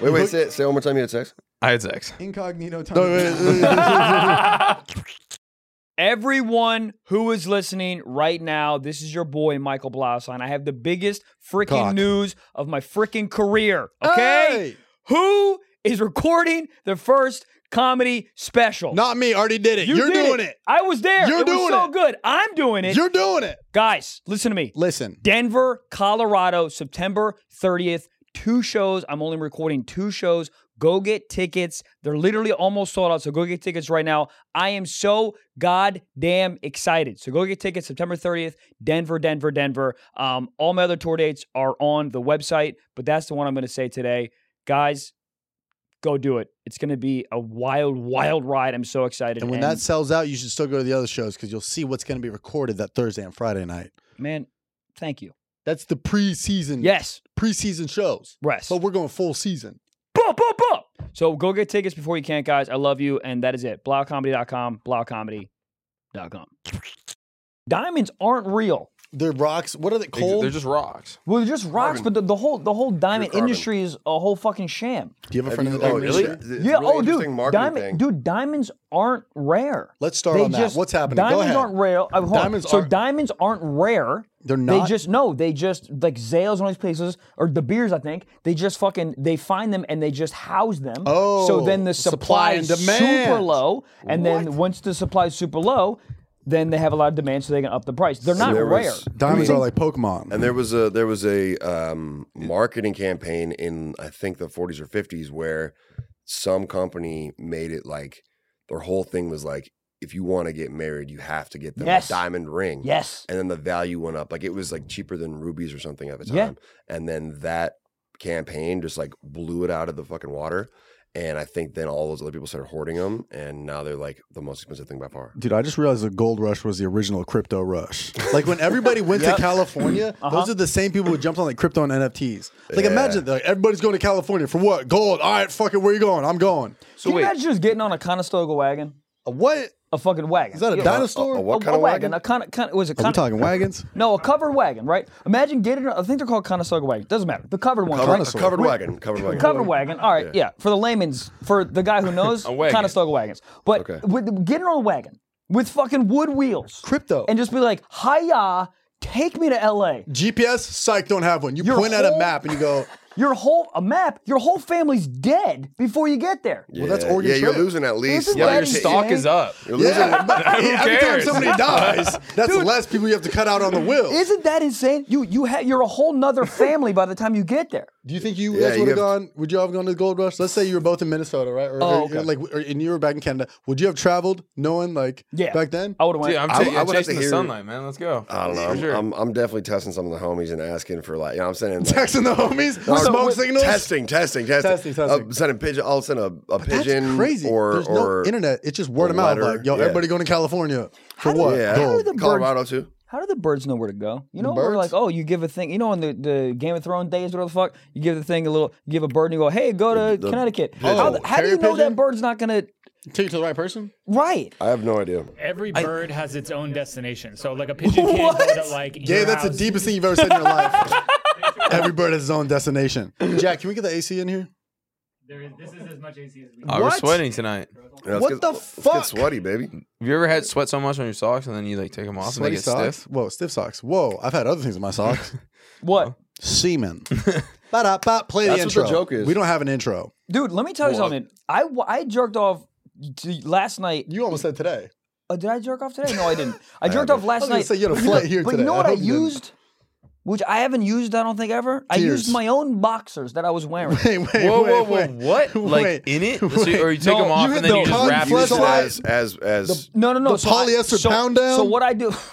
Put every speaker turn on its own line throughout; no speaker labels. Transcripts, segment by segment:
Wait, wait, say, it- say it one more time. You had sex.
I had sex.
Incognito
No, wait,
Tommy.
wait, wait.
Everyone who is listening right now, this is your boy Michael Blaustein. I have the biggest freaking
Cock.
news of my freaking career. Okay, who is recording the first comedy special?
Not me. Already did it.
You
You are
did
doing it.
I was there.
You're
it was
doing
so
it.
good. I'm doing it.
You're doing it.
Guys, listen to me.
Listen.
Denver, Colorado, September 30th. Two shows. I'm only recording two shows. Go get tickets. They're literally almost sold out. So go get tickets right now. I am so goddamn excited. So go get tickets September 30th, Denver, Denver, Denver. Um, all my other tour dates are on the website, but that's the one I'm going to say today. Guys, go do it. It's going to be a wild, wild ride. I'm so excited.
And when that sells out, you should still go to the other shows because you'll see what's going to be recorded that Thursday and Friday night.
man, thank you.
That's the preseason.
Yes,
Preseason shows.
rest.
But we're going full season.
Boom, boom, boom. So go get tickets before you can, guys. I love you. And that is it. Blaucomedy.com, blaucomedy.com. Diamonds aren't real.
They're rocks. What are they?
Ex-
Cold.
They're just rocks.
Well, they're just rocks,
Carbon.
but the, the whole the whole diamond
carbon.
industry is a whole fucking sham.
Do you have a friend in the
oh,
diamond
really?
industry?
It's a
yeah,
really
oh
interesting
dude,
marketing
diamond,
thing.
dude, diamonds aren't rare.
Let's start
They
on that.
just-
What's happening? Go
Diamonds
ahead.
aren't rare. Uh, hold on.
Diamonds
so
aren't-
diamonds aren't rare.
They're not.
They just no. They just like Zales and all these places, or the beers. I think they just fucking they find them and they just house them.
Oh,
so then the
supply
supply,
and
is super
demand.
low, and then once the supply is super low, then they have a lot of demand, so they can up the price. They're not
there was-
rare.
Diamonds are like Pokemon.
And there was a there was a um, marketing campaign in I think the 40s or 50s where some company made it like their whole thing was like if you want to get married you have to get them
Yes.
a diamond ring.
Yes.
And then the value went up like it was like cheaper than rubies or something at the time.
Yeah.
And then that campaign just like blew it out of the fucking water. And I think then all those other people started hoarding them, and now they're like the most expensive thing by far.
Dude, I just realized the gold rush was the original crypto rush. Like when everybody went to California, those are the same people who jumped on like crypto and NFTs. Like imagine like everybody's going to California for what? Gold. All right, fuck it. Where you going? I'm going.
So
Can you
wait,
imagine just getting on a Conestoga wagon?
A what?
A fucking wagon.
Is that a
Yeah.
dinosaur?
A- a
A,
what
a
kind of
wagon?
wagon?
A con, con, was it
Are we
con,
talking wagons?
No, a covered wagon, right? Imagine getting. I think they're called Conestoga wagon. Doesn't matter. The covered one.
Covered,
right?
a covered wagon. Covered wagon.
Covered wagon. All right, yeah. For the layman's, for the guy who knows,
wagon.
Conestoga wagons. But
Okay.
with, getting on a wagon with fucking wood wheels,
Crypto.
and just be like, "Hiya, take me to L.A."
GPS? Psych, don't have one. You
Your
point at a
whole-
map and you go,
Your whole a map. Your whole family's dead before you get there.
Yeah,
that's Oregon
Yeah, you're
Trail.
losing at least.
Isn't
yeah, but
that
your
is
stock
insane?
is up.
you're losing
yeah, but
Who
every time
cares?
somebody dies, that's
Dude.
less people you have to cut out on the will.
Isn't that insane? You you ha- you're a whole nother family by the time you get there.
Do you think you
Yeah,
guys
you
would have
have-
gone? Would you have gone to the Gold Rush? Let's say you were both in Minnesota, right? Or,
Oh,
or-
okay.
or like, or, and you were back in Canada. Would you have traveled knowing like
Yeah.
back then?
I would have went.
Dude, I'm
I-
ta-
I would have
chasing
to
the
hear-
sunlight, man. Let's go.
I don't know. I'm,
For sure.
I'm, I'm definitely testing some of the homies and asking for like, you know, I'm sending like,
Texting the homies,
Or-
smoke
with-
signals.
testing, testing, testing,
Testing, testing.
Uh, sending pigeon. I'll send a, a
That's
pigeon.
crazy.
Or
There's
or
no internet. It's just word
a
of mouth.
letter.
Like, yo,
Yeah.
everybody going to California for
How do-
what?
Yeah,
How do the
Colorado too.
How do the birds know where to go? You know, we're
birds?
like, oh, you give a thing. You know, in the, the Game of Thrones days, whatever the fuck, you give the thing a little, you give a bird and you go, hey, go to
The- the
Connecticut.
pigeon.
how the- how do
Carrier
you know that
pigeon?
bird's not gonna?
Take you to the right person.
Right.
I have no idea.
Every bird has its own destination. So like a pigeon can't go to like
Yeah,
your
that's
house.
the deepest thing you've ever said in your life. Every bird has its own destination. Jack, can we get the AC in here?
There is, this is as much AC as we
Oh, we're
What?
sweating tonight.
Yeah, let's
What
get-
the
let's
fuck?
Get sweaty, baby.
Have you ever had sweat so much on your socks and then you like take them off and they
Sweaty
get
socks.
stiff?
Whoa, stiff socks. Whoa, I've had other things in my socks.
What,
Semen. Ba-da-ba, play the
That's what the
intro.
joke is.
We don't have an intro.
dude? Let me tell you
Well, I-
something. I wa- I jerked off t- last night.
You almost said today.
Uh, did I jerk off today? No, I didn't. I jerked
I
off
was
last
gonna
night.
say you had a
But know-
flight here
but
today.
you know what
I
I,
hope you didn't.
used, which I haven't used, I don't think ever. I used
Tears.
my own boxers that I was wearing.
Wait, wait,
Whoa,
wait,
whoa, whoa!
wait.
What? Like
Wait,
in it?
wait.
So you- or you take
No,
them off
you
and
hit
then you
the
just
cotton
wrap
Use
it.
it
fleshlight.
as as as
No, no, no.
The
so I-
polyester
so-
pound down?
So what I do?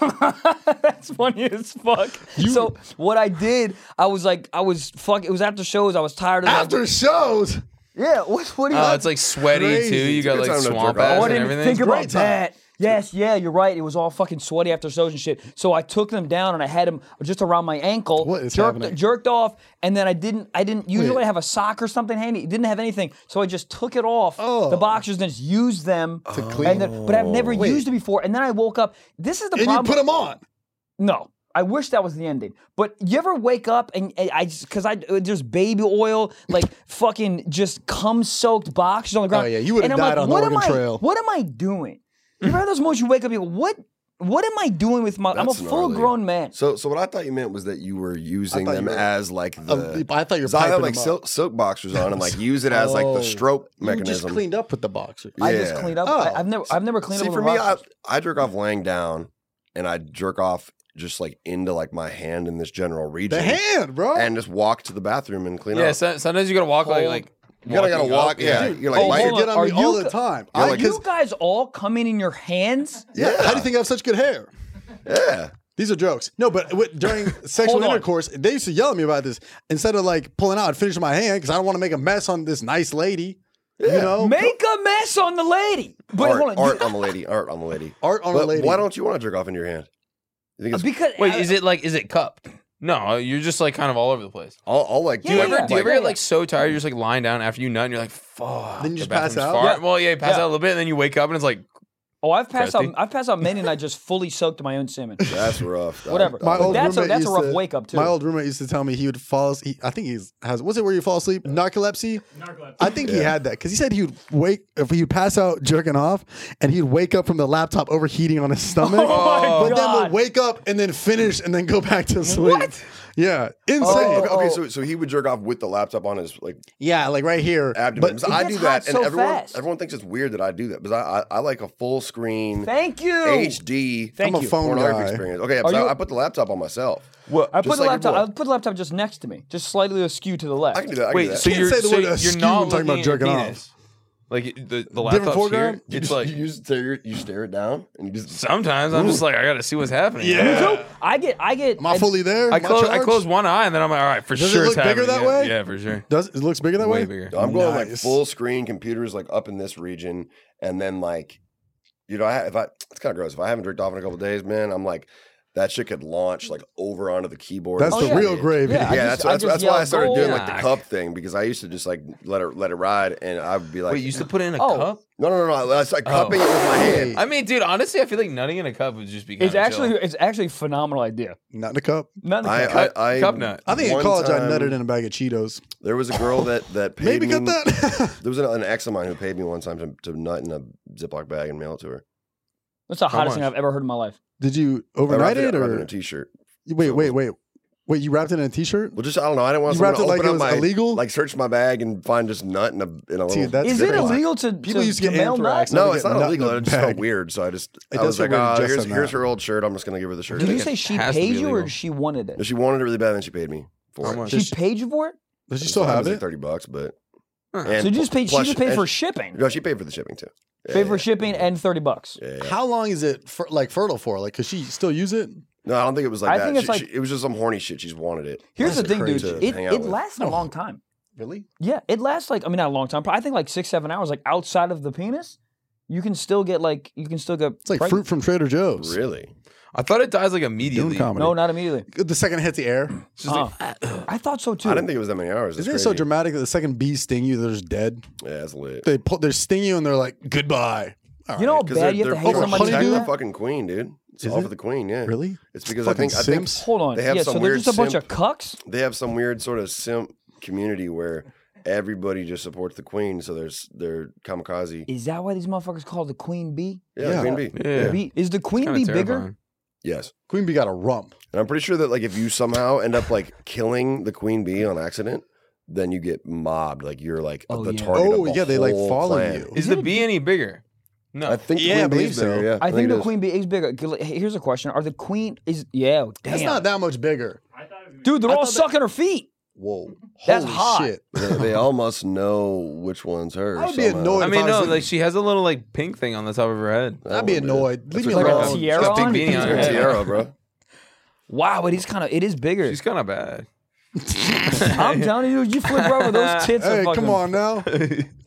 that's funny as fuck. so what I did, I was like, I was fuck. It was after shows. I was tired of that.
After shows.
Yeah. What? What do you?
Oh, it's like sweaty
Crazy.
too. You
It's
got
good
like
time to
swamp
jerk off.
ass
oh, I
and
didn't
everything.
think about
Great time.
that. Yes, yeah, you're right. It was all fucking sweaty after shows and shit. So I took them down and I had them just around my ankle.
What is
jerked,
happening?
jerked off, and then I didn't. I didn't. Usually I have a sock or something handy. Didn't have anything, so I just took it off the boxers and just used them to
Oh. clean-
Oh.
But I've never used it before. And then I woke up. This is the
And you
problem.
put them on.
No. I wish that was the ending. But you ever wake up and and I just because I uh, there's baby oil, like fucking just cum soaked boxes on the ground.
yeah, you would've
And I'm
died
like,
on the
what am
Oregon
I-
Trail.
What am I doing? You ever have those moments you wake up, you go, what? What am I doing with my?
That's
I'm a
gnarly.
full grown man.
So, so what I thought you meant was that you were using
thought
them
you were-
as like the.
Um, I thought you were
'cause I had
piping
like
them
silk, silk boxers on and like use it as like the
Oh.
stroke
You just
mechanism.
cleaned up with the boxer.
I just
Yeah.
cleaned up.
Oh.
I, have never, I've never cleaned
See,
up.
for
with a
me, I,
boxer.
I jerk off laying down, and I jerk off just like into like my hand in this general region,
The hand, bro.
and just walk to the bathroom and clean
Yeah,
up.
so, sometimes you gotta walk like
Hold.
like.
You gotta gotta
walking up,
walk. yeah, uh, you're like,
oh,
Mike,
hold
Mike,
on,
get on
are
me all
you
the
c-
time.
You're
I,
like-
Are you guys all coming in your hands?
yeah. How do
Yeah.
you think I have such good hair?
yeah,
These are jokes. No, but w- during sexual
Hold on.
intercourse, they used to yell at me about this. Instead of like pulling out, I'd finish my hand because I don't want to make a mess on this nice lady. You know,
Make a mess on the lady. But
art,
hold on, you-
art on the lady, art on the lady.
art on a
But
lady.
why don't you want to jerk off in your hand? You think it's
because uh,
Wait,
I-
is it like is it cupped? No, you're just like kind of all over the place.
I'll, I'll like
Do you
Yeah,
ever
yeah.
do you ever
Yeah,
get
yeah.
like so tired you're just like lying down after you nut and you're like fuck.
Then you
the
just pass
bathroom's
out?
far."
Yeah.
Well, yeah, you pass
Yeah.
out a little bit and then you wake up and it's like
Oh, I've passed
Crusty.
out. I've passed out many, and I just fully soaked my own salmon.
That's rough. dog.
Whatever.
My
Dog.
old
That's a-
roommate
that's a
used
rough
to-
wake up, too.
My old roommate used to tell me he would fall. He, I think he's has. What's it where you fall asleep? Narcolepsy. I think he had that because he said he would wake if he would pass out jerking off, and he'd wake up from the laptop overheating on his stomach.
Oh my
but then
God.
would wake up and then finish and then go back to sleep. Yeah, insane.
Okay,
Oh.
okay, so so he would jerk off with the laptop on his like
Yeah, like right here.
abdomen.
But
So
It
I
gets
do
hot
that, and
so
everyone
fast.
everyone thinks it's weird that I do that because I, I I like a full screen
Thank you.
HD.
Thank
I'm a
you.
phone
pornography
guy.
experience. Okay, so
you-
I, I put the laptop on myself.
I
just
put the
like
laptop.
your
I
boy.
put the laptop just next to me, just slightly askew to the left.
I can do that. I can do
wait,
that.
so you're
say the
so
word askew
you're not
when
looking
talking about
at your
jerking off.
penis. Like the the
Different
laptop's
foreground?
here.
you
It's
just,
like
you just stare you stare it down and you just
sometimes I'm just like I gotta see what's happening.
Me too. I get. I get.
Am I fully there?
I
Am
close I
charged?
close one eye and then I'm like all right for
Does it
sure. it's
look bigger
happening.
that
Yeah,
way?
Yeah, for sure.
Does it looks bigger that
Way
way?
bigger.
I'm going like
Nice.
full screen computers like up in this region and then like you know I if I it's kind of gross if I haven't jerked off in a couple days man I'm like that shit could launch like over onto the keyboard.
That's
and
the
shit.
real gravy.
Oh, Yeah. I
yeah, that's,
just- I
that's,
just
that's why I
yelled,
started doing
"Goal!"
like the
Yuck.
cup thing because I used to just like let it let it ride, and I would be like,
Wait, you used to put it in a
Oh.
cup?
no, no, no, no, I was like cupping it with my hand.
I mean, dude, honestly, I feel like nutting in a cup would just be.
It's
kinda
actually.
chill.
It's actually a phenomenal idea.
Not in a cup.
None
I,
of
I, I,
cup nut.
I think in
one
college I
time-
nutted in a bag of Cheetos.
There was a girl that that paid
Maybe
me.
cut that.
There was an, an ex of mine who paid me one time to, to nut in a Ziploc bag and mail it to her.
That's the
How
hottest thing
much?
I've ever heard in my life.
Did you
I wrapped
overnight
it,
it
I wrapped it in
or
a T-shirt.
wait,
so it was-
wait, wait, wait? You wrapped it in a t-shirt?
Well, just I don't know. I didn't want
You
someone
wrapped
to
it
open
like it
up
was
my
illegal.
like search my bag and find just nut in a in a little.
Dude, that's
Is it
Ziploc.
illegal to
People
to,
used to get
to mail
anthrax.
nuts?
No,
Like
it's
a
not
nut in
illegal.
a
It just felt
bag.
weird, so I just
It
I
does
was
feel
like,
weird
ah,
just
here's
on
here's
that.
her old shirt. I'm just gonna give her the shirt.
Did you
Like,
say
it
she
has to
paid
be
you or
illegal.
she wanted it?
No, she wanted it really bad, and she paid me for
How
it.
much?
She paid you for it.
Does she still
It
have
was like
it?
Thirty bucks, but
Huh.
and
So you just paid. She
plus-
just paid
and
for
she-
shipping.
No, she paid for the shipping too. Yeah,
Paid for
yeah.
shipping and thirty bucks.
Yeah, yeah.
How long is it fer- like fertile for? Like, could she still use it?
No, I don't think it was like
I
that.
think it's
She-
like-
she- it was just some horny shit. She's wanted it.
Here's the
That's
thing, dude.
crazy to
It
hang out
it
with.
lasts a long time.
Really?
Yeah, it lasts like I mean not a long time. but I think like six seven hours. Like outside of the penis, you can still get like you can still get
It's like fruit
pregnant.
from Trader Joe's.
Really?
I thought it dies like
Doing
immediately.
comedy.
No, not immediately.
The second it hits the air.
It's just like,
Uh-uh. I thought so too.
I didn't think it was that many hours. That's
Isn't it so
crazy.
dramatic that the second bees sting you, they're just dead?
Yeah, that's lit.
They pull, they sting you and they're like, goodbye. All
you know how
'Cause
bad you have to hate
for
fucking
somebody. to
protecting
do
honeydew?
the
that?
fucking queen, dude. It's
Is
all
it?
for the queen. Yeah,
Really?
It's because I
Fucking
think I think
simps.
Hold on.
They have
yeah,
some
so they're
weird
just a bunch
simp-
of cucks.
they have some weird sort of simp community where everybody just supports the queen. So there's they're kamikaze.
Is that why these motherfuckers call the queen bee?
Yeah,
Yeah.
queen bee.
yeah. It's
Bee- Is the queen
kinda
bee bigger?
terrifying.
Yes,
Queen bee got a rump.
and I'm pretty sure that like if you somehow end up like killing the queen bee on accident, then you get mobbed. Like you're like
Oh,
the
yeah.
target. of
Oh,
a
yeah, they, like,
whole
follow
clan.
you.
Is the bee any bigger? No.
I think the
Yeah, I
queen bee
believe
is bigger,
so.
Yeah,
I think
it
the
is.
queen bee is bigger. G- like, Here's a question: Are the queen is yeah? Damn,
That's not that much bigger.
dude, they're
I
all
thought that-
sucking her feet.
Whoa.
That's
Holy
hot.
shit.
they, they all must know which one's hers.
I'd be
somehow.
annoyed
I mean,
if I
no,
was
like she has a little like pink thing on the top of her head.
That
I'd be
one, dude.
annoyed. Leave
That's
me
what
Like
they're
a
called.
alone.
tiara
Big
on.
beanie on her
It's a
head.
tiara, bro.
Wow, it is kind of it is bigger.
She's kind of bad.
I'm telling you, you flip her over those tits. are
Hey,
fucking,
come on now.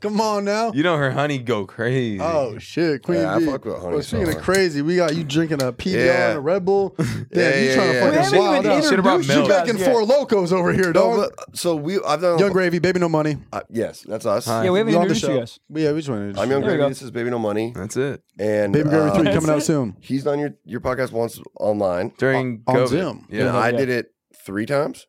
Come on now.
You know her honey go crazy.
Oh shit, Queen
Yeah, I
B.
fuck with honey
well, speaking
so
of
hard.
crazy, we got you drinking a PBR
Yeah.
and a Red Bull. Damn,
Yeah,
you
yeah, yeah.
trying to
We
fucking
haven't
wild
even
out.
Should've brought
introduced you
milk.
You
guys
drinking
yet.
four locos over here,
No,
dog.
but- so we. I've done.
Young Gravy, baby, no money.
Uh, yes, that's us.
Hi.
Yeah, we haven't
You on the
introduced
show?
you guys.
Yeah, we just want to.
I'm Young
There you
Gravy.
go.
This is Baby No Money,
That's it.
and
Baby Gravy
uh,
three
That's
coming out
it.
soon.
He's done your your podcast once online.
During
On
COVID.
Zoom.
Yeah.
and I
yeah.
did it three times.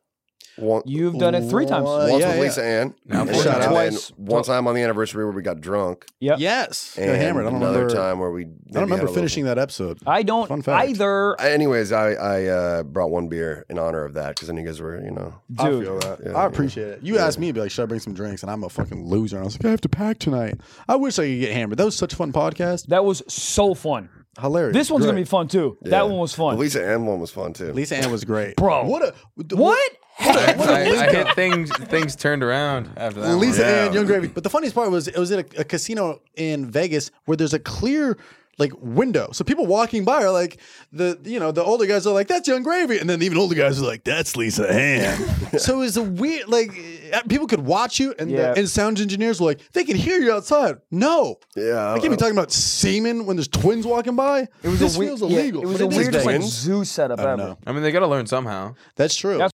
One,
You've done it three times.
What? Uh,
once
yeah,
with
yeah.
Lisa Ann,
Now
and
four
then
times.
Twice.
one time on the anniversary where we got drunk,
Yep.
Yes,
and
got hammered. I don't
another
remember.
time where we.
I don't remember finishing that episode.
I don't
Fun fact.
either.
Anyways, I I uh, brought one beer in honor of that because then you guys were you know
I
Dude.
feel that.
Yeah,
I
yeah.
appreciate it. You asked me, be like, should I bring some drinks? And I'm a fucking loser. And I was like, I have to pack tonight. I wish I could get hammered. That was such a fun podcast.
That was so fun.
Hilarious.
This one's
Great.
gonna be fun too.
Yeah.
That one was fun.
The Lisa Ann one was fun too.
Lisa Ann was great,
Bro.
What a
what?
I,
happened?
I- I hit things things turned around after that.
Lisa
Yeah.
Ann, Young Gravy. But the funniest part was it was at a, a casino in Vegas where there's a clear like window, so people walking by are like the you know the older guys are like that's Young Gravy, and then even older guys are like that's Lisa Ann. so it was a weird like uh, people could watch you, and
Yeah.
the, and sound engineers were like they can hear you outside. No,
Yeah,
I can't be talking about semen when there's twins walking by. It was this
wee-
feels
yeah,
illegal.
it was
but
the
is
weirdest like
Vegas.
zoo setup
I don't
ever.
know.
one. I mean, they got to learn somehow.
That's true.
That's-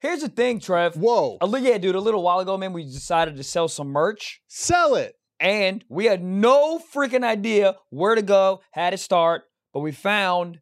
Here's the thing, Trev.
Whoa,
A li- yeah, dude. A little while ago, man, we decided to sell some merch,
sell it.
and we had no freaking idea where to go, how to start, but we found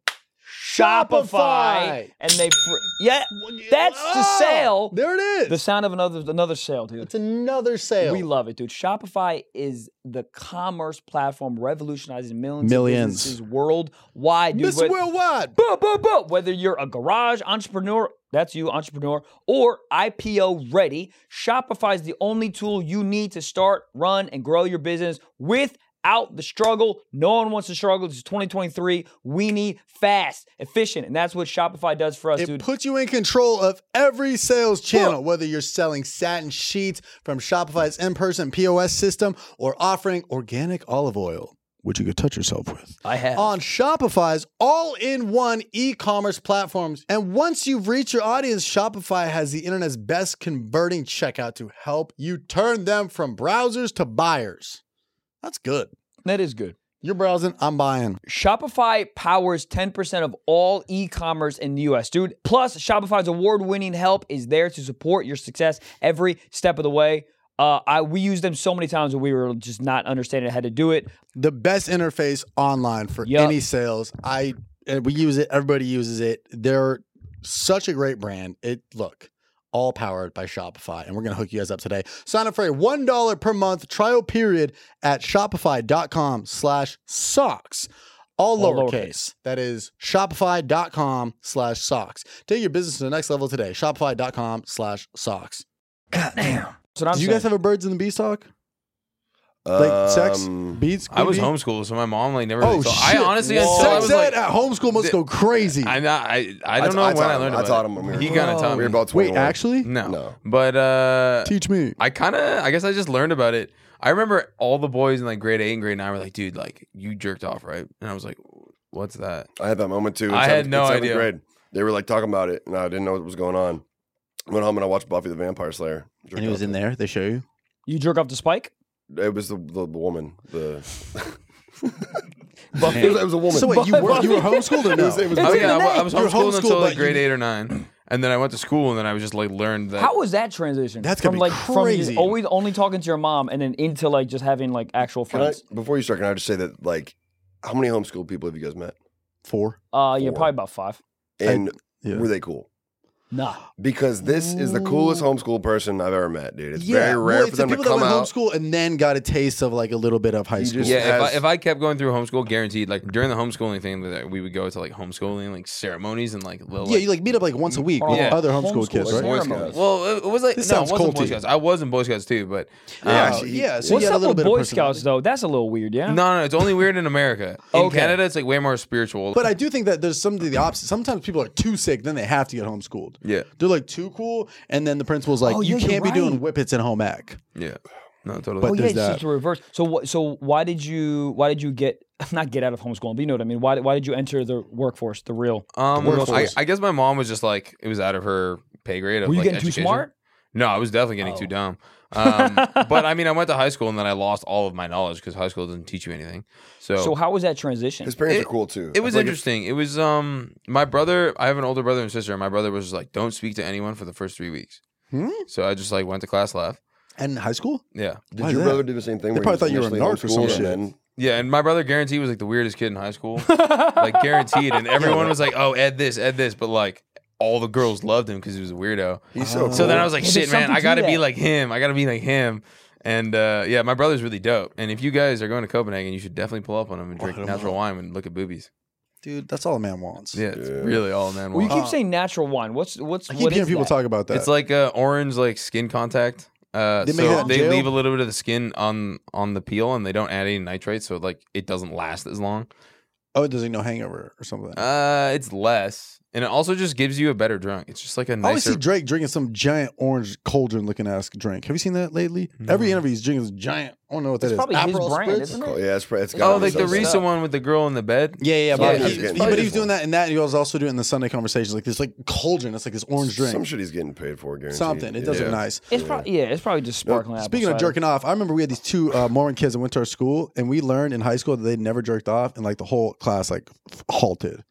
Shopify,
Shopify.
and they fr- yeah, that's the
Ah,
sale.
There it is.
The sound of another another sale, dude.
It's another sale.
We love it, dude. Shopify is the commerce platform revolutionizing millions,
Millions.
of businesses worldwide, dude.
Miss
Whe-
Worldwide.
Boom, boom, boom. Whether you're a garage entrepreneur, that's you, entrepreneur, or IPO ready, Shopify is the only tool you need to start, run, and grow your business without the struggle. No one wants to struggle. This is 2023. We need fast, efficient, and that's what Shopify does for us,
It
dude.
puts you in control of every sales channel, whether you're selling satin sheets from Shopify's in person POS system or offering organic olive oil, which you could touch yourself with.
I have.
On Shopify's all in one e commerce platforms. And once you've reached your audience, Shopify has the internet's best converting checkout to help you turn them from browsers to buyers. That's good.
that is good.
You're browsing, I'm buying.
Shopify powers 10% of all e-commerce in the US, dude. Plus, Shopify's award-winning help is there to support your success every step of the way. Uh, I we used them so many times when we were just not understanding how to do it.
the best interface online for
Yup.
any sales. I and we use it. Everybody uses it. They're such a great brand. It look all powered by Shopify, and we're gonna hook you guys up today. Sign up for a one dollar per month trial period at Shopify.com/slash socks. All
All
lowercase.
lowercase.
That is Shopify.com slash socks. Take your business to the next level today. Shopify.com slash socks.
So I'm
Do you
saying.
guys have a birds and the bees talk? Like sex,
Um,
beats?
I was
Queen Bee?
homeschooled, so my mom like never.
Oh,
Really
shit.
taught- I honestly until I
sex
was
ed
like,
at home school must
Th-
go crazy.
I'm not. I I
I
don't
t-
know
I
when
taught
I
him-
learned.
I
about
taught
it.
him when we were-
He kind of taught
we
me.
were both
Wait,
21.
actually?
no,
No.
but uh,
Teach me.
I kind of, I guess I just learned about it. I remember all the boys in like grade eight and grade nine were like, dude, like you jerked off, right? And I was like, what's that?
I had that moment too. in
I had
seventh- in
no
seventh
idea.
Grade. They were like talking about it, and I didn't know what was going on. I went home and I watched Buffy the Vampire Slayer.
And it was in there. They show you.
you jerk off the spike?
It was the, the, the woman. The
Buffy?
it, was, it was a woman.
So wait, you were you were homeschooled or no?
was- it was-
It's
oh
in
yeah,
the
I, wa- I
name.
was
You're
homeschooled
homeschooled,
until like
but
grade
you-
eight or nine, and then I went to school, and then I was just like learned that.
How was that transition?
That's
from
gonna
like
be
from you
crazy.
always only talking to your mom and then into like just having like actual
Can I,
friends.
before you start, can I just say that like, how many homeschool people have you guys met?
Four.
uh yeah,
Four.
probably about five.
And
yeah.
were they cool?
Nah.
Because this is the coolest homeschool person I've ever met, dude. It's very
Well,
rare
it's
for them
the
to
people
come
that went
out.
homeschool and then got a taste of like a little bit of high
You
school.
just-
Yeah, if
As-
I, if I kept going through homeschool, guaranteed, like during the homeschooling thing, that we would go to like homeschooling like ceremonies and like little.
yeah, you like meet up like once a week with
Yeah.
other homeschool,
Homeschool
kids,
like
right?
Boy
ceremony.
Scouts.
well, it, it was like
This
no,
sounds
it wasn't
culty.
Boy Scouts. I was in Boy Scouts too, but um,
Yeah,
Oh,
actually,
yeah, so
What's
you had a
up
little
with
bit of
Boy
personality.
Scouts though? That's a little weird, yeah.
no, no, it's only weird in America. In
Okay.
Canada, it's like way more spiritual.
But I do think that there's something the opposite. Sometimes people are too sick, then they have to get homeschooled.
Yeah.
They're like too cool, and then the principal's like,
Oh,
you
yeah, you're
can't be doing
right.
whippets and home ec.
yeah, no, totally.
But
Oh yeah,
there's
it's just
that.
the reverse. So what? So why did you? Why did you get not get out of homeschooling? But you know what I mean. Why? Why did you enter the workforce, the real?
Um,
workforce.
I, I guess my mom was just like it was out of her pay grade. Of,
Were you
like,
getting too
education.
smart?
No, I was definitely getting
Oh.
too dumb. Um, but I mean, I went to high school and then I lost all of my knowledge because high school doesn't teach you anything. So,
So how was that transition?
His parents
It-
are cool too.
it was
Like, if-
interesting. It was um my brother. I have an older brother and sister, and my brother was just like, "Don't speak to anyone for the first three weeks."
Hmm?
So I just like went to class, left.
And high school?
Yeah,
Did
Why
your
that?
brother do the same thing? where
They
he
probably
was
thought you were a
initially
narc or some
homeschooled
shit.
and
yeah. And my brother guarantee was like the weirdest kid in high school, like guaranteed. And everyone was like, "Oh, Ed this, Ed this," but like all the girls loved him because he was a weirdo.
then he's so.
Oh.
Cool.
So then I was like,
Yeah, there's
shit, man,
something
I
to
gotta be
that.
like him. I gotta be like him. And uh, yeah, my brother's really dope. And if you guys are going to Copenhagen, you should definitely pull up on him and drink
Hit him
natural wine and look at boobies.
Dude, that's all a man wants.
Yeah, it's
Yeah.
really all man
Well, you
wants.
keep saying natural wine. What's what's
I
what
keep hearing
is
people
that?
talk about that.
It's like uh, orange, like skin contact. Uh,
They
they
make that
so
in
they
jail?
leave a little bit of the skin on on the peel, and they don't add any nitrates, so like it doesn't last as long.
oh, it doesn't no hangover or something.
Uh, it's less, and it also just gives you a better drunk. It's just like a
I always
nicer.
see Drake drinking some giant orange cauldron looking ass drink. Have you seen that lately? Every interview he's drinking this giant. I don't know what that
It's
is.
probably his
Aperol
brand,
Spritz?
isn't it?
Oh, yeah, it's, it's got
oh, like the
Yeah.
recent one with the girl in the bed.
Yeah, yeah, yeah,
Probably
but,
just
he,
getting
but
paid
he was
for
doing
it.
that, and that he was also doing the Sunday conversations, like this, like cauldron. It's like this orange drink,
Some shit he's getting paid for, guaranteed.
something. It does
yeah.
look nice.
It's probably yeah. It's probably just sparkling. apple
Speaking of
cider.
jerking off, I remember we had these two uh, Mormon kids that went to our school, and we learned in high school that they never jerked off, and like the whole class like f- halted.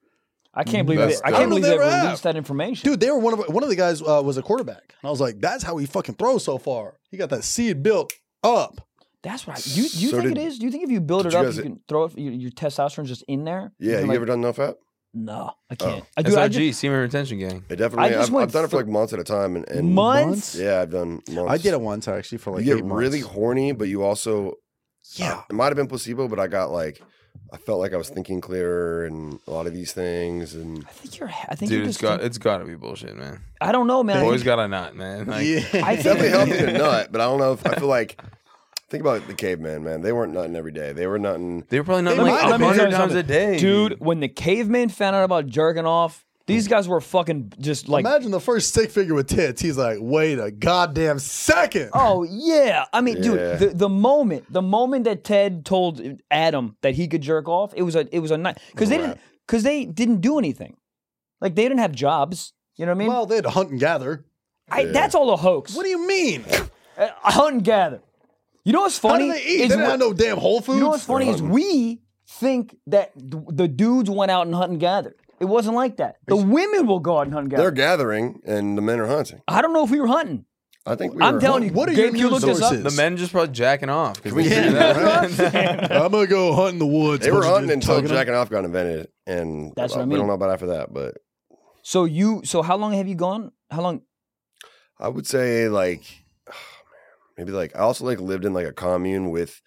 I can't believe
That's
it. I
dope.
can't believe
I
they
don't know they were
released
out.
that information.
Dude, they were one of one of the guys uh, was a quarterback, and I was like, "That's how he fucking throws so far. He got that seed built up."
That's what I, do. You, do you
So
think
did-
it is? Do you think if you build
did
it
you
up,
guys-
you can throw it? Your, your testosterone's just in there.
Yeah,
can
you
like,
ever done no fat?
No, I can't. I, dude, I
SRG,
just,
semen retention gang.
It definitely.
just
I've,
went
I've done it for
th-
like months at a time, and, and
months.
Yeah, I've done. months.
I did it once actually for like
you
eight
get really
months.
horny, but you also uh,
yeah.
it might have been placebo, but I got like I felt like I was thinking clearer and a lot of these things, and
I think you're. I think
Dude,
you're
it's
just.
got it's gotta be bullshit, man.
I don't know, man. I
Boys
think-
got a nut, man. Like,
yeah.
I
it
think-
definitely helped me to nut. But I don't know if I feel like think about the caveman man. They weren't nutting every day. They were nutting.
They were probably not
They
like
might- let me tell
hundred
you
times a
something.
day,
dude, when the cavemen found out about jerking off, these guys were fucking just like.
Mm. Imagine the first stick figure with tits. He's like, wait a goddamn second.
Oh yeah, I mean,
Yeah.
dude, the, the moment the moment that Ted told Adam that he could jerk off, it was a it was a night because they didn't because they didn't do anything, like they didn't have jobs. You know what I mean?
Well, they'd hunt and gather.
I, that's all a hoax.
What do you mean?
Uh, hunt and gather. You know what's
How
funny?
do they eat? They
is
didn't
we-
have no damn Whole Foods.
you know what's funny is we think that th- the dudes went out and hunt and gathered. It wasn't like that. The women will go out and hunt and
They're
gather.
gathering, and the men are hunting.
I don't know if we were hunting.
I think we
I'm
were
telling
hunting.
you,
What are your
Gabe, can you
news
look this up?
sources?
The men just probably jacking off. 'cause they
Yeah.
figured it out.
I'm gonna go hunt in the woods.
They were hunting until
Tugging 'em.
Jack and Off got invented, and
That's what I
We
mean.
don't know about after that, but
So you, so how long have you gone? How long?
I would say like maybe like I also like lived in like a commune with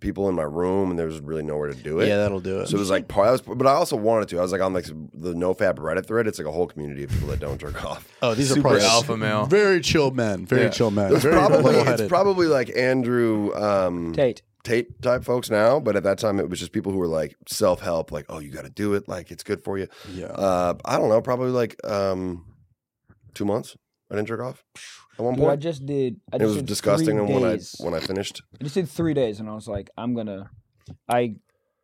people in my room, and there was really nowhere to do it.
Yeah, that'll do it.
So it was like part. I was, but I also wanted to. I was like on like the NoFap Reddit thread. It's like a whole community of people that don't jerk off.
oh, these are
super
probably
alpha male.
Very chill men. Very
Yeah.
chill men.
It's
Very
probably
level-headed.
it's probably like Andrew um,
Tate.
Tate type folks now, but at that time it was just people who were like self help, like oh you got to do it, like it's good for you.
yeah.
Uh, I don't know, probably like um, two months. I didn't jerk off at one
Dude, I
point.
just did. I
It
just
was
did
disgusting,
three
and when I
days.
when I finished,
I just did three days, and I was like, I'm gonna, I,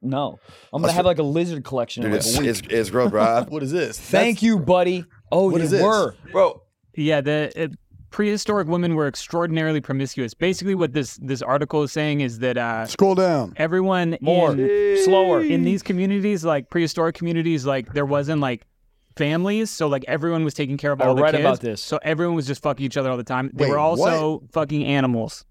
no, I'm gonna
That's
have
what-
like a lizard collection. in
dude,
like
it's,
a week.
it's it's gross, bro. I-
what is this?
Thank you, buddy. Oh,
What
you
is this?
were.
Bro,
Yeah, the uh, prehistoric women were extraordinarily promiscuous. Basically, what this this article is saying is that uh,
Scroll down.
everyone
More,
in,
slower.
in these communities, like prehistoric communities, like there wasn't like families, so like everyone was taking care of
I
all the
read
kids.
about this.
So everyone was just fucking each other all the time. They
Wait,
were also fucking animals.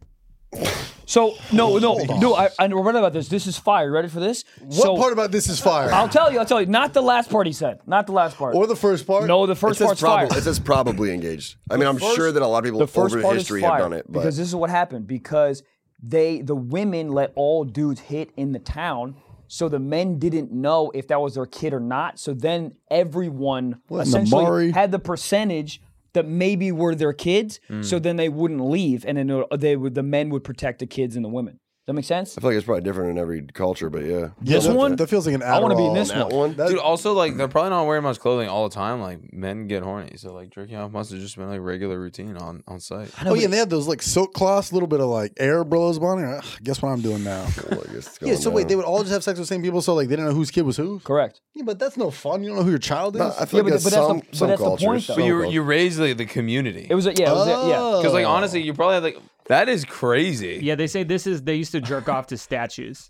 So no, no, no. I, I read about this. This is fire. You Ready for this?
What part about this is fire?
I'll tell you. I'll tell you. Not the last part he said. Not the last part.
or the first part?
no, the
It
first
says,
part's
prob-
fire.
it says probably engaged. I mean, I'm sure that a lot of people
The first
over
part
history
is fire
have done it, but
because this is what happened. Because they, the women, let all dudes hit in the town, so the men didn't know if that was their kid or not. So then everyone
What, in the
essentially
Maury?
had the percentage that
Hmm.
uh, maybe were their kids. So then they wouldn't leave, and then they would, the men would protect the kids and the women. that make sense?
I feel like it's probably different in every culture, but yeah.
This
that-
one?
that feels like an. Adderall.
I wanna be in this
That
one.
one,
Dude, also like they're probably not wearing much clothing all the time. Like men get horny, so like jerking off must have just been like regular routine on on site.
I know,
Oh
but-
yeah, and they had those like silk cloths, a little bit of like air blows on it. Ugh, Guess what I'm doing now?
Well, I guess it's
yeah.
going
So wait,
down.
they would all just have sex with the same people, so like they didn't know whose kid was whose.
correct.
Yeah, but that's no fun. You don't know who your child is.
No, I feel like
Yeah, but-
that's
but that's
some,
the- but
some
that's the
cultures.
point, though.
some
But you
cultures.
you raised like the community
It was a, yeah, it was a, yeah.
Oh.
because like honestly, you probably had like that is crazy.
Yeah, they say this is they used to jerk off to statues.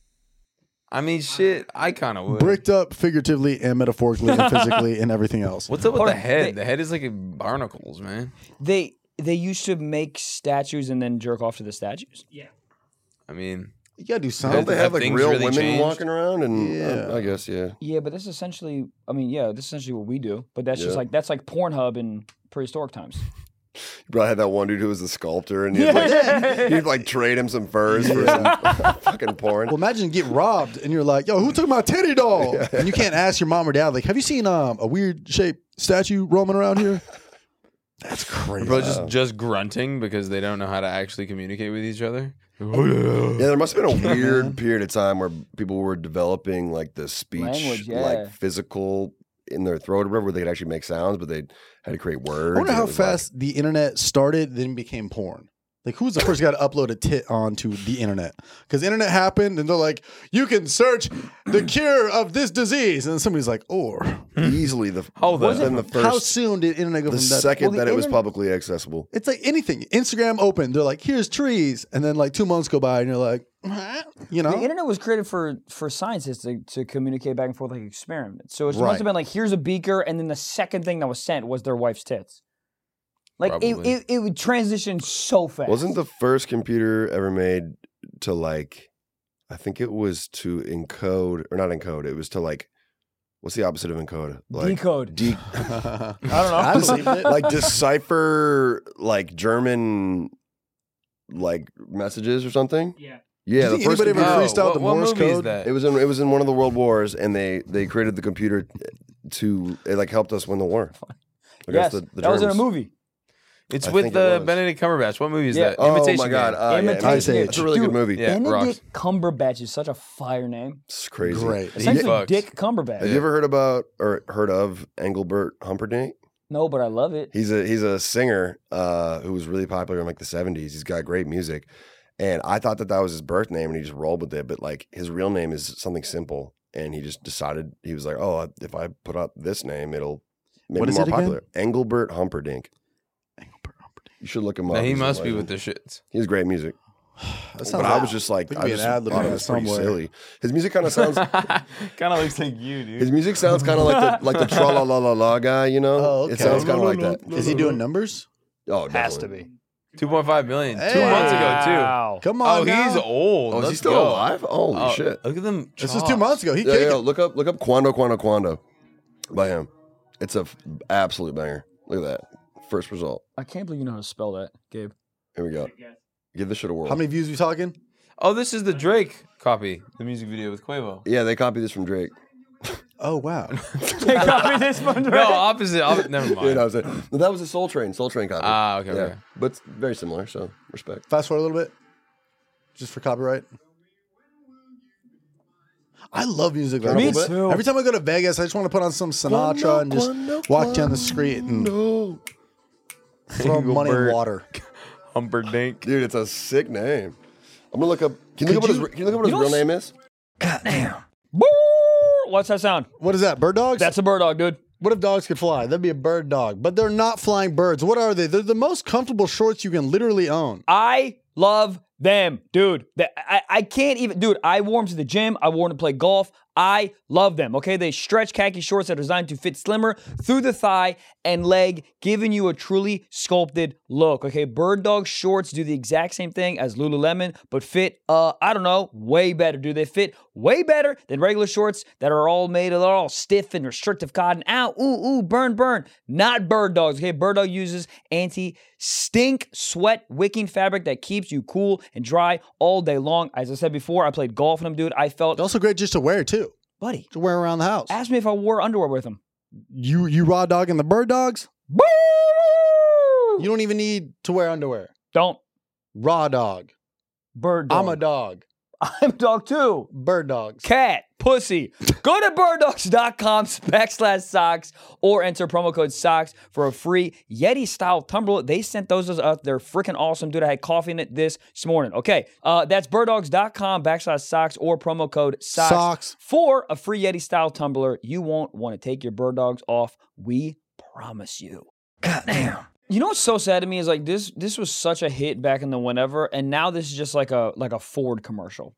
I mean, shit, I kind of would.
bricked up figuratively and metaphorically and physically and everything else.
What's up with
Hold
the
on,
head?
they-
the head is like a barnacles, man.
They they used to make statues and then jerk off to the statues.
I mean,
You gotta do
Don't
Have-
they have
something.
have
like
things
real
really
women
changed?
walking around? And um,
Yeah.
I, I guess yeah.
Yeah, but that's essentially I mean, yeah, that's essentially what we do. But that's just
Yeah.
like that's like Pornhub in prehistoric times.
You probably had that one dude who was a sculptor, and he'd like, he'd like trade him some furs for some fucking porn.
Well, imagine you get robbed and you're like, "Yo, who took my teddy doll?" And you can't ask your mom or dad, like, "Have you seen um, a weird shaped statue roaming around here?" That's crazy.
bro, just just grunting because they don't know how to actually communicate with each other.
yeah, there must have been a weird period of time where people were developing like the speech,
Language, yeah.
like physical in their throat or whatever, where they could actually make sounds, but they had to create words.
I wonder
and
how
it was, like-
fast the internet started, then became porn. Like, who was the first guy to upload a tit onto the internet? Because internet happened, and they're like, "You can search the cure of this disease," and then somebody's like, "Or
easily the
How the-
within the
how
first
soon did internet go
the
from that?"
second
Well, the
that it was
internet-
publicly accessible.
It's like anything. Instagram open. They're like, here's trees. And then like two months go by and you're like, "Huh?" you
The
know?
internet was created for for scientists to, to communicate back and forth like experiments. So it must
Right.
have been like here's a beaker, and then the second thing that was sent was their wife's tits. Like it,
Probably.
it, it would transition so fast.
Wasn't the first computer ever made to like, I think it was to encode or not encode. It was to like, what's the opposite of encode? Like
decode?
de-
I don't
know.
I believed it.
like decipher like German like messages or something.
Yeah.
Yeah,
Do you
the
think
first
anybody ever
computer-
freestyled
what-
the
what
Morse
movie is
code?
that?
it was in it was in one of the world wars, and they they created the computer eh, to it like helped us win the war.
yes,
against the- the
that was in a
Germans.
movie.
It's
I
with
think it
the
was.
Benedict Cumberbatch. What movie is
Yeah.
that?
Oh
Imitation
my god!
Game.
Uh, yeah,
Imitation
Imitation
Game.
Game. It's a really
Dude,
good movie.
Yeah, it rocks.
Benedict Cumberbatch is such a fire name.
It's crazy.
Great.
Essentially,
fucks.
Dick
Have
Cumberbatch.
you ever heard about or heard of Engelbert Humperdinck?
No, but I love it.
He's a he's a singer uh, who was really popular in like the seventies. He's got great music, and I thought that that was his birth name, and he just rolled with it. But like his real name is something simple, and he just decided he was like, oh, if I put up this name, it'll make
What
me
is
more
it again?
popular. Engelbert Humperdinck. You should look him up.
Now, he
He's a
must be
legend.
with the shits.
He has great music.
That sounds
But I
like-
was just like,
There could
I
be an
just
ad lib
thought it
in there
was pretty
somewhere.
silly. His music kind of sounds.
kind of looks like you, dude.
His music sounds kind of like the like the tra la la la la guy, you know.
Oh, okay.
It sounds kind of like that.
Is he doing numbers?
Oh,
Has to
definitely.
be.
Two point five million. Two
Hey.
months ago, too.
Wow.
Come on.
Oh, he's
now.
old.
Oh, is he
Let's
still
go.
alive? Holy
Oh,
shit!
Look at them.
This is two months ago. He
Yeah,
kicked
yeah, look up look up Quando Quando Quando by him. It's a f- absolute banger. Look at that first result.
I can't believe you know how to spell that, Gabe.
Here we go. Give this shit a whirl.
How many views we talking?
Oh, this is the Drake copy, the music video with Quavo.
yeah, they copied this from Drake.
Oh, wow.
Copy this one,
No,
right?
opposite. op- never
You
mind.
know what I'm saying? No, that was a Soul Train. Soul Train copy.
Oh Ah, okay,
Yeah,
okay.
but it's very similar. So respect.
Fast forward a little bit, just for copyright. I love music. Like
Me
that.
too.
Every time I go to Vegas, I just want to put on some Sinatra and just walk down the street and
No,
throw money in
Engelbert.
water.
Humperdink.
dude, it's a sick name. I'm gonna look up. Can you look
Could
up what his,
you-
can you look up what his
you
real
don't s-
name is?
Boo! What's that sound?
What is that? Bird dogs?
That's a bird dog, dude.
What if dogs could fly? That'd be a bird dog. But they're not flying birds. What are they? They're the most comfortable shorts you can literally own.
I love them, dude. The- I, I can't even, dude. I wore them to the gym. I wore them to play golf. I love them. Okay, they stretch khaki shorts that are designed to fit slimmer through the thigh and leg, giving you a truly sculpted look. Okay, bird dog shorts do the exact same thing as Lululemon, but fit. Uh, I don't know, way better. Do they fit way better than regular shorts that are all made? They're all stiff and restrictive cotton. Ow, ooh, ooh, burn, burn. Not bird dogs. Okay, bird dog uses anti stink sweat wicking fabric that keeps you cool and dry all day long. As I said before, I played golf in them, dude. I felt,
They're also great just to wear too,
buddy,
to wear around the house.
ask me if I wore underwear with them.
You you raw dog and the bird dogs.
Boo!
You don't even need to wear underwear.
Don't
Raw dog.
bird dog.
I'm a dog.
I'm a dog too.
Bird dogs.
Cat, pussy. Go to birddogs.com backslash socks or enter promo code socks for a free Yeti style tumbler. They sent those to us. They're freaking awesome, dude. I had coffee in it this morning. Okay. Uh, that's birddogs.com backslash socks or promo code socks,
Socks.
for a free Yeti style tumbler. You won't want to take your bird dogs off. We promise you. Goddamn. You know what's so sad to me is like this this was such a hit back in the whenever, and now this is just like a like a Ford commercial.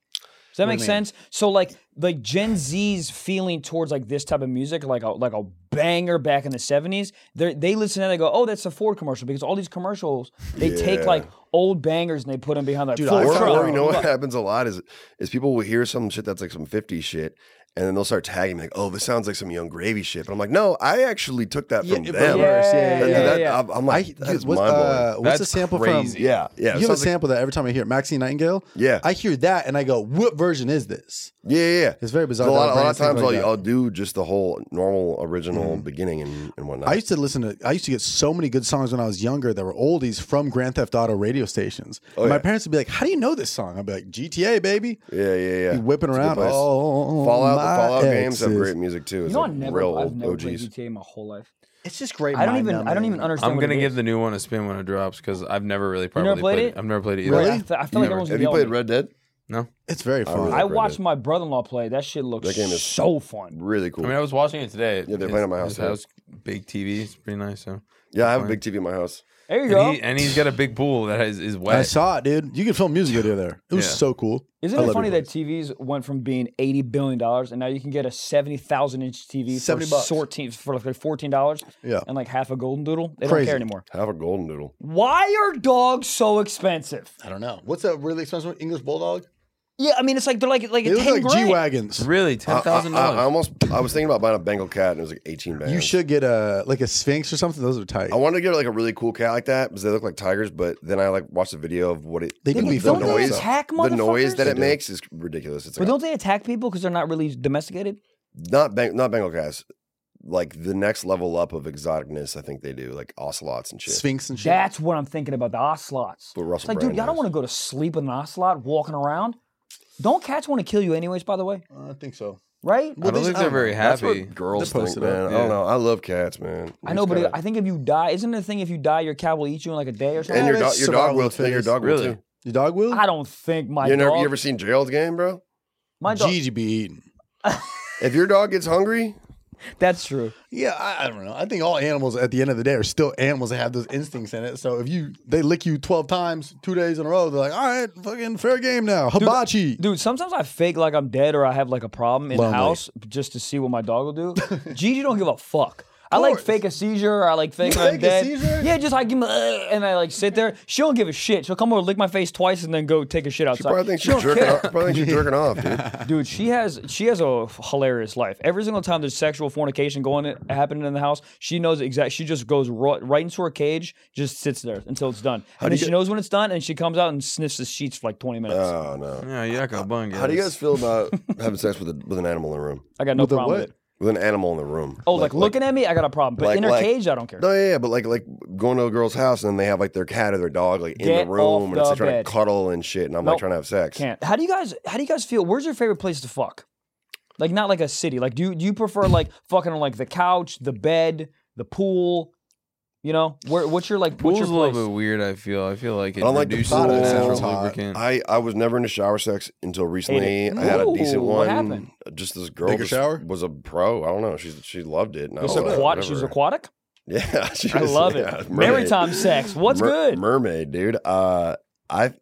Does that make sense? So like like Gen Z's feeling towards like this type of music, like a like a banger back in the 70s, they they listen and they go, Oh, that's a Ford commercial because all these commercials, they take
Yeah.
like old bangers and they put them behind like
Dude,
Ford
I
Or,
Fuck
or
truck.
you know what happens a lot is is people will hear some shit that's like some 50s shit, and then they'll start tagging me like, "Oh, this sounds like some Young Gravy shit." But I'm like, "No, I actually took that
Yeah,
from
it-
them."
Yeah, yeah,
That-
yeah,
that-
yeah.
I'm, I'm
I,
like, that is
what's,
mind blowing.
uh, what's the
That's
sample
crazy.
from?
yeah, yeah. it
you have a
sounds like-
sample that every time I hear it, Maxine Nightingale.
Yeah.
I hear that and I go, "What version is this?"
yeah, yeah, yeah.
It's very bizarre.
A
that
lot, a lot
brands
of
think
times
like
I'll,
that. Mm-hmm.
I'll do just the whole normal original beginning and, and whatnot.
I used to listen to. I used to get so many good songs when I was younger that were oldies from Grand Theft Auto radio stations. And my
Oh, yeah.
parents would be like, "How do you know this song?" I'd be like, "GTA, baby."
yeah, yeah, yeah.
Be whipping
It's a good
around.
place.
Oh,
Fallout, the
my
Fallout games have
exes.
great music too.
You
It's
know, I
like
never,
real
I've
old
never played
OGs.
GTA my whole life.
It's just great.
I don't
mind
even, I don't even
numbing.
understand.
I'm
what
gonna
it
give
is.
the new one a spin when it drops because I've never really
never
properly
played
played
it?
it. I've never played it either.
Really? I,
Really?
fe- I feel like
Never.
everyone's
Have
gonna
you
yell at
played
me.
Red Dead?
No.
It's very
really
fun.
like
I
Red
watched
Dead.
my brother-in-law play. That shit looks
That game is
so fun.
Really cool.
I mean, I was watching it today.
Yeah, they're
His-
playing at my house,
His
too.
house, big TV. It's pretty nice. So.
yeah, I have a big TV in my house.
There you go.
And, he, and he's got a big pool that is, is wet.
I saw it, dude. You can film music video there. It was
Yeah.
so cool.
Isn't
I
it
love
funny
your
that TVs went from being eighty billion dollars and now you can get a seventy thousand inch TV for
70 bucks.
fourteen for like fourteen dollars
Yeah.
and like half a golden doodle? They don't
Crazy.
care anymore.
Have a golden noodle.
Why are dogs so expensive?
I don't know. What's a really expensive one? English bulldog?
Yeah, I mean it's like they're like like
They look
ten
like G
grand.
wagons.
Really,
I,
ten
I,
thousand
I, I
dollars.
almost I was thinking about buying a Bengal cat and it was like 18 bands.
You should get a like a sphinx or something. Those are tight.
I wanted to get like a really cool cat like that because they look like tigers, but then I like watched a video of what it
They
the,
can be
the
filmed
don't they
noise
also.
attack
the
motherfuckers?
noise that it
do.
makes is ridiculous. It's
But
like
don't they attack people because they're not really domesticated?
not bang, not Bengal cats. Like the next level up of exoticness, I think they do like ocelots and shit.
sphinx and shit.
That's what I'm thinking about the ocelots.
But
It's
Russell
like, dude,
Brand
y'all don't
does.
want to go to sleep with an ocelot walking around. Don't cats want to kill you anyways? By the way,
Uh, I think so.
right?
I don't think they're very
That's what
happy.
girls
They're
think,
posted
man.
up,
I don't
yeah.
know. I love cats, man.
I know, but
Just
I think if you die, isn't the thing if you die, your cat will eat you in like a day
kinda-
or
and
something?
your,
Yeah,
dog,
that's
your dog will.
survival
and Your
phase.
dog will
Really?
too.
Your dog will?
I don't think my
You,
dog.
never, you ever seen Gerald's game, bro?
my dog.
Gigi be eating.
If your dog gets hungry,
That's true.
Yeah, I, I don't know. I think all animals at the end of the day are still animals that have those instincts in it. So if you they lick you twelve times, two days in a row, they're like, all right, fucking fair game now. Hibachi.
Dude, sometimes I fake like I'm dead or I have like a problem in the
Lonely.
house just to see what my dog will do. Gigi don't give a fuck. I like fake a seizure. Or I like fake, when I'm
fake a
dead.
seizure?
Yeah, just like give me, "Ugh," and I like sit there. She don't give a shit. She'll come over, lick my face twice, and then go take a shit outside.
probably thinks
She
you're
don't
jerking
care.
off. Probably thinks you're jerking off, dude.
Dude, she has she has a hilarious life. Every single time there's sexual fornication going happening in the house, she knows exactly. She just goes right, right into her cage, just sits there until it's done. and then she knows when it's done, and she comes out and sniffs the sheets for like 20 minutes.
Oh no.
Yeah, yucca bungus.
How do you guys feel about having sex with a, with an animal in the room?
I got no
with the
problem
what?
with it.
With an animal in the room?
Oh, like, looking at me, I got a problem. But
like-
in her
like-
cage, I don't care.
No, yeah, yeah, but like like going to a girl's house and then they have like their cat or their dog like in
Get
the room
off
and it's
the
like trying
bed.
to cuddle and shit and I'm
Nope.
like trying to have sex.
Can't. How do you guys? How do you guys feel? Where's your favorite place to fuck? Like not like a city. Like do you, do you prefer like fucking on like the couch, the bed, the pool? You know, where what's your like?
Pool's
what's
a
your
little
place?
bit weird. I feel. I feel like it
I don't like the
reduces
thought of it.
natural
Sounds
hot.
lubricant.
I, I was never into shower sex until recently. I had a decent
Ooh, what
one.
happened?
Just this girl
Bigger
just
shower?
was a pro. I don't know. She she loved it. And I
It's
was like,
aquatic. She's
whatever.
aquatic.
Yeah, she
I
was-
love
yeah,
it. Maritime sex. What's
Mer-
good?
Mermaid, dude. Uh, I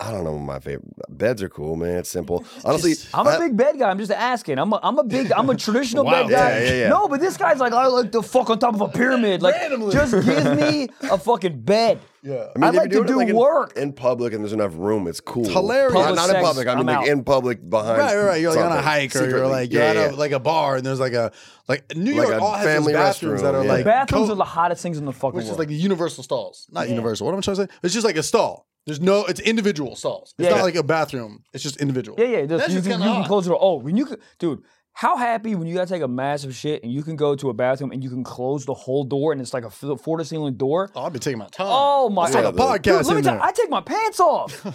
I don't know my favorite beds are cool, man. It's simple. Honestly,
I'm a
I-
big bed guy. I'm just asking. I'm a, I'm a big, I'm a traditional bed
Yeah,
guy.
yeah, yeah.
No, but this guy's like, I like to fuck on top of a pyramid. Like, just give me a fucking bed.
yeah.
I mean,
I'd
if
like
you're
to
doing it,
do work.
in, in public, and there's enough room. It's cool.
hilarious.
Not,
Public
not
sex,
in public. I
I'm
mean,
out.
like in public behind.
Right, right, right. You're like on a
something,
hike, or you're
secretly.
like you're
Yeah,
at
yeah.
a, like a bar, and there's like a like New
Like
York
a
all has those
family
bathrooms that
restroom,
are
yeah.
like
Bathrooms
co-
are the hottest things in the fucking
which
world.
is like the universal stalls, not universal. What am I trying to say? It's just like a stall. There's no, it's individual stalls. It's
Yeah.
not like a bathroom. It's just individual.
Yeah, yeah. Just,
That's
you,
just
can,
kinda
you can
odd.
close the door. Oh, when you could, dude, How happy when you gotta take a massive shit and you can go to a bathroom and you can close the whole door and it's like a floor to ceiling door?
Oh, I'll be taking my time.
Oh my
It's like a
dude.
podcast
Dude, let me
in
tell
there.
you, I take my pants off.
and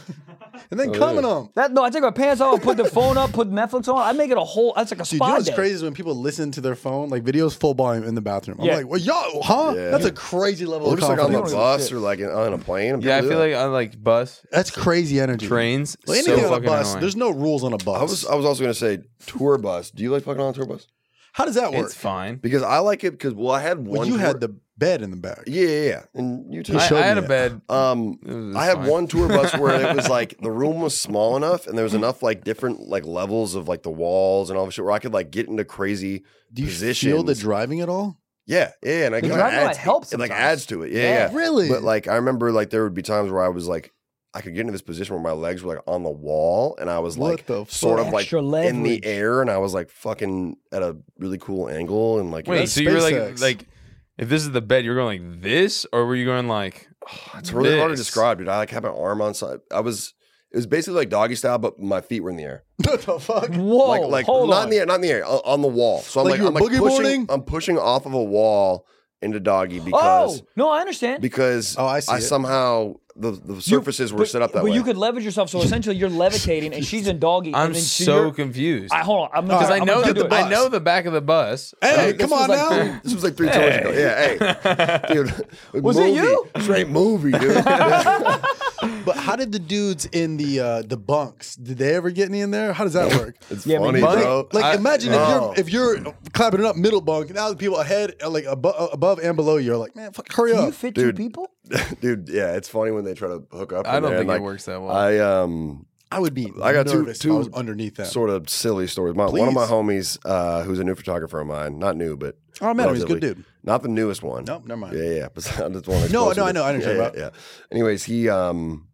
Oh,
then coming on.
That no, I take my pants off, put the phone up, put Netflix on. I make it a whole. That's like a
Dude, you know
spa
what's
day.
crazy is when people listen to their phone, like videos full volume in the bathroom. I'm
Yeah.
like, well, yo, huh?
Yeah.
That's
That's
a
a crazy level
Or
of
just like on the
confidence.
bus or like in, on a plane.
Yeah,
People
I
do
feel
that.
like on like bus,
that's crazy energy.
trains,
Like,
so
anything on a
fucking
bus.
annoying.
There's no rules on a bus.
I was uh, I was also gonna say tour bus. Do you like fucking on a tour bus?
How does that work?
it's fine.
Because I like it because well I had one.
Well, you
tour-
had the bed in the back.
yeah yeah yeah, and you too.
He
I,
showed
I had
me
a
it.
bed.
Um,
It was
I had
fine.
one tour bus where it was like the room was small enough and there was enough like different like levels of like the walls and all the shit where I could like get into crazy.
Do you feel the
Positions.
driving at all?
Yeah, yeah, and I
The
kinda
driving light
adds-
helps
It like
sometimes.
adds to it. Yeah,
Yeah.
yeah.
Really?
But like I remember like there would be times where I was like I could get into this position where my legs were like on the wall and I was
What
like
the
sort of like
Extra
in
leverage.
the air and I was like fucking at a really cool angle and like it
Wait,
was-
so you were like
SpaceX.
like if this is the bed, you're going like this, or were you going like
it's really hard to
this?
describe, dude. I like had my arm on side. I was it was basically like doggy style, but my feet were in the air.
what the fuck?
Whoa,
like like
Oh, hold
not
on.
in the air, not in the air, o- on the wall. So I'm
Like
like,
you were
I'm like
boogie
pushing
boarding?
I'm pushing off of a wall into doggy because
oh no, I understand.
because
Oh, I see
I
it.
somehow the, the
You-
surfaces were
but-
set up that
but
way.
you could leverage yourself. So essentially, you're levitating, and she's in doggy.
I'm
and then she-
so
you're-
confused
I hold on. I'm gonna
because
try-
I
I'm
know
gonna try to
the,
do it.
I know the back of the bus.
Hey,
this
come
was
on
like
now.
three- this was like three tours ago. Yeah, hey, dude.
Was it
movie,
you?
Straight movie, dude. I
But how did the dudes in the uh, the bunks? Did they ever get any in there? How does that work?
Yeah,
funny,
but-
Like,
bro.
like
I-
imagine
no.
if you're if you're clapping it up middle bunk, now the people ahead, uh, like abo- above and below you, are like, man, fuck, hurry
Can
up.
you fit
Dude.
two people?
dude, yeah, it's funny when they try to hook up.
I
in
don't
there,
think
like,
it works that well.
I um
I would be.
I got two-
nervous if I
two
was underneath that.
sort of silly stories. My, one of
Please.
my homies, uh, who's a new photographer of mine, not new, but
oh man, he's a good
relatively-
dude.
Not the newest one.
Nope, never mind.
Yeah, yeah. But I just want to
No, no, I know, I know what
yeah,
you're
yeah,
talking
yeah. Anyways, he um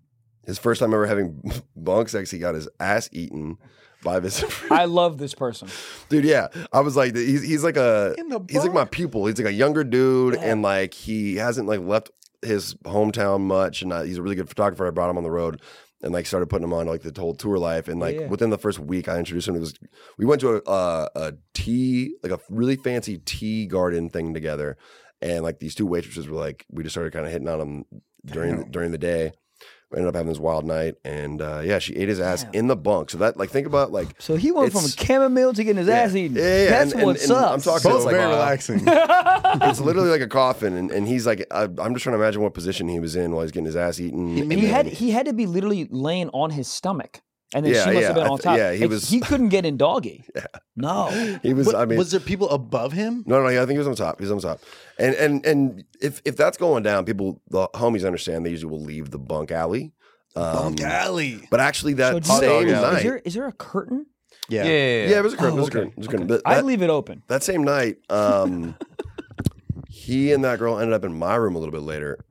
his first time ever having bunk sex, he got his ass eaten by this
I love this person.
dude. Yeah, I was like, he's he's like a
In the
he's like my
bunk?
pupil. He's like a younger dude, and like he hasn't like left his hometown much, and uh he's a really good photographer. I brought him on the road. And like started putting him on like the whole tour life, and like
yeah.
within the first week, I introduced him to this. We went to a, a, a tea, like a really fancy tea garden thing together, and like these two waitresses were like, we just started kind of hitting on him during the, during the day. We ended up having this wild night, and uh, yeah, she ate his ass
Damn.
in the bunk. So that like think about like
So he went from
It's-
chamomile to getting his ass eaten.
yeah, yeah,
That's
and- and-
what's
and
up.
I'm talking-
Both
So, like, uh,
very
wow.
relaxing.
it's literally like a coffin, and, and he's like, I, I'm just trying to imagine what position he was in while he's getting his ass eaten.
He
and
made
He
then-
had he had to be literally laying on his stomach, and then
Yeah,
she must
yeah,
have been
I
on
th-
top.
yeah, he
It's-
was-
He couldn't get in doggy. No.
he was.
What-
I mean,
was there people above him?
no, no, yeah, I think he was on top. He's on top, and and and if if that's going down, people, the homies understand. They usually will leave the bunk alley. Um,
Bunk alley.
But actually, that
do you-
same
Hot dog alley.
night,
Is there, is there a curtain?
yeah, yeah,
yeah, it was a crib.
Oh,
it was a
okay,
crib. It was a crib. But
I'd
that-
leave it open.
That same night, um, he and that girl ended up in my room a little bit later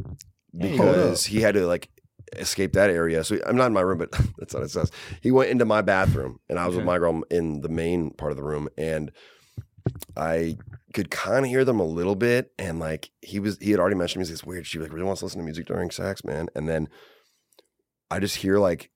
because he had to like escape that area. So I'm not in my room, but that's not it says. He went into my bathroom, and I was with my girl in the main part of the room, and I could kind of hear them a little bit. And like he was, he had already mentioned music. It's weird. She like really wants to listen to music during sex, man. And then I just hear like.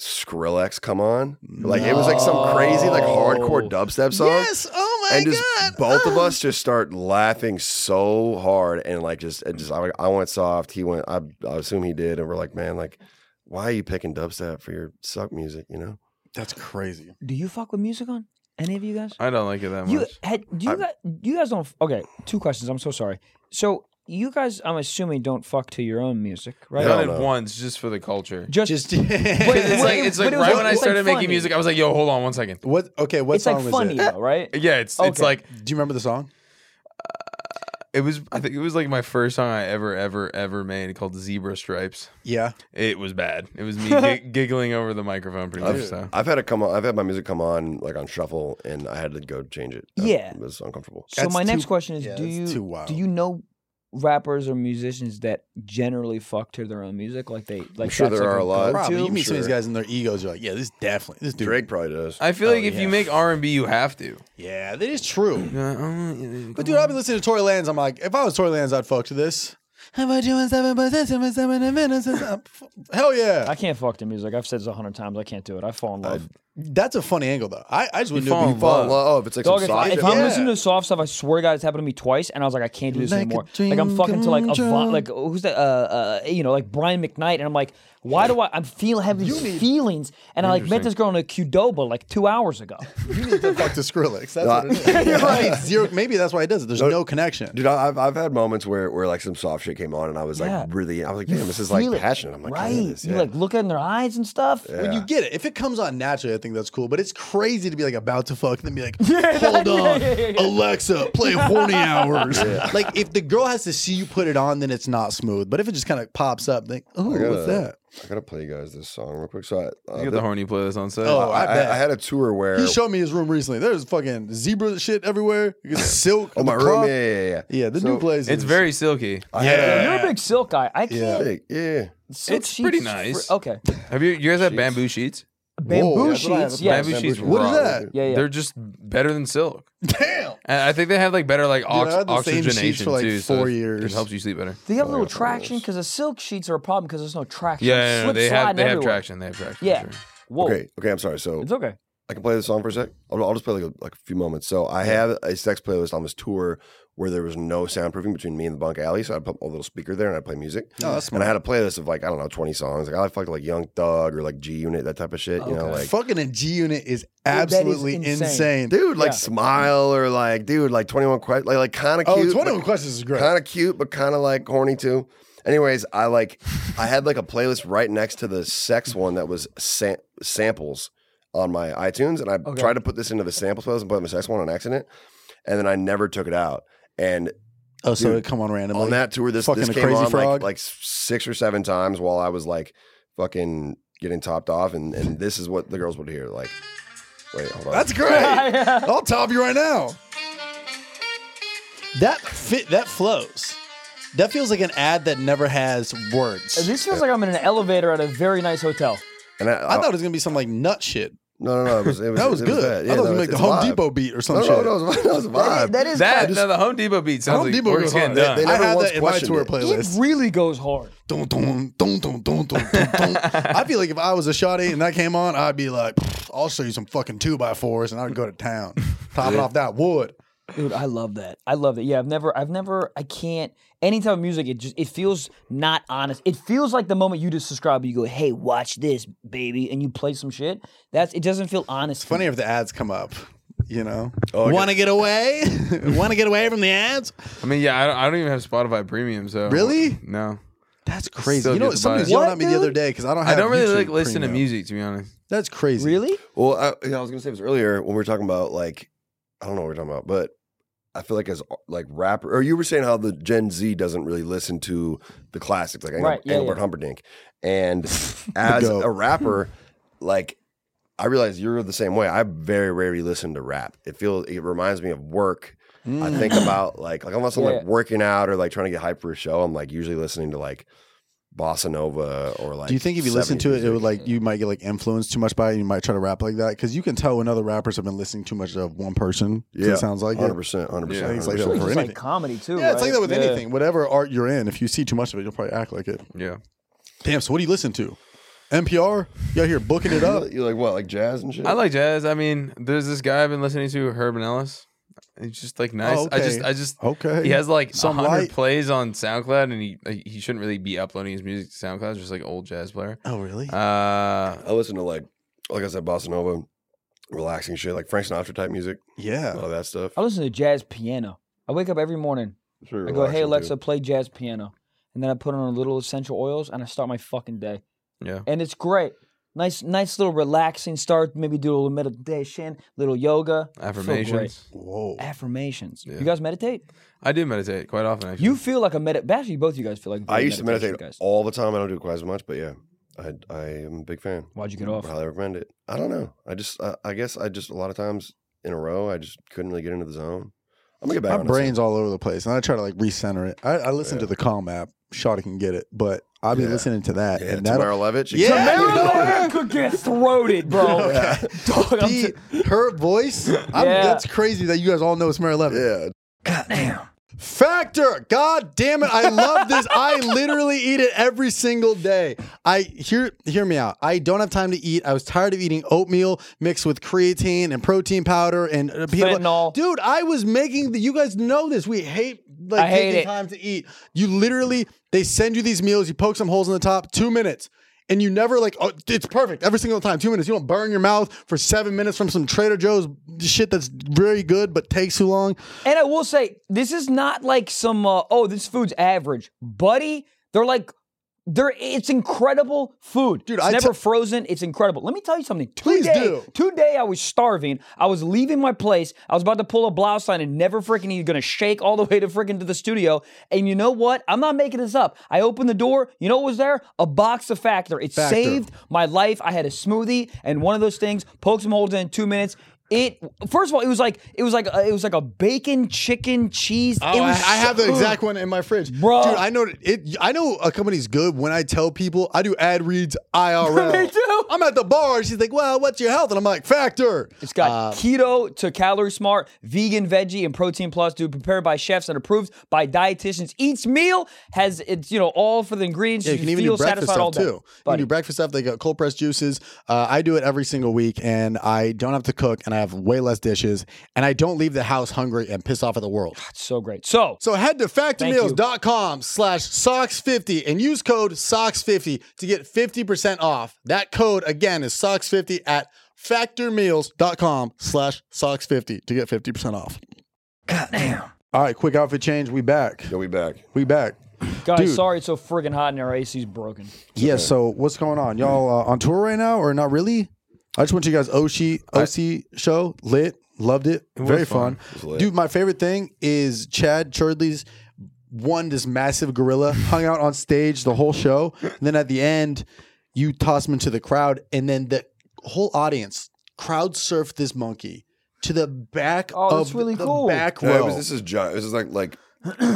Skrillex come on like it was like some crazy like
No.
hardcore dubstep song
Yes. Oh my
and just
god.
both of
Ah.
um,
us just start laughing so hard and like just it just I, I went soft he went I, I assume he did and we're like man like why are you picking dubstep for your suck music you know
That's crazy.
Do you fuck with music on? Any of you guys?
I don't like it that much.
You had do you
I'm-
guys, you guys don't okay, two questions. I'm so sorry. So you guys I'm assuming don't fuck to your own music,
I
right?
No.
done
don't
it
know.
once just for the culture.
Just,
Just
Wait,
It's
But
like
it-
it's
but
like
it was-
right when I
it's like
started
funny.
making music, I was like, "Yo, hold on one second.
what? Okay, what
it's
song
like
was
funny
it?
though, right?
Yeah, it's it's
Okay.
like
Do you remember the song?
it was. I think it was like my first song I ever ever ever made called Zebra Stripes.
Yeah.
It was bad. It was me gig- giggling over the microphone pretty
Oh,
much. So
I've had it come on I've had my music come on like on shuffle and I had to go change it I-
Yeah.
it was uncomfortable
So
That's
my next
too-
question is
yeah,
do
that's
you
too wild.
do you know rappers or musicians that generally fuck to their own music like they like
sure
that's
there
like
are a lot.
go-to?
Probably. You meet some of
sure.
these guys and their egos are like, yeah, this definitely this dude.
Drake probably does
I feel like if
Oh, yeah.
you make R and B, you have to.
Yeah, that is true.
You're like, "Oh,
But dude, I've been listening to Tory Lanez. I'm like, if I was Tory Lanez, I'd fuck to this. How about you and seven percent, seven, seven, and minutes, and- Hell yeah.
I can't fuck to music. I've said this a hundred times. I can't do it. I fall in love.
That's a funny angle though. I, I just wouldn't do
fall
it.
in
be-
love.
Fall in love. Oh, if it's like
Dog,
some
if, I,
soft
if
shit.
I'm
Yeah.
listening to soft stuff, I swear to God, it's happened to me twice, and I was like, I can't do this
Like a
anymore.
dream
Like I'm fucking to like
come
a
true.
like who's that? Uh, uh, you know, like Brian McKnight, and I'm like, why do I? I'm feel have these feelings, and I like met this girl in a Qdoba like two hours ago.
You need to talk to Skrillex. That's
Nah.
what it is. You're right. Zero, maybe that's why he does it. There's no connection.
Dude, I- I've, I've had moments where, where like some soft shit came on and I was like
Yeah.
really, I was like, damn, this is like
Feel it.
passionate. I'm like,
right?
damn, this,
You
yeah.
like look in their eyes and stuff.
When you get it, if it comes on naturally, I think that's cool. But it's crazy to be like about to fuck and then be like, hold on,
yeah, yeah, yeah.
Alexa, play horny hours. Like if the girl has to see you put it on, then it's not smooth. But if it just kind of pops up, like, oh,
I gotta-
what's that?
I gotta play you guys this song real quick. So I, uh,
You got the
this-
horny playlist on set.
Oh,
I,
I bet.
I, I had a tour where
He showed me his room recently. There's fucking zebra shit everywhere. You get silk.
oh
at
my
the club.
room, yeah, yeah, yeah.
Yeah, the
So-
new place.
it's
is-
very silky.
Yeah,
You're a big silk guy. I can't.
Sick, yeah.
silk
It's pretty
sheets
nice.
fr- okay,
Have you? You guys have bamboo sheets?
bamboo
Whoa.
That's what I have.
sheets. Yes.
Bamboo
bamboo
sheets.
sheets.
What is
rock.
that?
Yeah, yeah.
They're just better than silk.
Damn.
And I think they have like better like
I
ox-
had the same
oxygenation
sheets for, like,
too. so
four
it
years.
just helps you sleep better.
Do they have a little traction? Because the silk sheets are a problem because there's no traction.
Yeah, yeah, yeah,
Slip
they
sliding
have they have
everywhere.
traction. They have traction.
Yeah.
sure.
Whoa.
Okay, okay. I'm sorry. So
It's okay.
I can play this song for a sec. I'll, I'll just play like a, like a few moments. So I had a sex playlist on this tour where there was no soundproofing between me and the bunk alley. So I'd put a little speaker there and I'd play music.
Oh, that's
and I
smart.
had a playlist of like I don't know 20 songs. Like I fucked like Young Thug or like G Unit that type of shit. You know,
Okay.
like
fucking a G unit is
that is
absolutely
insane.
insane.
dude, like
Yeah.
Smile or like dude, like 21 Questions, like like kind of
Oh,
cute.
21 questions is great.
Kind of cute, but kind of like horny too. Anyways, I like I had like a playlist right next to the sex one that was sam- samples on my iTunes, and I
Okay.
tried to put this into the samples playlist and put my sex one on accident, and then I never took it out. And
Oh, so
Dude,
it come on randomly.
on that tour, this
fucking
this
a
came
crazy
on like,
frog.
like six or seven times while I was like fucking getting topped off, and and this is what the girls would hear. Like, wait, hold on.
That's great. I'll top you right now. That fit that flows. That feels like an ad that never has words.
This feels like I'm in an elevator at a very nice hotel.
and I, uh,
I thought it was gonna be some like nut shit.
no, no, no, it was, it was
That was
it
good.
that. Yeah,
I
no,
thought it was gonna make
it's-
the
it's
Home
vibe.
Depot beat or some
No,
shit.
no, no, it was, it was a vibe.
That is
That
kind of-
no, the Home Depot beat sounds
Home
like
Depot
work's
goes
getting
hard. They-
done.
they
I
never
have
once
that in my
questioned
tour
it.
it
playlist.
really goes hard.
Dun, dun, dun, dun, dun, dun, dun, dun. I feel like if I was a shotty and that came on, I'd be like, I'll show you some fucking two by fours, and I'd go to town, topping off that wood.
Dude, I love that. I love that. Yeah, I've never, I've never, I can't. Any type of music, it just, it feels not honest. It feels like the moment you just subscribe, you go, "Hey, watch this, baby," and you play some shit. That's, it doesn't feel honest. to
Funny
me.
if the ads come up, you know.
Oh, okay.
Want to get away? Want to get away from the ads?
I mean, yeah, I don't, I don't even have Spotify Premium, so
Really?
no,
That's crazy.
Still
you
get
know, what?
the
somebody
buy.
was yelling
What,
at me the other
dude?
day because I don't
I
have.
don't really
YouTube
like listen to
Premium.
music to be honest.
That's crazy.
Really?
Well, I, yeah, I was gonna say this earlier when we were talking about like I don't know what we're talking about, but I feel like as uh, like rapper or you were saying how the Gen Z doesn't really listen to the classics like Engel-
Right, yeah,
Engelbert
yeah.
Humperdinck, and as
goat.
a rapper, like I realize you're the same way. I very rarely listen to rap. It feels it reminds me of work.
Mm.
I think about like like unless I'm
Yeah.
like working out or like trying to get hype for a show, I'm like usually listening to like bossa nova or like.
Do you think if you
70s
listen to it, it would
music.
like you might get like influenced too much by it? You might try to rap like that because you can tell when other rappers have been listening too much of one person. 'cause
Yeah.
it sounds like
hundred
it.
percent, hundred
Yeah,
percent.
it's like that
It's
for
just like
anything.
comedy too.
Yeah, it's like
right?
that with
Yeah.
anything. Whatever art you're in, if you see too much of it, you'll probably act like it.
Yeah,
Damn. So what do you listen to? NPR? You out here booking it up?
You like what, like jazz and shit?
I like jazz. I mean, there's this guy I've been listening to, Herb Ellis. He's just like nice.
Oh,
I just,
okay.
I just,
Okay.
he has like
Some
hundred
light.
plays on SoundCloud, and he like, he shouldn't really be uploading his music to SoundCloud. He's just like old jazz player.
Oh really?
Uh,
I listen to like, like I said, bossa nova, relaxing shit, like Frank Sinatra type music,
yeah.
all that stuff.
I listen to jazz piano. I wake up every morning.
It's really
I go, "Hey
relaxing,
Alexa,
too.
play jazz piano," and then I put on a little essential oils and I start my fucking day.
yeah.
and it's great. Nice, nice little relaxing start. Maybe do a little meditation, little yoga, Feel great.
Affirmations.
Whoa.
affirmations.
Yeah.
You guys meditate.
I do meditate quite often. Actually,
You feel like a medit. Actually, both you guys feel like.
I
great
used to
meditation
meditate
Guys.
all the time. I don't do it quite as much, but yeah, I I am a big fan.
Why'd you get off?
Highly recommend it. I don't know. I just I, I guess I just a lot of times in a row I just couldn't really get into the zone. I'm gonna get back.
My
on it
brain's all over the place, and I try to like recenter it. I, I listen to the Calm app. Shawty can get it, but I'll be
Yeah.
listening to that,
soon. Yeah,
and that
Tamara Levitch.
Yeah.
exactly.
Tamara-
Marijuana could get throated, bro. Dog, I'm t-
Pete, her voice. I'm,
Yeah.
That's crazy that you guys all know it's Mary Levin.
Yeah.
Factor. God damn it. I love this. I literally eat it every single day. I hear hear me out. I don't have time to eat. I was tired of eating oatmeal mixed with creatine and protein powder and uh, peanut
Fentanyl.
Dude, I was making the you guys know this. We hate like
I hate
taking
it.
time to eat. You literally they send you these meals, you poke some holes in the top, two minutes. And you never like, oh, it's perfect every single time. Two minutes. You don't burn your mouth for seven minutes from some Trader Joe's shit that's very good but takes too long.
And I will say, this is not like some uh, oh, this food's average, buddy. They're like, they're it's incredible food. Dude, it's
I
never
te-
frozen. It's incredible. Let me tell you something.
Please
Today,
do.
today I was starving. I was leaving my place. I was about to pull a blouse sign and never freaking he's gonna shake all the way to freaking to the studio. And you know what? I'm not making this up. I opened the door. You know what was there? A box of Factor. It
Factor.
saved my life. I had a smoothie and one of those things. Poke some holes in two minutes. It first of all, it was like it was like a, it was like a bacon chicken cheese. it
Oh, I,
was
I
so-
have the exact one in my fridge,
Bro.
Dude, I know it. I know a company's good when I tell people I do ad reads IRL.
Me too.
I'm at the bar. and She's like, "Well, what's your health?" And I'm like, "Factor."
It's got keto to calorie smart, vegan, veggie, and protein plus. Dude, prepared by chefs and approved by dietitians. Each meal has it's you know all for the ingredients.
Yeah, you
so
can even
feel
do breakfast
satisfied all
stuff
day.
too. You can
buddy.
do breakfast stuff. They got cold pressed juices. Uh, I do it every single week, and I don't have to cook, and I have way less dishes, and I don't leave the house hungry and piss off at the world.
It's so great. So
So head to
you.
factormeals.com slash socks50 and use code socks50 to get 50% off. That code again is socks50 at factormeals.com slash socks50 to get 50% off. Goddamn. All right, quick outfit change. We back.
You'll be back.
We back.
guys,
dude.
sorry it's so friggin' hot and our AC's broken.
Yeah, so what's going on? Y'all uh, on tour right now or not really? I just went to you guys Oshi OC show, lit, loved it. Very fun. Dude, my favorite thing is Chad Churdley's won this massive gorilla, hung out on stage the whole show, and then at the end you toss him into the crowd and then the whole audience crowd surfed this monkey to the back
Oh,
of
that's really
the
cool.
back
Yeah, it
row.
was- this is giant. This is like like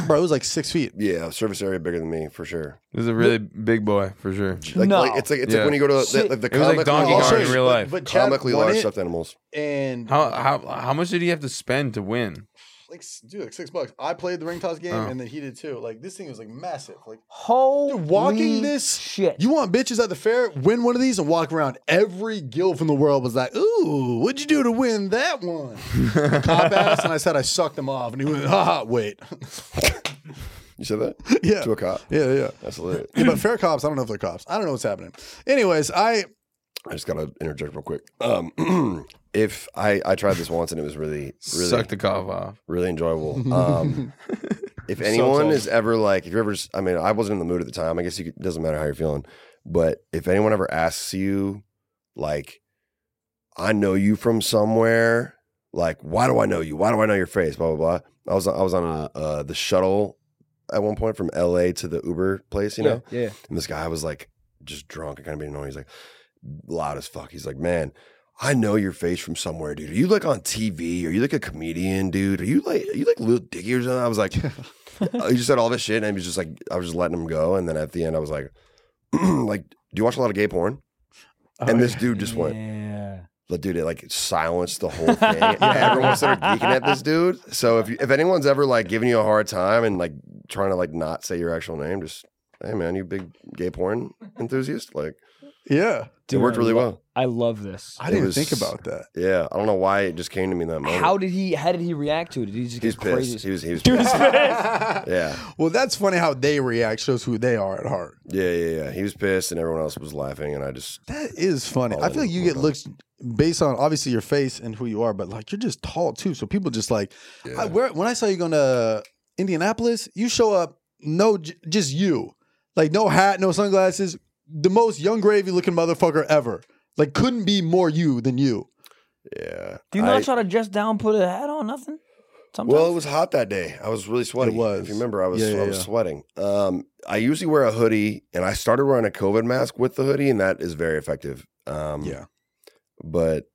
Bro, it was like 6 feet.
yeah, service area bigger than me for sure.
This is a really big boy for sure.
Like,
No.
like- it's like it's
Yeah.
like when you go to
Shit.
the, like the
It was like
comically
Donkey
large-
Kong in real life.
But, but Chad
comically
won
large
it,
stuffed animals.
and
How how how much did he have to spend to win?
like s- dude, like six bucks. I played the ring toss game,
Oh.
and then he did too. Like this thing was like massive. Like
Holy
dude, walking this
shit.
You want bitches at the fair? Win one of these and walk around. Every gilf in the world was like, "Ooh, what'd you do to win that one?" Cop ass, and I said I sucked him off, and he went, "Ha, ha, wait,
You said that
yeah,
to a cop.
yeah, yeah."
That's lit.
Yeah, but fair cops, I don't know if they're cops. I don't know what's happening. Anyways, I
I just gotta interject real quick. Um, if I I tried this once and it was really really
Suck the cough off.
really enjoyable. Um, if anyone is ever like, if you're ever, just, I mean, I wasn't in the mood at the time. I guess you could, it doesn't matter how you're feeling, but if anyone ever asks you, like, I know you from somewhere, like, why do I know you? Why do I know your face? Blah blah blah. I was I was on a, uh, the shuttle at one point from L.A. to the Uber place, you know,
yeah, yeah.
and this guy was like just drunk and kind of being annoying. He's like loud as fuck. He's like, man, I know your face from somewhere, dude. Are you like on TV? Are you like a comedian, dude? Are you like are you like Lil Dicky or something? I was like, uh, he just said all this shit, and he was just like, I was just letting him go, and then at the end, I was like, like, do you watch a lot of gay porn?
Oh,
and this dude just went,
Yeah.
the dude, it like silenced the whole thing. Everyone started geeking at this dude. So if you, if anyone's ever like giving you a hard time and like trying to like not say your actual name, just hey man, you big gay porn enthusiast, like
yeah,
it worked
I
really
lo-
well.
I love this.
I
It
didn't
was-
think about that.
Yeah, I don't know why it just came to me in that moment.
How did he how did he react to it? Did he just
he was
get crazy?
pissed. He was he was
Dude, he's
pissed.
pissed.
Yeah,
Well, that's funny how they react shows who they are at heart.
yeah, yeah, yeah. He was pissed, and everyone else was laughing, and I just
That is funny.
Oh,
I feel like you
my
get
God.
looks based on obviously your face and who you are, but like you're just tall too. So people just like, I, where, when I saw you going to Indianapolis, you show up no, j- just you, like no hat, no sunglasses, the most young gravy looking motherfucker ever. Like couldn't be more you than you.
yeah.
Do you not
I-
try to dress down, put a hat on, nothing? Sometimes.
Well, it was hot that day. I was really sweaty.
It was.
If you remember, I was
Yeah, yeah,
I was
yeah.
sweating. Um, I usually wear a hoodie, and I started wearing a COVID mask with the hoodie, and that is very effective. Um,
Yeah.
But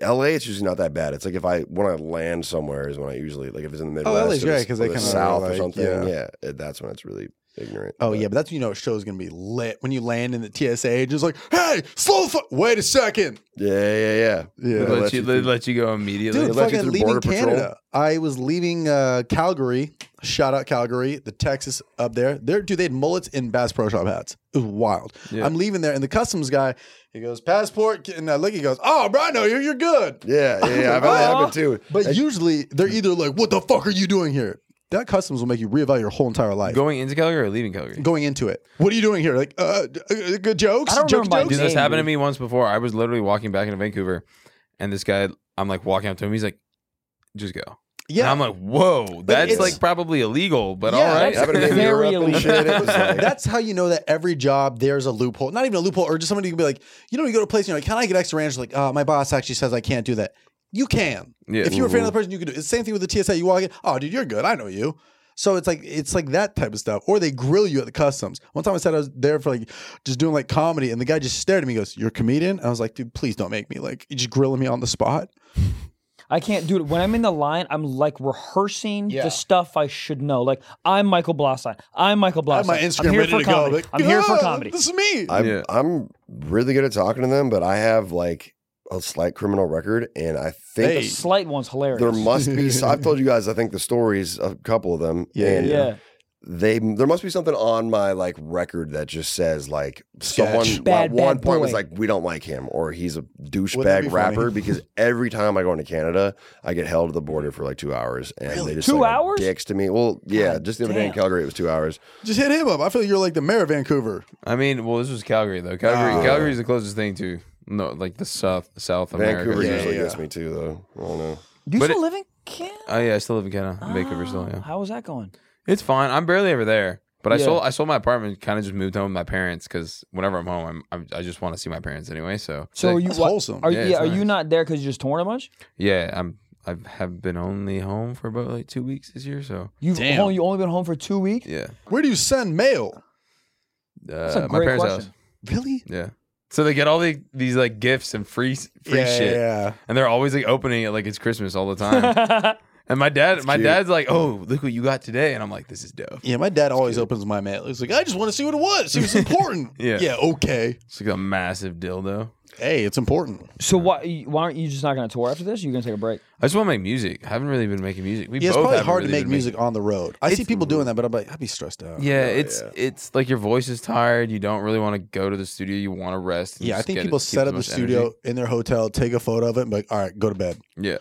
LA, it's usually not that bad. It's like if I when I land somewhere is when I usually like if it's in the Midwest,
LA 's
or the-
great 'cause they
or the
kinda
South
like-
or something.
yeah.
Yeah. it- that's when it's really ignorant.
Oh
but-
yeah, but that's when you know a show's gonna be lit when you land in the TSA agent's like, hey, slow the fu- wait a second.
yeah, yeah, yeah.
Yeah.
They
They
let
let
you
you
they
through.
let you go immediately.
They
Dude,
let you
fucking
through
leaving
Border Patrol?
Canada. I was leaving uh, Calgary. Shout out Calgary, the Texas up there. There, dude, they had mullets and Bass Pro Shop hats. It was wild.
Yeah.
I'm leaving there, and the customs guy, he goes, passport, and I look, he goes, oh, bro, I know you, you're good.
Yeah, yeah, yeah. I've had that happen too.
But
And-
usually they're either like, what the fuck are you doing here? That customs will make you reevaluate your whole entire life.
Going into Calgary or leaving Calgary?
Going into it, what are you doing here? Like, uh, d- uh, good jokes,
I don't
joke
remember my
jokes.
Dude, this
Dang,
happened to
dude.
me once before. I was literally walking back into Vancouver, and this guy, I'm like walking up to him. He's like, "Just go."
Yeah,
And I'm like, "Whoa, that's
it's-
like probably illegal, but
Yeah,
all right."
happened to me in
Very
Europe and
illegal.
shit. It was like-
That's how you know that every job there's a loophole. Not even a loophole, or just somebody can be like, you know, you go to a place and you're like, can I get extra ranch? Like, uh, my boss actually says I can't do that. You can.
Yeah.
if you're a fan of the person, you can do it. It's the same thing with the TSA. You walk in, oh, dude, you're good. I know you. So it's like it's like that type of stuff. Or they grill you at the customs. One time I said I was there for like just doing like comedy, and the guy just stared at me. and Goes, "You're a comedian?" I was like, "Dude, please don't make me like you're just grilling me on the spot."
I can't, dude. When I'm in the line, I'm like rehearsing
Yeah.
the stuff I should know. Like I'm Michael Blosstein. I'm Michael
I
Blosstein.
have my Instagram
I'm here
ready
for
to
comedy.
go. Like,
I'm here for
"Ah,
comedy.
This is me.
I'm
Yeah.
I'm really good at talking to them, but I have like a slight criminal record, and I think
Hey.
The slight one's hilarious.
there must be. so I've told you guys, I think the stories, a couple of them,
Yeah,
and
yeah.
they there must be something on my like record that just says like
Sketch.
someone
Bad,
at one
bad
point was
boy.
like, we don't like him, or he's a
that be
douchebag
funny?
rapper. Because every time I go into Canada, I get held at the border for like two hours, and they just
Two
like, are
hours?
dicks to me. Well, yeah,
God
just the other day in
damn.
Calgary, it was two hours.
Just hit him up. I feel you're like the mayor of Vancouver.
I mean, well, this was Calgary though. Calgary,
Ah.
Calgary's the closest thing to no, like the South South America.
Vancouver
Yeah,
usually
yeah.
gets me too, though. I don't know.
Do you
But
still
it-
live in Canada?
Oh yeah, I still live in Canada. in Vancouver still.
Ah,
Yeah,
How was that going?
it's fine. I'm barely ever there. But I
Yeah.
sold I sold my apartment. Kind of just moved home with my parents because whenever I'm home, I'm, I'm I just want to see my parents anyway. So
So are you
That's
what-
wholesome.
Are,
Yeah,
yeah,
it's
are you
nice.
not there because you're just torn a bunch?
yeah, I'm I have been only home for about like two weeks this year. So
You've
Damn.
only, you only been home for two weeks.
yeah,
Where do you send mail?
uh,
a
my
great
parents'
question.
house.
Really?
Yeah. So they get all the, these like gifts and free free
yeah,
shit,
Yeah.
and they're always like opening it like it's Christmas all the time. and my dad, my
cute.
dad's like, "Oh, look what you got today," and I'm like, "This is dope."
Yeah, my dad always opens my mail. He's like, I just want to see what it was. See what's important.
Yeah.
Yeah, okay.
It's like a massive dildo.
Hey, it's important.
So why why aren't you just not going to tour after this? You're going to take a break.
I just want to make music. I haven't really been making music. We
Yeah, it's
both
probably
haven't
hard to
really
make
been
music Oh, on the road. I see people doing that, but I'm like, I'd be stressed out.
making- Yeah, it's it's like your voice is tired. You don't really want to go to the studio. You want to rest. and
Yeah, I
just
think
get-
people
keep
set up the
most
studio
energy.
in their hotel, take a photo of it, and be like, all right, go to bed.
Mm.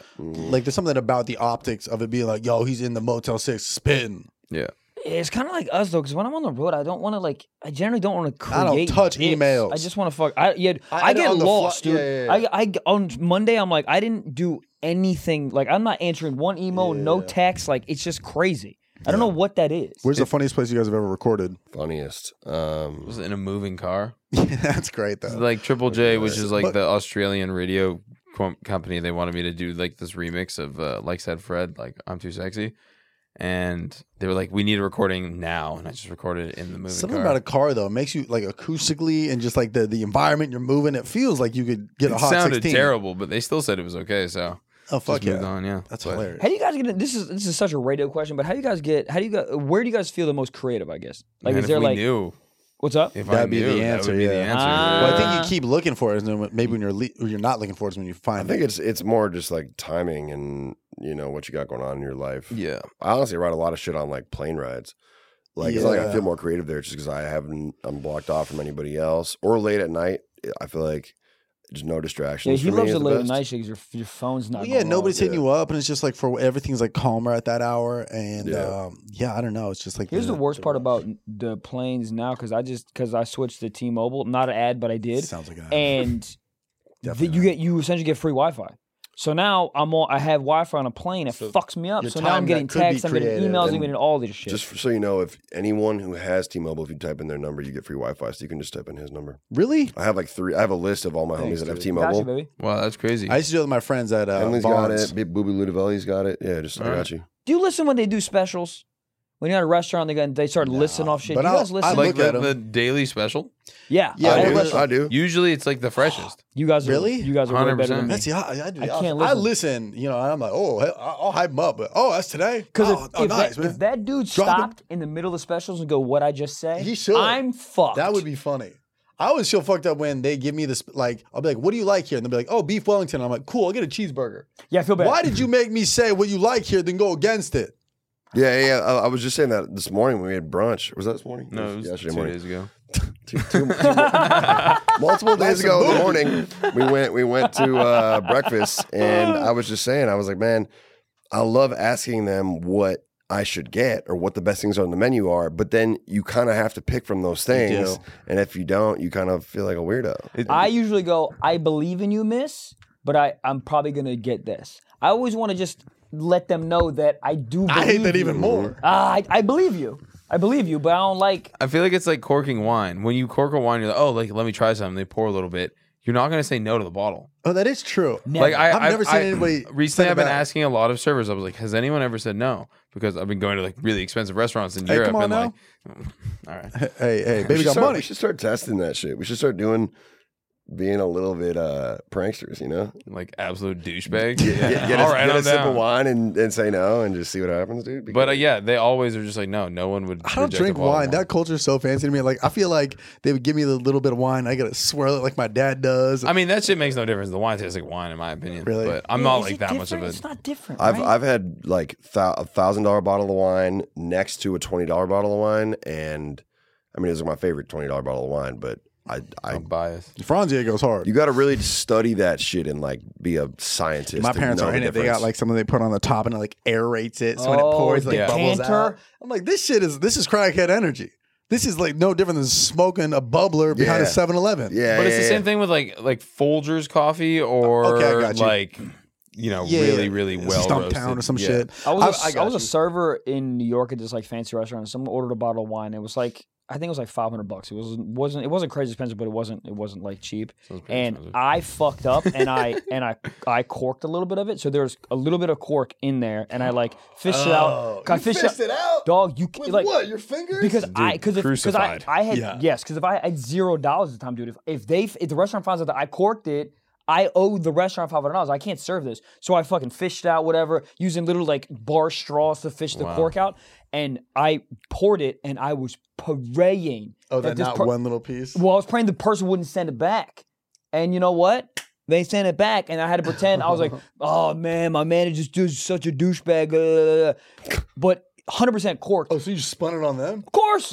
Like, there's something about the optics of it being like, yo, he's in the Motel 6 spitting.
Yeah, yeah.
It's kind of like us though, because when I'm on the road, I don't want to like. I generally don't want to create.
I don't touch
bits.
emails.
I just want to fuck. I yeah.
I-
I,
I know,
get
on the fly-
lost, dude.
yeah, yeah, yeah.
I, I on Monday, I'm like, I didn't do anything. Like, I'm not answering one email, no text. Like, it's just crazy. I don't know what that is.
Where's the funniest place you guys have ever recorded?
Funniest. Um,
Was in a moving car.
That's great,
It's
though.
like Triple J, which is like
But-
the Australian radio com- company. They wanted me to do like this remix of uh, "Like Said Fred," like "I'm Too Sexy," and they were like, "We need a recording now," and I just recorded it in the movie.
Something
car.
about a car though makes you like acoustically and just like the, the environment you're moving. It feels like you could get a
it
hot
sounded
16.
terrible, but they still said it was okay. So
Oh fuck
just moved
yeah,
on. Yeah,
that's
But-
hilarious.
How do you guys get? This is this is such a radio question, but how do you guys get? How do you guys? Where do you guys feel the most creative? I guess. Like,
Man,
is
if
there
we
like
knew,
what's up?
if I
That'd be
knew,
the
that
answer,
would be the
yeah.
answer.
Ah.
Well, I think you keep looking for it, and then maybe when you're le- when you're not looking for it is when you
Mm-hmm.
I
find
think
it.
it's it's more just like timing and you know what you got going on in your life.
yeah,
I honestly write a lot of shit on like plane rides. Like it's not like I
Yeah.
feel more creative there just because I haven't I'm blocked off from anybody else or late at night. I feel like just no
Yeah,
distractions.
he
for me
loves
is
the
the
late
best.
night shit 'cause your your phone's not.
Well,
going
yeah,
off.
nobody's hitting
yeah.
you up, and it's just like for everything's like calmer at that hour, and
Yeah.
yeah, um, yeah I don't know. It's just like
Here's the worst part about the planes now because I just because I switched to T-Mobile, not an ad, but I
it.
did,
Sounds like an
and the,
Definitely
you
not.
get you essentially get free Wi-Fi. So now I'm on. I have Wi-Fi on a plane. It
So
fucks me up.
your
So now I'm
time that
getting
could be
texts, I'm getting
creative
emails,
and
I'm getting all this shit.
Just for, so you know, if anyone who has T-Mobile, if you type in their number, you get free Wi-Fi. So you can just type in his number.
really.
I have like three. I have a list of all my homies
Thanks,
that have
dude.
Gotcha,
T-Mobile.
baby.
wow, that's crazy.
I used to do it with my friends at uh,
Emily's got
Barnes.
it. Big Booby Ludovelli's got it. Yeah, just I
Alright.
got you.
Do you listen when they do specials? When you're at a restaurant, they got, they start listing off shit.
but
Do you
I'll-
guys listen?
I
like
look at
the, the daily special.
yeah,
Yeah,
I
I,
I
don't
do.
listen.
I do.
Usually it's like the freshest.
You guys are,
Really?
You guys are way better
100%.
than me.
That's
See, I, I, do the
I
opposite.
can't
I
listen.
listen, you know, and I'm like, oh, hell, I- I'll hype him up, but oh, that's today.
Because
oh,
if,
oh,
if
nice,
that,
man.
if that dude
Drop it.
stopped in the middle of the specials and go, "What I just said,"
He should.
I'm fucked.
That would be funny. I was so fucked up when they give me this. Like, I'll be like, "What do you like here?" And they'll be like, "Oh, beef Wellington." I'm like, "Cool, I'll get a cheeseburger."
yeah. I feel bad.
Why did you make me say what you like here, then go against it?
Yeah, yeah. yeah. I, I was just saying that this morning when we had brunch. Was that this morning?
No, it was
yesterday
two
morning.
days ago.
Two- two- two mo- multiple days ago in the morning, we went we went to uh, breakfast, and I was just saying, I was like, man, I love asking them what I should get or what the best things on the menu are, but then you kind of have to pick from those things, and if you don't, you kind of feel like a weirdo.
I usually go, I believe in you, miss, but I, I'm probably gonna get this. I always want to just let them know that I do. Believe
I hate that
you.
even more.
Ah, I, I believe you. I believe you, but I don't like.
I feel like it's like corking wine. When you cork a wine, you're like, oh, like let me try some. They pour a little bit. You're not gonna say no to the bottle.
Oh, that is true.
Like I,
I've never seen
I-
anybody
Recently,
say
I've been
that.
asking a lot of servers. I was like, "Has anyone ever said no?" Because I've been going to like really expensive restaurants in
Hey,
Europe,
come on
and
now.
like, all right,
Hey, hey,
We
baby
should
got
start-
money.
We should start testing that shit. We should start doing being a little bit uh, pranksters, you know?
like absolute douchebag.
Get, get a,
all right,
get a
I'm
sip
down.
of wine and, and say no and just see what happens, dude.
But uh,
because-
yeah, they always are just like, no, no one would.
I don't
reject a
drink
bottle of
wine. That culture is so fancy to me. Like, I feel like they would give me a little bit of wine. I gotta swirl it like my dad does.
I mean, that shit makes no difference. The wine tastes like wine, in my opinion.
Really?
But I'm
Yeah,
not
is
like
it
that much
different?
of a.
It's not different.
I've
right?
I've had like thou- a thousand dollar bottle of wine next to a twenty dollar bottle of wine, and I mean it was my favorite twenty dollar bottle of wine. But I, I
I'm
Oh.
biased.
Franzia goes hard.
you got to really study that shit and like be a scientist.
my
to
parents
know
are
the
in it. They
difference.
got like something they put on the top and it like aerates it, so when it
Oh,
pours, like
yeah.
bubbles
decanter?
out. I'm like, this shit is this is crackhead energy. This is like no different than smoking a bubbler behind
Yeah.
a 7-Eleven.
yeah,
But it's
yeah,
the
yeah.
same thing with like like Folgers coffee or
Okay, I got you.
like you know
Yeah,
really
yeah.
really
It's
well
Stump
roasted.
Town or some
Yeah.
shit.
I was a- I
got
was a
you.
server in New York at this like fancy restaurant. and Someone ordered a bottle of wine. It was like I think it was like five hundred bucks. It was wasn't it wasn't crazy expensive, but it wasn't it wasn't like cheap.
Sounds pretty
And
expensive.
I fucked up and I and I I corked a little bit of it. So there's a little bit of cork in there, and I like fished it out. I fished it out. Dog, you c- like
Your fingers?
because I because because I
crucified.
I had
Yeah.
yes because if I had zero dollars at the time, dude. If, if they if the restaurant finds out that I corked it, I owe the restaurant five hundred dollars. I can't serve this, so I fucking fished out whatever using little like bar straws to fish the
Wow.
cork out, and I poured it, and I was praying.
oh, that
this
not
per-
one little piece.
Well, I was praying the person wouldn't send it back, and you know what? They sent it back, and I had to pretend I was like, "Oh man, my manager's dude's such a douchebag," uh, but hundred percent corked.
Oh, so you spun it on them?
Of course.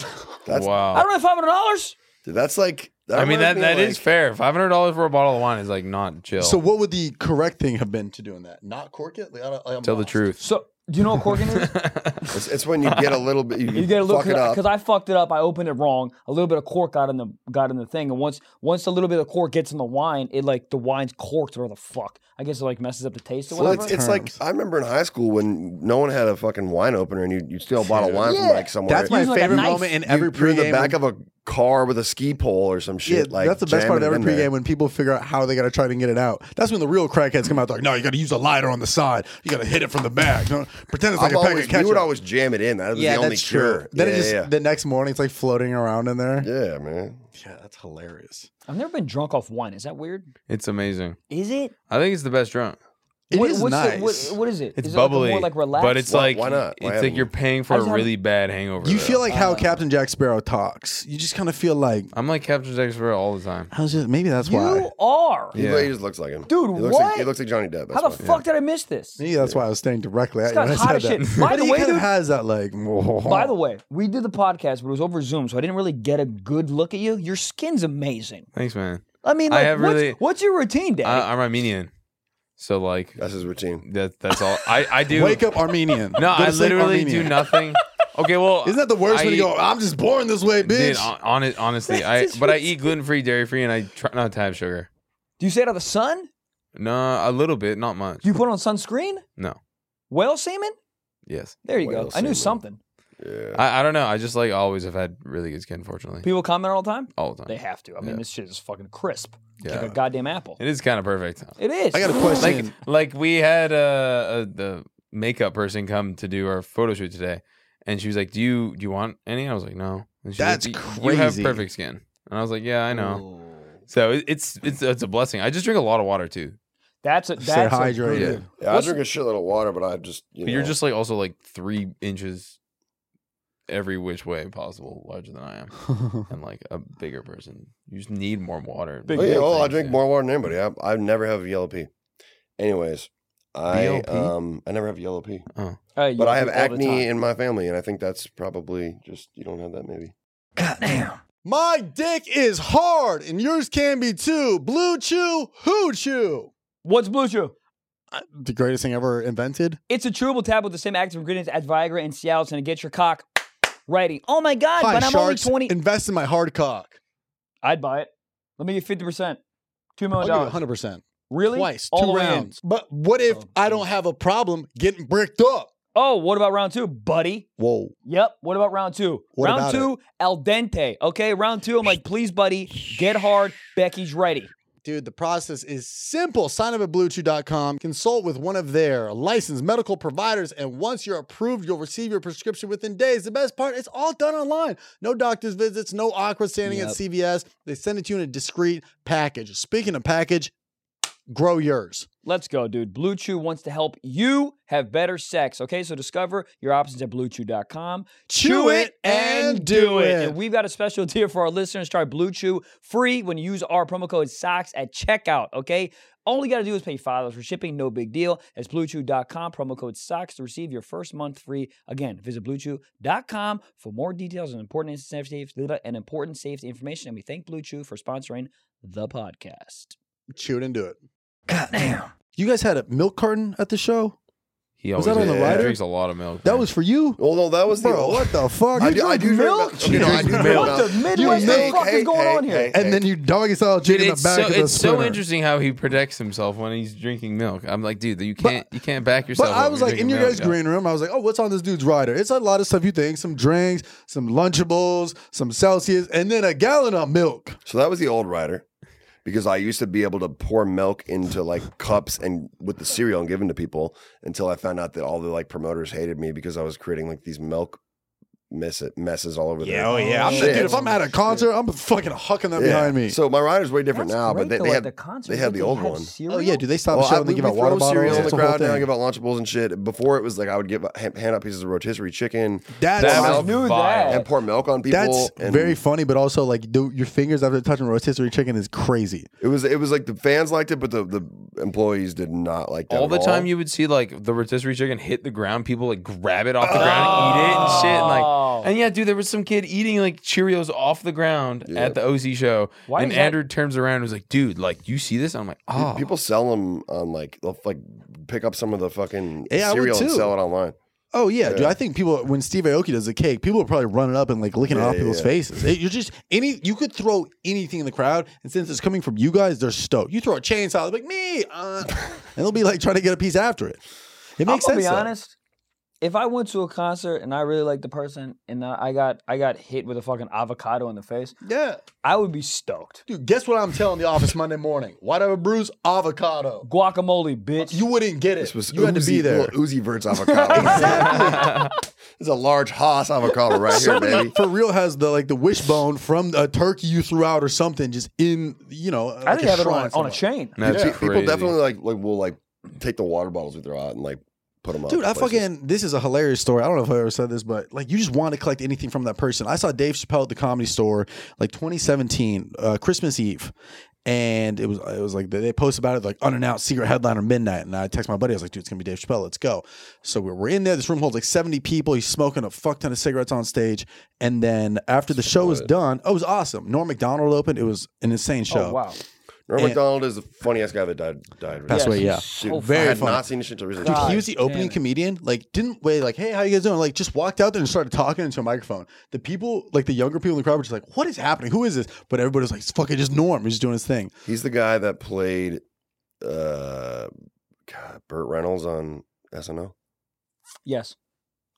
That's-
wow.
I don't have five hundred dollars.
Dude, that's like
I mean
reminds
that
me
that
of,
is
like-
fair. Five hundred dollars for a bottle of wine is like not chill.
So what would the correct thing have been to doing that? Not cork it? Like, I don't, like, I'm
Tell the
lost.
truth.
So do you know what corking is?
It's, it's when you get a little bit you,
You get a little
fuck it up.
because I fucked it up. I opened it wrong. A little bit of cork got in the got in the thing, and once once a little bit of cork gets in the wine, it like the wine's corked or the fuck. I guess it like messes up the taste or
Well,
whatever.
it's, it's like I remember in high school when no one had a fucking wine opener and you you steal a bottle of wine
Yeah.
from like somewhere.
That's my
Using, like, a
favorite
knife.
moment in
You-
every
you're in the
pregame.
back of a car with a ski pole or some shit. like
that's the best part of
jamming
every
it in
pregame
there.
when people figure out how they got to try to get it out. That's when the real crackheads come out. They're like, no, you got to use a lighter on the side. You got to hit it from the back. No, pretend it's like
I've
a pack
always,
of ketchup.
we would always jam it in. That was the only cure.
Then
yeah,
it just
yeah.
the next morning, it's like floating around in there.
Yeah, man.
Yeah, that's hilarious.
I've never been drunk off wine. Is that weird?
it's amazing.
Is it?
I think it's the best drunk.
It is
What- what's the-
nice.
what, what is it?
It's
Is
bubbly,
It like a more like relaxed.
but it's
Why-
like
why not? Why
it's like
haven't
you're
we?
paying
I
for a
just haven't-
really bad hangover.
you
though.
feel like
Uh,
how Captain Jack Sparrow talks. You just kind of feel like
I'm like Captain Jack Sparrow all the time.
how's it? Maybe that's why.
you are.
He,
Yeah.
really just looks like him.
Dude,
he looks
what?
Like, he looks like Johnny Depp. That's
How the
why.
fuck did I miss this?
Maybe that's why I was staring directly at
It's
you.
got
When I
hot
said
as
that.
shit. By
But
the
he
way,
kind
dude-
of has that like.
By the way, we did the podcast, but it was over Zoom, so I didn't really get a good look at you. Your skin's amazing.
Thanks, man.
I mean,
I
like,
have
what's,
really- Uh,
what's your routine, Daddy?
I, I'm Armenian, so like
That's his routine.
that that's all. I I do.
wake up Armenian.
No, I literally do
not.
nothing. Okay, well,
Isn't that the worst
I
when you
eat-
go? I'm just born this way, bitch.
Dude,
uh,
hon- hon- honestly, I but I eat gluten free, dairy free, and I try not to have sugar.
Do you stay out of the sun?
No, a little bit, not much.
Do you put on sunscreen?
No,
Whale semen?
yes,
There you go.
Whale
I
semen.
knew something.
Yeah.
I, I don't know. I just like always have had really good skin, fortunately,
People comment all the time.
all the
They
time.
have to. I mean,
Yeah.
this shit is fucking crisp, like
Yeah,
a goddamn apple.
it is kind of perfect.
It is.
I got a question.
Like like we had uh, uh the makeup person come to do our photo shoot today, And she was like, "Do you do you want any?" I was like, "No." And she
That's
like, "You- You have
crazy. Oh.
perfect skin. And I was like, "Yeah, I know." So it, it's it's it's a blessing. I just drink a lot of water too.
That's a,
Stay
that's a-
Yeah.
hydrated.
Yeah, I drink a shitload of water, but I just you
But you're
know,
just like also like three inches every which way possible larger than I am, and like a bigger person. You just need more water.
Big
Well, Oh, yeah,
More
well, I
things,
drink
yeah.
more water than anybody. I, I never have yellow pee. Anyways, I
BLP?
um I never have yellow pee,
Uh, you
but I have
do all the
acne
time.
in my family, and I think that's probably just you don't have that maybe.
My dick is hard and yours can be too. Blue chew, hoo chew.
What's Blue Chew?
Uh, The greatest thing ever invented.
It's a chewable tablet with the same active ingredients as Viagra and Cialis, and it gets your cock ready. Oh my God!
Hi,
but I'm only
sharks.
twenty.
Invest in my hard cock.
I'd buy it. Let me get fifty percent. Two
I'll
million
give you
dollars.
100%.
Oh, Really?
Twice,
All the
two
way in.
rounds. But what if
Oh,
I don't have a problem getting bricked up?
Oh, what about round two, buddy?
Whoa.
Yep. What about round two?
What
round
about
two, al dente. Okay, round two. I'm like, please, buddy, get hard. Becky's ready.
Dude, the process is simple. Sign up at bluechew.com, consult with one of their licensed medical providers, and once you're approved, you'll receive your prescription within days. The best part, it's all done online. No doctor's visits, no awkward standing at
Yep.
CVS. They send it to you in a discreet package. Speaking of package, grow yours.
Let's go, dude. Blue Chew wants to help you have better sex. Okay, so discover your options at bluechew.com.
Chew it and do it.
And we've got a special deal for our listeners. Try Blue Chew free when you use our promo code SOCKS at checkout. Okay, all you got to do is pay $5 for shipping. No big deal. That's bluechew.com, promo code SOCKS to receive your first month free. Again, visit bluechew.com for more details and important safety, and important safety information. And we thank Blue Chew for sponsoring the podcast.
Chew it and do it. You guys had a milk carton at the show?
He
Was
always
that on the
he
rider?
drinks a lot of milk.
That
man.
was for you?
Well, no, that was the
Bro,
old-
what the fuck?
I
You
do, I
drink
do drink
milk?
milk. Okay, no, I do
What
drink
the
milk.
Midwest
Hey,
fuck
hey,
is going
hey,
on here?
hey, hey.
And then you doggy style
Dude,
Jade in the
it's
back
so,
of the
it's so
sprinter.
interesting how he protects himself when he's drinking milk. I'm like, dude, you can't you can't back yourself.
But
up
I
if
was
you're
like in
drinking
your
milk,
guys'
yeah.
green room. I was like, oh, what's on this dude's rider? It's a lot of stuff you think some drinks, some Lunchables, some Celsius, and then a gallon of milk.
So that was the old rider. Because I used to be able to pour milk into like cups and with the cereal and give them to people until I found out that all the like promoters hated me because I was creating like these milk mess- messes all over there.
yeah. I'm,
Shit.
dude, Oh, if I'm at a concert, I'm fucking hucking that behind me.
So my rider's way different
That's
now,
great,
but they,
though,
they
at
had
the concert,
they
you
had
think
the
they
old
had
one.
cereal?
oh yeah, do they stop
Well,
the show
I,
and they
we,
give
we
out water
throw cereal
bottles?
in
It's
the
a whole
crowd now.
thing.
I give out Lunchables and shit. Before it was like I would give hand, hand out pieces of rotisserie chicken
That's
That
Pour
was
milk
knew
vile.
that.
and pour milk on people.
that's
and
very funny, but also like do, your fingers after touching rotisserie chicken is crazy.
It was it was like the fans liked it, but the, the employees did not like that
all
at
the time
all.
you would see like the rotisserie chicken hit the ground people like grab it off the ground and eat it and shit and
Oh.
like and yeah dude there was some kid eating like cheerios off the ground
Yeah.
at the oc show
Why
and
is that-
andrew turns around and was like dude like you see this and i'm like
Dude,
oh
People sell them on like they'll like pick up some of the fucking
Yeah, I would
cereal and
too.
sell it online.
Oh yeah, dude.
Yeah.
I think people when Steve Aoki does the cake, people are probably running up and like licking it
Yeah,
off
yeah,
people's
yeah.
faces. It- you're just any you could throw anything in the crowd, and since it's coming from you guys, they're stoked. You throw a chainsaw, they're like me, uh, and they'll be like trying to get a piece after it. It makes
I'm gonna
sense.
be
though.
honest. If I went to a concert and I really liked the person and I I got I got hit with a fucking avocado in the face,
Yeah,
I would be stoked.
dude. Guess what I'm telling the office Monday morning? Whatever, Bruce, avocado.
Guacamole, bitch.
You wouldn't get it.
This was
you had to be
Uzi-
there.
little Uzi Vert's avocado. exactly. It's a large Haas avocado right here, baby.
For real, has the like the wishbone from a turkey you threw out or something just in you know?
I
like
think I have it
shrine
on, on a
somewhere.
chain.
that's
Pe-
crazy.
People definitely like like will like take the water bottles we throw out and like put them up.
Dude, I
places.
fucking this is a hilarious story. I don't know if I ever said this, but like you just want to collect anything from that person. I saw Dave Chappelle at the comedy store like 2017, uh, Christmas Eve. And it was it was like they- they post about it like unannounced secret headliner midnight. And I text my buddy, I was like, dude, it's gonna be Dave Chappelle, let's go. So we're, we're in there, this room holds like 70 people, he's smoking a fuck ton of cigarettes on stage. And then after the show was done, oh, it was awesome. Norm McDonald opened, it was an insane show.
Oh wow.
Norm
and-
McDonald is the funniest guy that died. died
That's
recently.
what, yeah.
he's So
Dude, I
Very
had
funny.
not seen this shit until recently.
Dude,
God
he was the
damn
opening
it.
comedian. Like, didn't wait, like, hey, how you guys doing? Like, just walked out there and started talking into a microphone. The people, like the younger people in the crowd, were just like, "What is happening? Who is this?" But everybody was like, "It's fucking just Norm. He's just doing his thing."
He's the guy that played uh, God, Burt Reynolds on SNL.
Yes.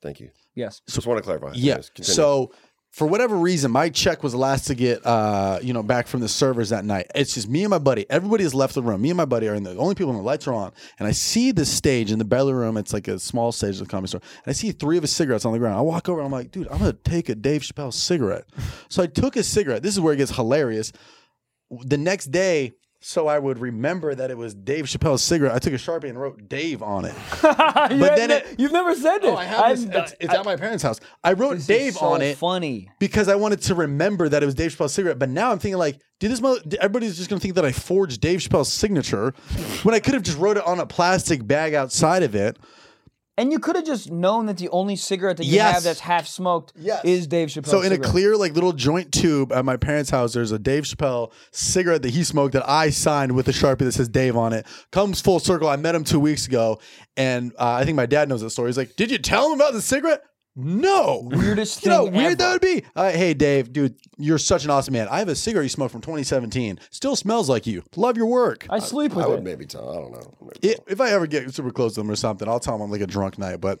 Thank you.
Yes.
Just want to clarify.
Yeah.
Anyways, continue.
So for whatever reason, my check was the last to get, uh, you know, back from the servers that night. It's just me and my buddy. Everybody has left the room. Me and my buddy are in there. The only people when the lights are on. And I see this stage in the belly room. It's like a small stage of the comedy store. And I see three of his cigarettes on the ground. I walk over and I'm like, dude, I'm going to take a Dave Chappelle cigarette. So I took his cigarette. This is where it gets hilarious. The next day, so I would remember that it was Dave Chappelle's cigarette. I took a Sharpie and wrote Dave on it.
but
then it-
e-, you've never said this.
Oh, I have this,
I'm-
it's, it's
Oh, I-
at my parents' house. I wrote
this is
Dave
so
on it
Funny.
because I wanted to remember that it was Dave Chappelle's cigarette. But now I'm thinking like, dude, this mother, everybody's just gonna think that I forged Dave Chappelle's signature when I could have just wrote it on a plastic bag outside of it.
And you could have just known that the only cigarette that you
Yes.
have that's half smoked
Yes.
is Dave Chappelle.
so in a clear like little joint tube at my parents' house, there's a Dave Chappelle cigarette that he smoked that I signed with a sharpie that says Dave on it. Comes full circle. I met him two weeks ago, and uh, I think my dad knows that story. He's like, did you tell him about the cigarette? No.
weirdest
You
thing.
know, how weird that
ever.
would be. Uh, hey, Dave, dude, you're such an awesome man. I have a cigarette you smoked from 2017. Still smells like you. Love your work.
I sleep with
I would
it.
maybe tell. I don't know. Maybe
I- if I ever get super close to them or something, I'll tell them I'm like a drunk night. But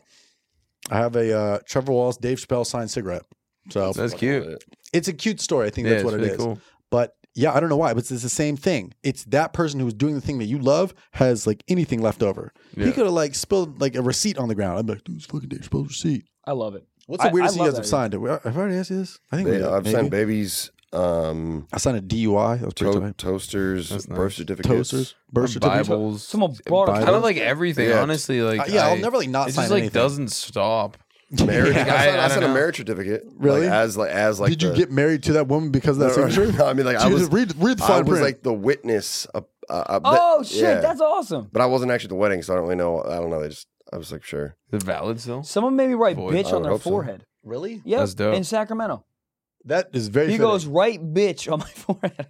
I have a uh, Trevor Wallace, Dave Chappelle signed cigarette. So
That's
I'll-
cute.
it's a cute story. I think
Yeah,
that's
it's
what it
really
is.
cool.
But yeah, I don't know why, but it's it's the same thing. It's that person who's doing the thing that you love has like anything left over. He
Yeah.
could have like spilled like a receipt on the ground. I'd be like, dude, it's fucking Dave Chappelle's receipt.
I love it.
What's the
I-
weirdest
I
thing you
love
guys have
that
signed? Have we- have I already asked you this? I think we
Ba-
did,
I've
maybe.
signed babies, um,
I signed a DUI. That was pretty
to-
tight.
toasters,
That's nice.
birth certificates.
Toasters, birth certificates.
Bibles.
Someone brought
Bible.
a
I don't like everything,
Yeah.
honestly. Like,
Uh, yeah, I'll
I-
never like not
It
sign
just like
anything.
doesn't stop.
Marriage.
Yeah.
I,
I-
signed, I
I don't
signed a
know.
marriage certificate.
Really?
Like, as like as like
Did you
the-
get married to that woman because of that
No, no,
signature?
no, I mean, like I
Dude,
was
read, read the
I
fine
was
print.
like the witness. Uh, uh, uh, that-
Oh shit,
yeah.
that's awesome.
But I wasn't actually at the wedding, so I don't really know. I don't know. They just. I was like, sure.
The valid still.
Someone made me write
Boy,
bitch
I
on
would
their
hope so.
forehead.
really?
Yep,
That's dope.
in Sacramento.
That is very.
He
fitting.
goes right bitch on my forehead.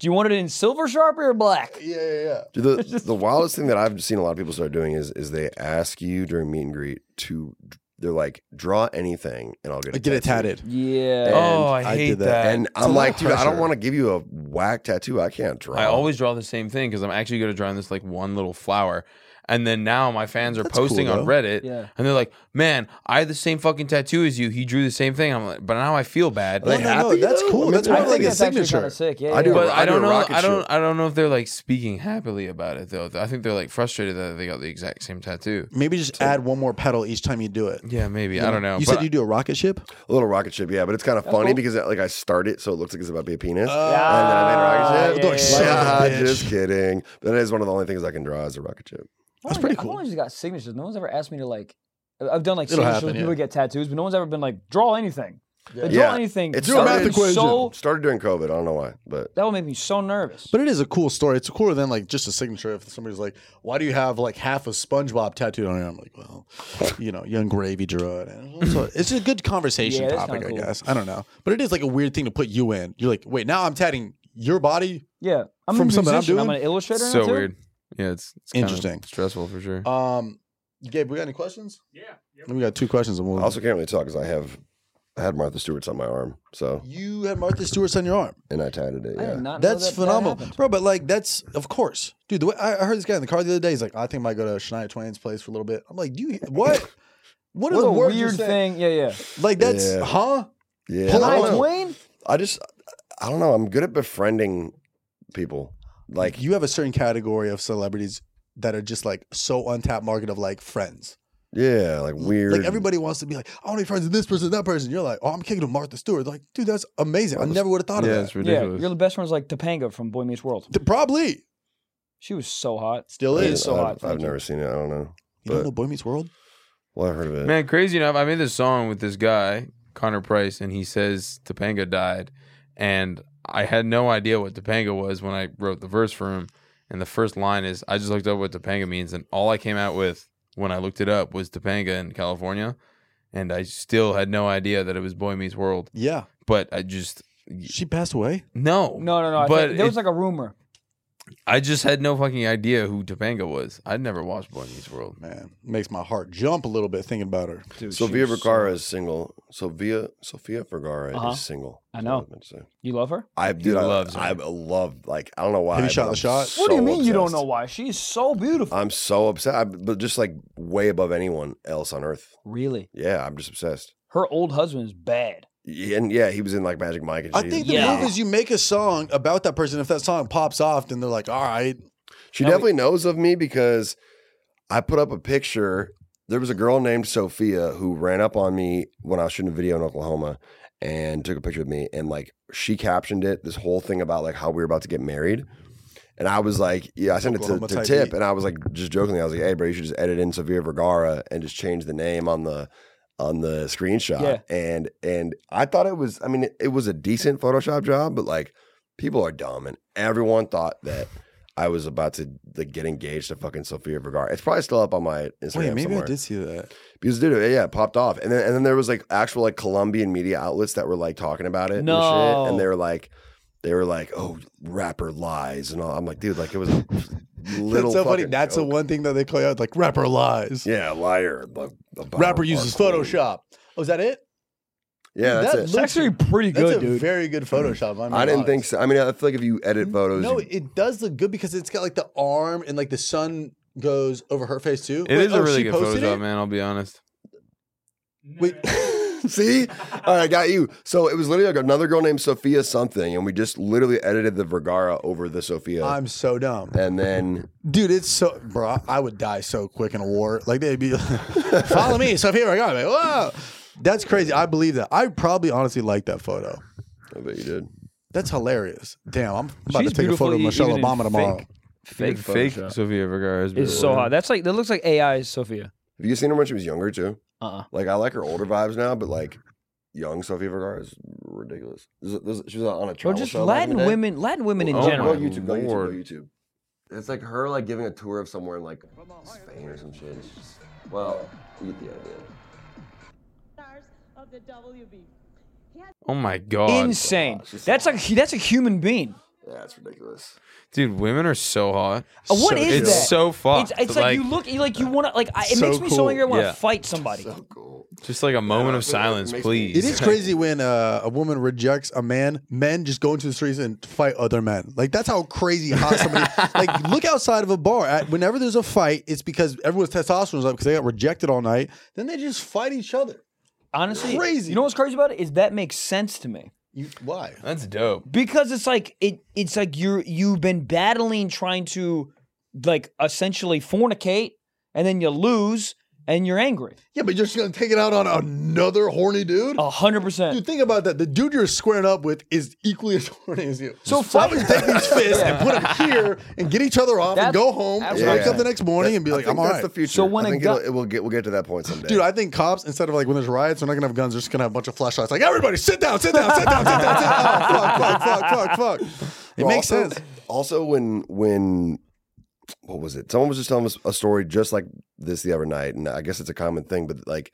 Do you want it in silver sharpie or black?
Yeah, yeah, yeah.
Dude, the the wildest thing that I've seen a lot of people start doing is is they ask you during meet and greet to they're like draw anything and I'll get
Like,
it
get it
tattooed."
tatted.
Yeah.
And
oh, I hate
I did that.
that.
And
a
I'm
lot
like,
of
dude, I don't
pressure.
want to give you a whack tattoo. I can't draw.
I always draw the same thing because I'm actually going to draw this like one little flower. And then now my fans are posting
cool,
on
though.
Reddit,
Yeah.
and they're like, "Man, I had the same fucking tattoo as you. He drew the same thing." I'm like, but now I feel bad.
Are they
No, no,
happy,
no, that's
though?
cool.
I mean,
That's
I
more
think
like a
that's
signature.
Kind of sick. Yeah,
I do
yeah.
a
but I
I do
don't
a
know.
rocket
I don't.
ship.
I don't know if they're like speaking happily about it though. I think they're like frustrated that they got the exact same tattoo.
Maybe just add one more pedal each time you do it.
Yeah, maybe. I don't know.
You
but
said you do a rocket ship.
a little rocket ship, yeah, but it's kind of funny
cool.
because like I start it so it looks like it's about to be a penis.
Yeah.
and then I made a
Ah,
rocket ship.
yeah,
yeah, yeah.
Nah, just kidding. But that is one of the only things I can draw is a rocket ship.
That's
I've only-
pretty
I've
cool.
only just got signatures. No one's ever asked me to like. I've done like
It'll
signatures.
happen,
with people
yeah.
who get tattoos, but no one's ever been like draw anything. Like, draw
Yeah.
anything.
It's
That would
math
make me
equation.
So
Started during COVID. I don't know why, but
that would make me so nervous.
But it is a cool story. It's cooler than like just a signature. If somebody's like, "Why do you have like half a SpongeBob tattooed on you?" I'm like, "Well, you know, young gravy drew it." And so it's a good conversation
Yeah, that's
topic,
kinda
I
cool.
guess. I don't know, but it is like a weird thing to put you in. You're like, "Wait, now I'm tatting your body."
yeah, I'm
From
a
something I'm
musician. I'm
doing?
an illustrator. now,
so
too.
weird. Yeah, it's, it's kind of
Interesting.
stressful for sure.
Um, Gabe, we got any questions? Yeah, we got two questions, and
I
we'll.
also can't really talk because I have I had Martha Stewart's on my arm, so
you had Martha Stewart's on your arm.
and I tatted it.
I
Yeah.
did not know
That's
that that
phenomenal,
happened.
bro. But like, that's of course, dude. The way I I heard this guy in the car the other day, he's like, "I think I might go to Shania Twain's place for a little bit." I'm like, "You what? What, are
What
the
a
words you're
weird
saying?
thing. Yeah, yeah.
Like that's
Yeah.
huh?
yeah.
Pull
I
out
don't know.
Like Wayne,
I just I don't know. I'm good at befriending people. Like
Like you have a certain category of celebrities that are just like so untapped market of like friends.
yeah, like weird.
Like everybody wants to be like, I want to be friends with this person, that person. You're like, oh, I'm kicking with Martha Stewart. Like, dude, that's amazing. I
Martha-
never would have thought
yeah,
of
it's
that.
yeah,
ridiculous.
you're the best friends like Topanga from Boy Meets World.
Th- Probably
She was so hot.
still
I
is.
didn't-
so
I've,
hot,
I've
thank you.
never seen it. I don't know.
you don't
but-
know Boy Meets World?
Well, I've heard of it.
Man, crazy enough, I made this song with this guy, Connor Price, and he says Topanga died. And I had no idea what Topanga was when I wrote the verse for him. And the first line is I just looked up what Topanga means, and all I came out with when I looked it up was Topanga in California. And I still had no idea that it was Boy Meets World.
Yeah,
But I just
she passed away.
no.
No, no, no. I
But
think, there was
it-
like a rumor.
I just had no fucking idea who Topanga was. I'd never watched Boy Meets World.
Man, makes my heart jump a little bit thinking about her.
Dude, she
Sofia
was so-
Vergara is single. Sofia Sofia Vergara
Uh-huh.
is single.
I
is
know.
what meant to say.
You love her?
I dude,
loves her.
I, I love like I don't know why.
Have you
but
shot the
I'm
shot?
so
What do you mean you don't
obsessed.
know why? She's so
Uh,
beautiful.
I'm so upset, I- but just like way above anyone else on earth.
really?
Yeah, I'm just obsessed.
Her old husband's bad.
and yeah, he was in like Magic Mike. And
I
shit.
think the
Yeah.
move is you make a song about that person. If that song pops off, then they're like, all right.
She
Now we-
definitely knows of me because I put up a picture. There was a girl named Sophia who ran up on me when I was shooting a video in Oklahoma and took a picture of me. And like she captioned it, this whole thing about like how we were about to get married. And I was like, yeah, I sent
Oklahoma
it to,
type
to Tip
beat.
and I was like, just jokingly, I was like, hey, bro, you should just edit in Sophia Vergara and just change the name on the on the screenshot.
Yeah.
And and I thought it was, I mean, it, it was a decent Photoshop job, but like people are dumb. And everyone thought that I was about to like get engaged to fucking Sophia Vergara. It's probably still up on my Instagram
Wait, maybe
somewhere.
I did see that.
Because dude, yeah, yeah, it popped off, and then and then there was like actual like Colombian media outlets that were like talking about it and
No.
shit, and they were like, they were like, oh, rapper lies and all. I'm like, dude, like it was a little.
that's so funny.
fucking
That's the
joke.
one thing that they call you out, like rapper lies.
Yeah, liar. Like, about
rapper
our
uses
queen.
Photoshop. Oh, is that it?
Yeah, that's
That
it.
It's actually pretty
That's
good,
a
dude.
very good Photoshop. I'm
I didn't
honest.
think so. I mean, I feel like if you edit photos,
No,
you-
it does look good because it's got like the arm and like the sun goes over her face too.
It is
oh,
a really
she
good
posted
Photoshop,
it?
man. I'll be honest.
Wait,
See, all right, got you. So it was literally like another girl named Sophia something, and we just literally edited the Vergara over the Sophia,
I'm so dumb,
and then
dude. It's so, bro. I would die so quick in a war. Like they'd be, follow me. So here I go. Like, whoa, that's crazy. I believe that. I probably honestly like that photo.
I bet you did.
That's hilarious. Damn, I'm about
She's
to take a photo of
beautiful,
Michelle
e- even in
Obama tomorrow.
fake.
Fake
Fake, fake
Photoshop.
Sofia Vergara is
It's
really
so
good.
hot. That's like that looks like AI Sophia.
Have you seen her when she was younger too?
Uh-uh.
Like I like her older vibes now, but like young Sophia Vergara is ridiculous. This is- this is- she was on a
Or
travel
just
show back in
Latin
the day.
women, Latin women in
Oh my
Go
general.
YouTube, go YouTube,
Lord.
go YouTube. It's like her like giving a tour of somewhere in like Spain or some shit. It's just- well, you get the idea.
stars of the WB.
Oh my god,
Insane. That's like that's a human being.
Yeah, it's ridiculous.
dude, women are so hot.
Uh, What
So
is
it's
that?
so fucked.
It's, it's like, you look, you like you want to, like I, it
So
makes me so
cool.
angry. I want to
Yeah.
fight somebody.
So cool.
just like a moment
I
of
feel like it
silence,
makes me-
please.
It is crazy when uh, a woman rejects a man. Men just go into the streets and fight other men. Like that's how crazy hot somebody. like look outside of a bar. At, whenever there's a fight, it's because everyone's testosterone's up because they got rejected all night. Then they just fight each other.
Honestly,
Crazy.
You know what's crazy about it is that makes sense to me
You why?
That's dope.
because it's like it, it's like you're you've been battling trying to, like essentially fornicate, and then you lose and you're angry.
Yeah, but you're just gonna take it out on another horny dude.
Oh,
A hundred
Dude,
percent.
think about that. The dude you're squaring up with is equally as horny as you.
So
Why would you
fuck-
take these fists and put them here and get each other off and
That's-
go home and
that's
what
wake
I'm
up the next morning and be
I
like,
think
I'm all
that's
right.
the future.
So when
I
a
think
gu-
it'll, it will get we'll get to that point someday.
Dude, I think cops instead of like when there's riots, they're not gonna have guns. They're just gonna have a bunch of flashlights. Like everybody, sit down, sit down, sit down, sit down, sit down. Oh, fuck, fuck, fuck, fuck, fuck. It
Well,
makes
also-
sense.
Also, when when what was it? Someone was just telling us a story just like this the other night, and I guess it's a common thing. But like,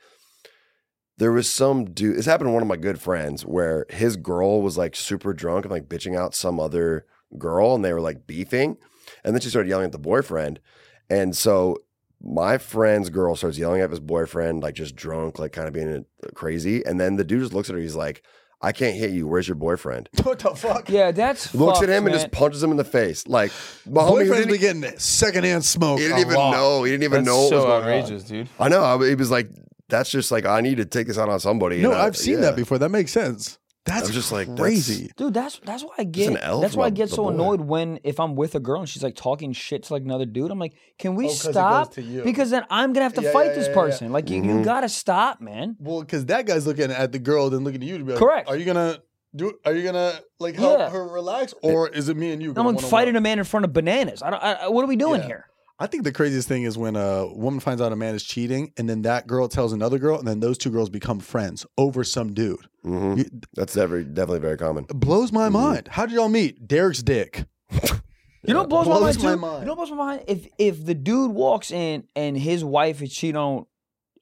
there was some dude. This happened to one of my good friends where his girl was like super drunk and like bitching out some other girl, and they were like beefing, and then she started yelling at the boyfriend, and so. My friend's girl starts yelling at his boyfriend, like just drunk, like kind of being uh, crazy. And then the dude just looks at her. He's like, I can't hit you. Where's your boyfriend?
What the fuck?
Yeah, that's
looks
fucked,
at him
man.
and just punches him in the face. Like, my homie who
Boyfriends
didn't,
be getting secondhand smoke.
he didn't
a
even
lot.
know. He didn't even
That's
know what was
so
going
outrageous, dude.
on. I know. I, he was like, "That's just like I need to take this out on somebody."
No,
and I-
I've seen
yeah.
that before. That makes sense. That's
was just like, that's-
crazy.
Dude, that's that's why I
an
get
elf
that's why I
about
get
the
so
boy.
annoyed when if I'm with a girl and she's like talking shit to like another dude. I'm like, can
Oh,
we
'cause it goes
stop?
to you.
Because then I'm gonna have to
Yeah,
fight
yeah,
this
yeah, yeah.
person. Like you, you gotta stop, man.
Well, because that guy's looking at the girl, then looking at you to be like,
Correct.
Are you gonna do? Are you gonna like help
Yeah.
her relax, or is it me and you?
I'm
going
like
one-on-one?
fighting a man in front of bananas. I don't. I, I- what are we doing
Yeah.
here?
I think the craziest thing is when a woman finds out a man is cheating, and then that girl tells another girl, and then those two girls become friends over some dude.
Mhm.
You-
That's every, definitely very common.
It blows my mind. How did y'all meet? Derek's dick.
You know, what blows,
Blows
my mind.
my
too?
mind.
You know, what blows my mind. If if the dude walks in and his wife is cheating on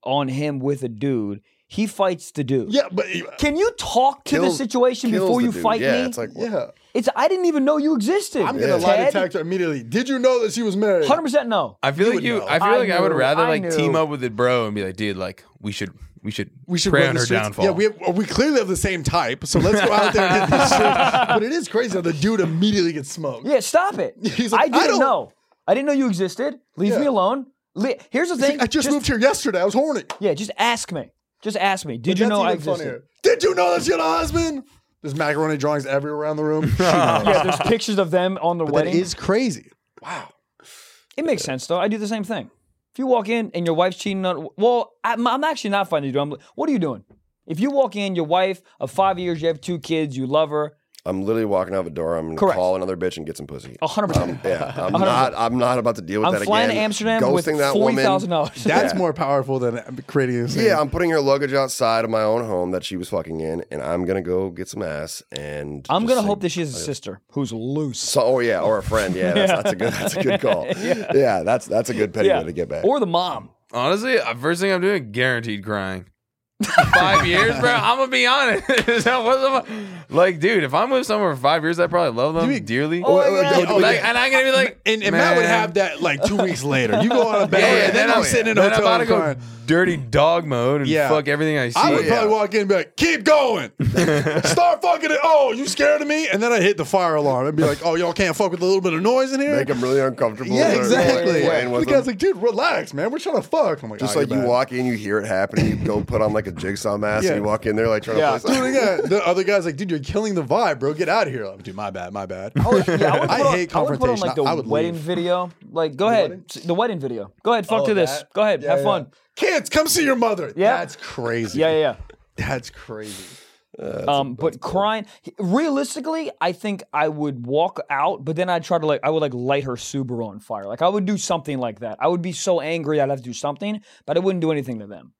on him with a dude, he fights the dude.
Yeah, but
Can you talk to the
Kills-
situation
Kills
before
the
you
dude.
fight
yeah,
me?
It's like, what-
yeah,
It's- I didn't even know you existed.
I'm gonna lie
Ted.
detector immediately. Did you know that she was married?
Hundred percent no.
I feel
You
like
would
you.
know.
I feel
I
like I would
knew,
rather
I
like team
knew.
up with the bro and be like, dude, like we should, we should,
We should
pray
run
on
the
her
streets.
downfall.
Yeah, we have, we clearly have the same type, so let's go out there and hit these streets. But it is crazy how the dude immediately gets smoked.
Yeah, stop it.
He's like,
I
"I
didn't
don't-
know. I didn't know you existed. Leave
Yeah.
me alone. Le- Here's the
He's
thing.
like, I just, moved here yesterday. I was horny.
Yeah, just ask me. Just ask me. Did you know I existed?
Did you know that she had a husband? There's macaroni drawings everywhere around the room. She knows.
Yeah, there's pictures of them on their
But
wedding.
that is crazy.
It makes sense though. I do the same thing. If you walk in and your wife's cheating on, well, I'm, I'm actually not finding you. doing- I'm, what are you doing? If you walk in, your wife of five years, you have two kids, you love her,
I'm literally walking out the door. I'm gonna
Correct.
call another bitch and get some pussy.
hundred percent.
Yeah, I'm not. I'm not about to deal with
I'm
that
flying
again.
to Amsterdam with
Ghosting that
forty thousand
woman.
dollars.
That's more powerful than creating a scene.
Yeah, I'm putting her luggage outside of my own home that she was fucking in, and I'm gonna go get some ass. And
I'm
just
gonna
say-
hope that she has a sister who's loose.
So, oh yeah, or a friend. Yeah, that's, that's a good. That's a good call. yeah. that's that's a good petty way to get back.
Or the mom.
Honestly, uh, first thing I'm doing, guaranteed crying. five years, bro. I'm gonna be honest. What's the fu- like, dude, if I'm with someone for five years, I probably love them dearly.
Oh, my God.
oh,
like, and I'm gonna be like,
And, and Matt would
"Man."
have that like two weeks later. You go on a bed,
Yeah,
and then, I'm sitting in a
then I'm
hotel
about to
room
go
crying.
dirty dog mode and
Yeah.
fuck everything I see.
I would
Yeah.
probably walk in and be like, "Keep going, start fucking it." Oh, you scared of me? And then I hit the fire alarm and be like, "Oh, y'all can't fuck with a little bit of noise in here."
make them really uncomfortable.
yeah,
They're,
exactly.
Like, playing
The
with
guy's
them.
like, "Dude, relax, man. We're trying to fuck." I'm like,
Just
"Ah,
like
you're
you
bad."
walk in, you hear it happening. You go put on like a jigsaw mask,
Yeah.
and you walk in there like trying
Yeah,
to play.
dude,
something.
again, the other guy's like, "Dude, you're killing the vibe, bro. Get out of here." I'm like, dude, my bad, my bad.
I, would, yeah, I, would
I
put on-
hate
I would put on
confrontation.
like the
I- I would
wedding
leave.
video. Like, go ahead, S- the wedding video. Go ahead, fuck
Oh,
to this.
that?
Go ahead,
Yeah,
have
yeah.
fun.
Kids, come see your mother.
Yeah.
that's crazy.
Yeah, yeah, yeah.
that's crazy.
um, but crying realistically, I think I would walk out, but then I'd try to like I would like light her Subaru on fire. Like I would do something like that. I would be so angry I'd have to do something, but I wouldn't do anything to them.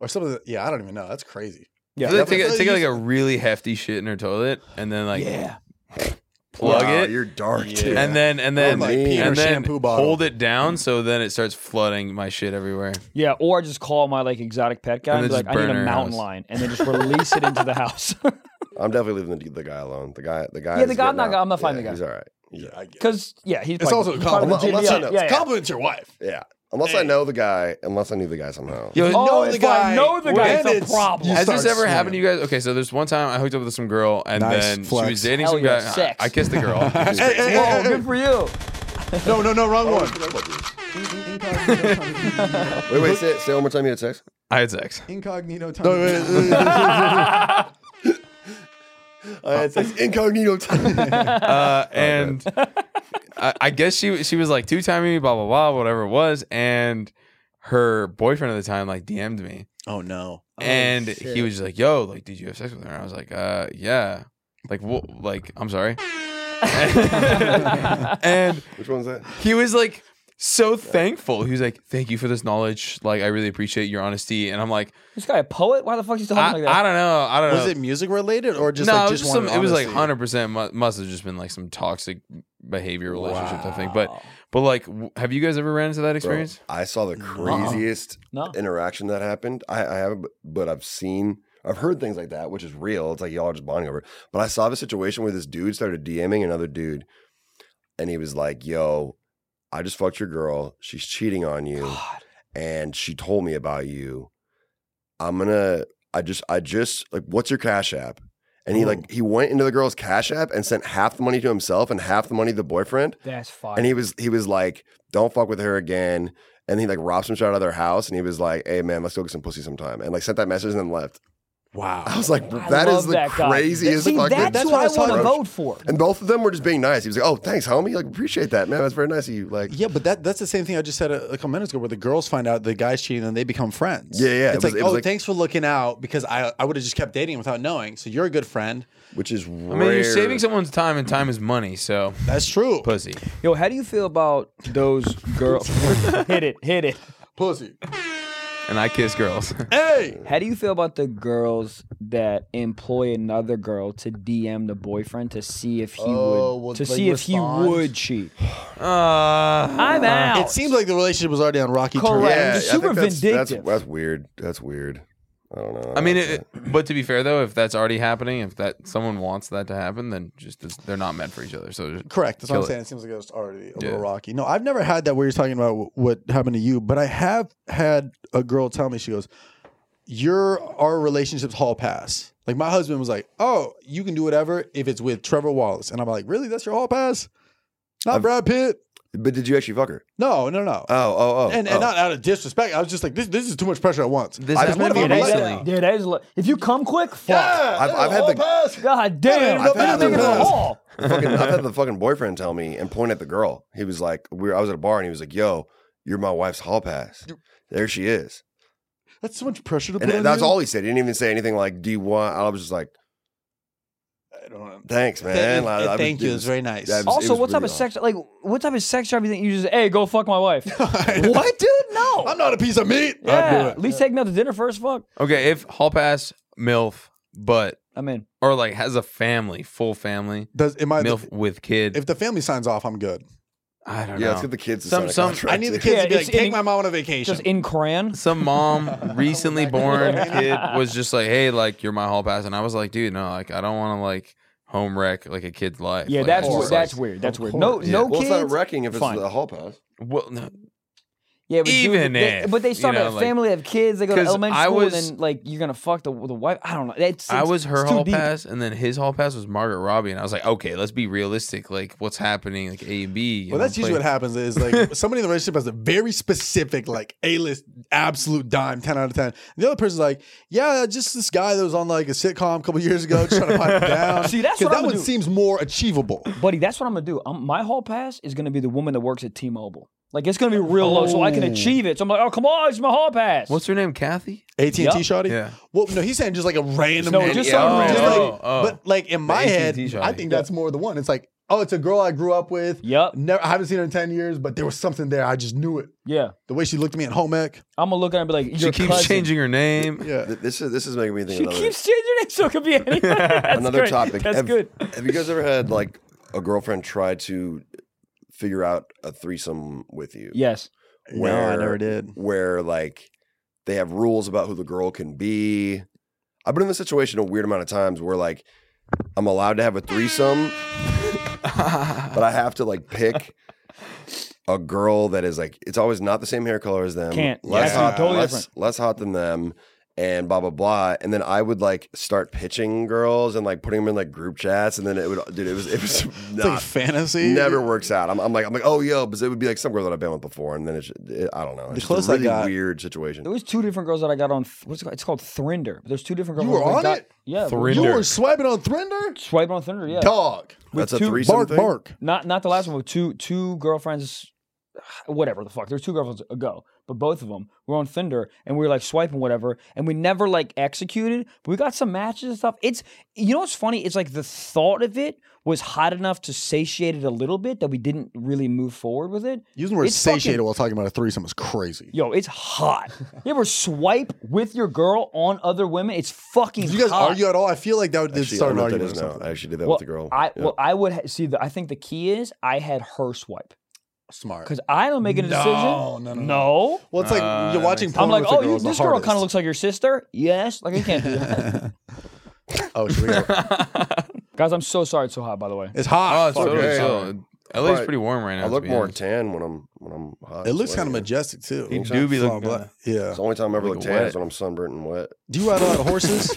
Or some of the yeah, I don't even know. That's crazy.
Yeah,
They
that-
take, a,
definitely.
take like a really hefty shit in her toilet and then like
yeah.
plug
Wow,
it
You're dark, dude.
and then and
Oh
then
like pee in
and
her
then
shampoo bottle.
hold it down so then it starts flooding my shit everywhere.
Yeah, or I just call my like exotic pet guy
And
and, be
then
like,
just
I need
burn
a
her
mountain
house.
lion, and then just release it into the house.
I'm definitely leaving the, the guy alone. The guy, the guy.
Yeah, the
is
guy- I'm
getting
not-
out.
I'm not fine
Yeah,
with the guy.
He's all right.
Yeah, I get. it.
Because yeah, he's
It's also
probably-
a
part of the
compliment.
unless
GBL.
I know-
Yeah, yeah.
Compliments your wife.
Yeah, unless I know the guy. Unless I knew the guy somehow.
Yo,
Oh, if I know the guy, it's a problem.
you
Has
start
this ever
swinging.
happened to you guys? Okay, so there's one time I hooked up with some girl and
Nice
then
flex.
she was dating
Hell
some
yeah,
guy. I-
sex.
I, kissed the girl.
Hey, hey, hey,
Oh,
hey,
good for you.
hey. Oh, No, no, no, wrong one.
Wait, wait, say, say one more time. You had sex.
I had sex.
Incognito time.
No, wait, wait, wait, wait.
Oh, I had sex incognito.
Uh, and I, I guess she she was like two timing me, blah blah blah, whatever it was, and her boyfriend at the time like DM'd me,
Oh no.
and he was just like, "Yo, like, did you have sex with her?" And I was like, "Uh, yeah." Like, what? Like, I'm sorry. and
Which one's that?
he was like so thankful. He was like, "Thank you for this knowledge. Like, I really appreciate your honesty." And I'm like,
This guy a poet? Why the fuck is he talking
"I,
like
I
that?
don't know. I don't know."
Was it music related or just
no,
like
it was
just
just some,
one?
it was like hundred percent must have just been like some toxic behavior relationship I think. But but like, w- have you guys ever ran into that
Bro,
experience?
I saw the craziest
No.
interaction that happened. I, I haven't, but I've seen, I've heard things like that, which is real. It's like y'all are just bonding over. it. But I saw the situation where this dude started DMing another dude, and he was like, "Yo, I just fucked your girl. She's cheating on you, and she told me about you. I'm gonna. I just, I just like, what's your Cash App?" And he like he went into the girl's Cash App and sent half the money to himself and half the money to the boyfriend.
That's fine.
And he was he was like, "Don't fuck with her again." And he like robbed some shit out of their house, and he was like, "Hey man, let's go get some pussy sometime." And like sent that message and then left.
Wow.
I was like,
I
"That
love
is the
that guy.
craziest
See,
fucking."
that's
That's
who
what I
I
was
want to
talking about.
vote for.
and both of them were just being nice. He was like, "Oh, thanks, homie. Like appreciate that, man. That's very nice of you." Like,
Yeah, but that that's the same thing I just said a, a couple minutes ago, where the girls find out the guy's cheating and they become friends.
Yeah, yeah, it
It's
was-
like,
it was
oh,
like-
thanks for looking out because I I would have just kept dating without knowing. So you're a good friend.
which is
I mean, you're saving someone's time, and time is money. So
That's true.
pussy.
Yo, how do you feel about those girls? hit it, hit it.
Pussy.
And I kiss girls.
Hey.
How do you feel about the girls that employ another girl to DM the boyfriend to see if he
Oh,
would
well,
to
like,
see if he
respond?
would cheat?
Uh,
I'm out.
It seems like the relationship was already on rocky terms.
Correct.
yeah,
He's
I think
super
that's, that's,
vindictive.
that's weird. That's weird. I don't know. don't
I mean,
like
it, it- but to be fair though, if that's already happening, if that someone wants that to happen, then just it's- they're not meant for each other. So just-
Correct. That's what
Kill
I'm
it.
saying. It seems like it was already a
Yeah.
little rocky. No, I've never had that where you're talking about wh- what happened to you, but I have had a girl tell me, she goes, Your our relationship's hall pass. Like my husband was like, Oh, you can do whatever if it's with Trevor Wallace. And I'm like, Really? That's your hall pass? Not Brad Pitt.
But did you actually fuck her?
No, no, no.
Oh, oh, oh.
and and
oh.
not out of disrespect. I was just like, this this is too much pressure at once.
This
I just
happened
wanna be
to me
an
recently.
accident.
Yeah, that is. li- If you come quick, fuck.
I've, I've had the
God damn.
I've had
You're
the-
thinking of the hall.
the fucking I've had the fucking boyfriend tell me and point at the girl. He was like, we were, I was at a bar and he was like, "Yo, you're my wife's hall pass. There she is."
That's so much pressure to put. on
And that's
you.
all he said. He didn't even say anything like, "Do you want?" I was just like,
I don't know.
"Thanks, man." Like, I was-
Thank
it
you. It
was-
was very nice.
Yeah, it was-
Also, what type
pretty
of
odd.
sex? Like, what type of sex drive you think you just? Hey, go fuck my wife. what, dude? No.
I'm not a piece of meat.
Yeah.
I'd do it.
At least take me out to dinner first. Fuck.
Okay, if Hall Pass, MILF, but
I'm in.
or like has a family, full family,
Does am
Uh,
I?
MILF with kid.
If the family signs off, I'm good.
I don't
Yeah,
know.
let's get the kids. To
Some-
sign a
some-
contract,
I need the
dude.
kids
Yeah,
to be like,
it's
take
in-
my mom on a vacation.
Just in Koran.
some mom recently born kid was just like, "Hey, like you're my hall pass," and I was like, "Dude, no, like I don't want to like home wreck like a kid's life."
Yeah,
Like, I
that's
was
weird.
just
that's
like-
weird. That's weird.
course.
No,
Yeah.
no
well,
kids.
it's not wrecking if it's
Fine.
the hall pass.
well, no,
yeah, but dude,
even
they-
if,
but they
you
start
know,
a
like-
family, have kids, they go to
'Cause
elementary
I
school,
was-
and then like you're gonna fuck the the wife. I don't know. It's,
I
it's-
was her
it's too
hall
deep.
pass, and then his hall pass was Margaret Robbie, and I was like, "Okay, let's be realistic. Like, what's happening? Like A and B." you
well,
know,
that's usually
play-
what happens is like somebody in the relationship has a very specific, like A list, absolute dime, 10 out of 10. And the other person's like, yeah, just this guy that was on like a sitcom a couple years ago, just trying to pipe him down.
See, that's
'Cause
what
that
I'ma
one
do.
seems more achievable.
buddy. That's what I'm gonna do. Um my hall pass is gonna be the woman that works at T-Mobile. Like it's gonna be real low, so I can achieve it. So I'm like, oh come on, it's my hall pass.
What's her name? Kathy.
AT&T
Yup.
shoddy?
Yeah.
Well, no, he's saying just like a random.
No, just
Yeah,
some
oh,
random-
Just
yeah.
like-
Oh, oh.
But like in my head,
AT&T shoddy.
I think that's more the one. It's like, oh, it's a girl I grew up with.
Yup.
Never, I haven't seen her in 10 years, but there was something there. I just knew it.
Yeah,
The way she looked at me at home ec.
I'm gonna look at her and be like,
She
your
keeps
cousin.
changing her name.
Yeah.
Th- This is this is making me think.
She
another,
keeps changing it, so it could be anything. That's
another
great.
topic.
That's
have,
good.
Have you guys ever had like a girlfriend try to figure out a threesome with you?
Yes.
Where-
did.
where like they have rules about who the girl can be. I've been in this situation a weird amount of times where like I'm allowed to have a threesome,
Oh,
but I have to like pick a girl that is like it's always not the same hair color as them.
Can't.
less
Yeah.
hot,
Totally
less,
different.
less hot than them. And blah blah blah, and then I would like start pitching girls and like putting them in like group chats, and then it would, dude, it was it was
It's like
not
fantasy.
never works out. I'm, I'm like I'm like oh yo, but it would be like some girl that I've been with before, and then it's it, I don't know. It's just
closest
a
I
really
got-
weird situation.
There was two different girls that I got on. Th- What's it called? It's called Thrinder. There's two different girls.
You were
that I
on
got-
it?
Yeah.
Thrinder.
You were swiping on Thrinder?
Swipe on Thrinder. Yeah.
Dog.
That's a
two-
threesome
Bark,
thing?
bark.
Not not the last one. With two two girlfriends, whatever the fuck. There's two girlfriends ago, but both of them were on Thrinder, and we were like swiping whatever, and we never like executed. But we got some matches and stuff. It's you know what's funny? It's like the thought of it was hot enough to satiate it a little bit that we didn't really move forward with it.
Using the word
It's
satiated
fucking-
while talking about a threesome is crazy.
Yo, it's hot. you ever swipe with your girl on other women? It's fucking.
Did you guys
hot.
argue at all? I feel like that would
Actually, I don't
start an
know what that
argument.
is
or
now.
something.
I actually did that
Well,
with a girl.
I
Yeah.
well, I would ha- see. The, I think the key is I had her swipe
Smart.
because I don't make a decision.
No, no, no, no.
No.
Well, it's like
Uh,
you're watching porn.
I'm like,
with a
oh,
girl
you,
is the
this girl kind of
hardest."
looks like your sister. Yes, like I can't do that,
Oh, should we go?
guys. I'm so sorry. It's so hot, by the way.
It's
Oh,
hot.
it's totally
Okay.
chill. LA's
But
pretty warm right now.
I
to
look
be
more
honest.
tan when I'm when I'm hot.
It
and
looks kind of
sweaty.
majestic too.
You do be looking
Black.
good.
Yeah.
It's the only time I ever look
Looking
tan
wet.
is when I'm sunburnt and wet.
Do you ride a lot of horses?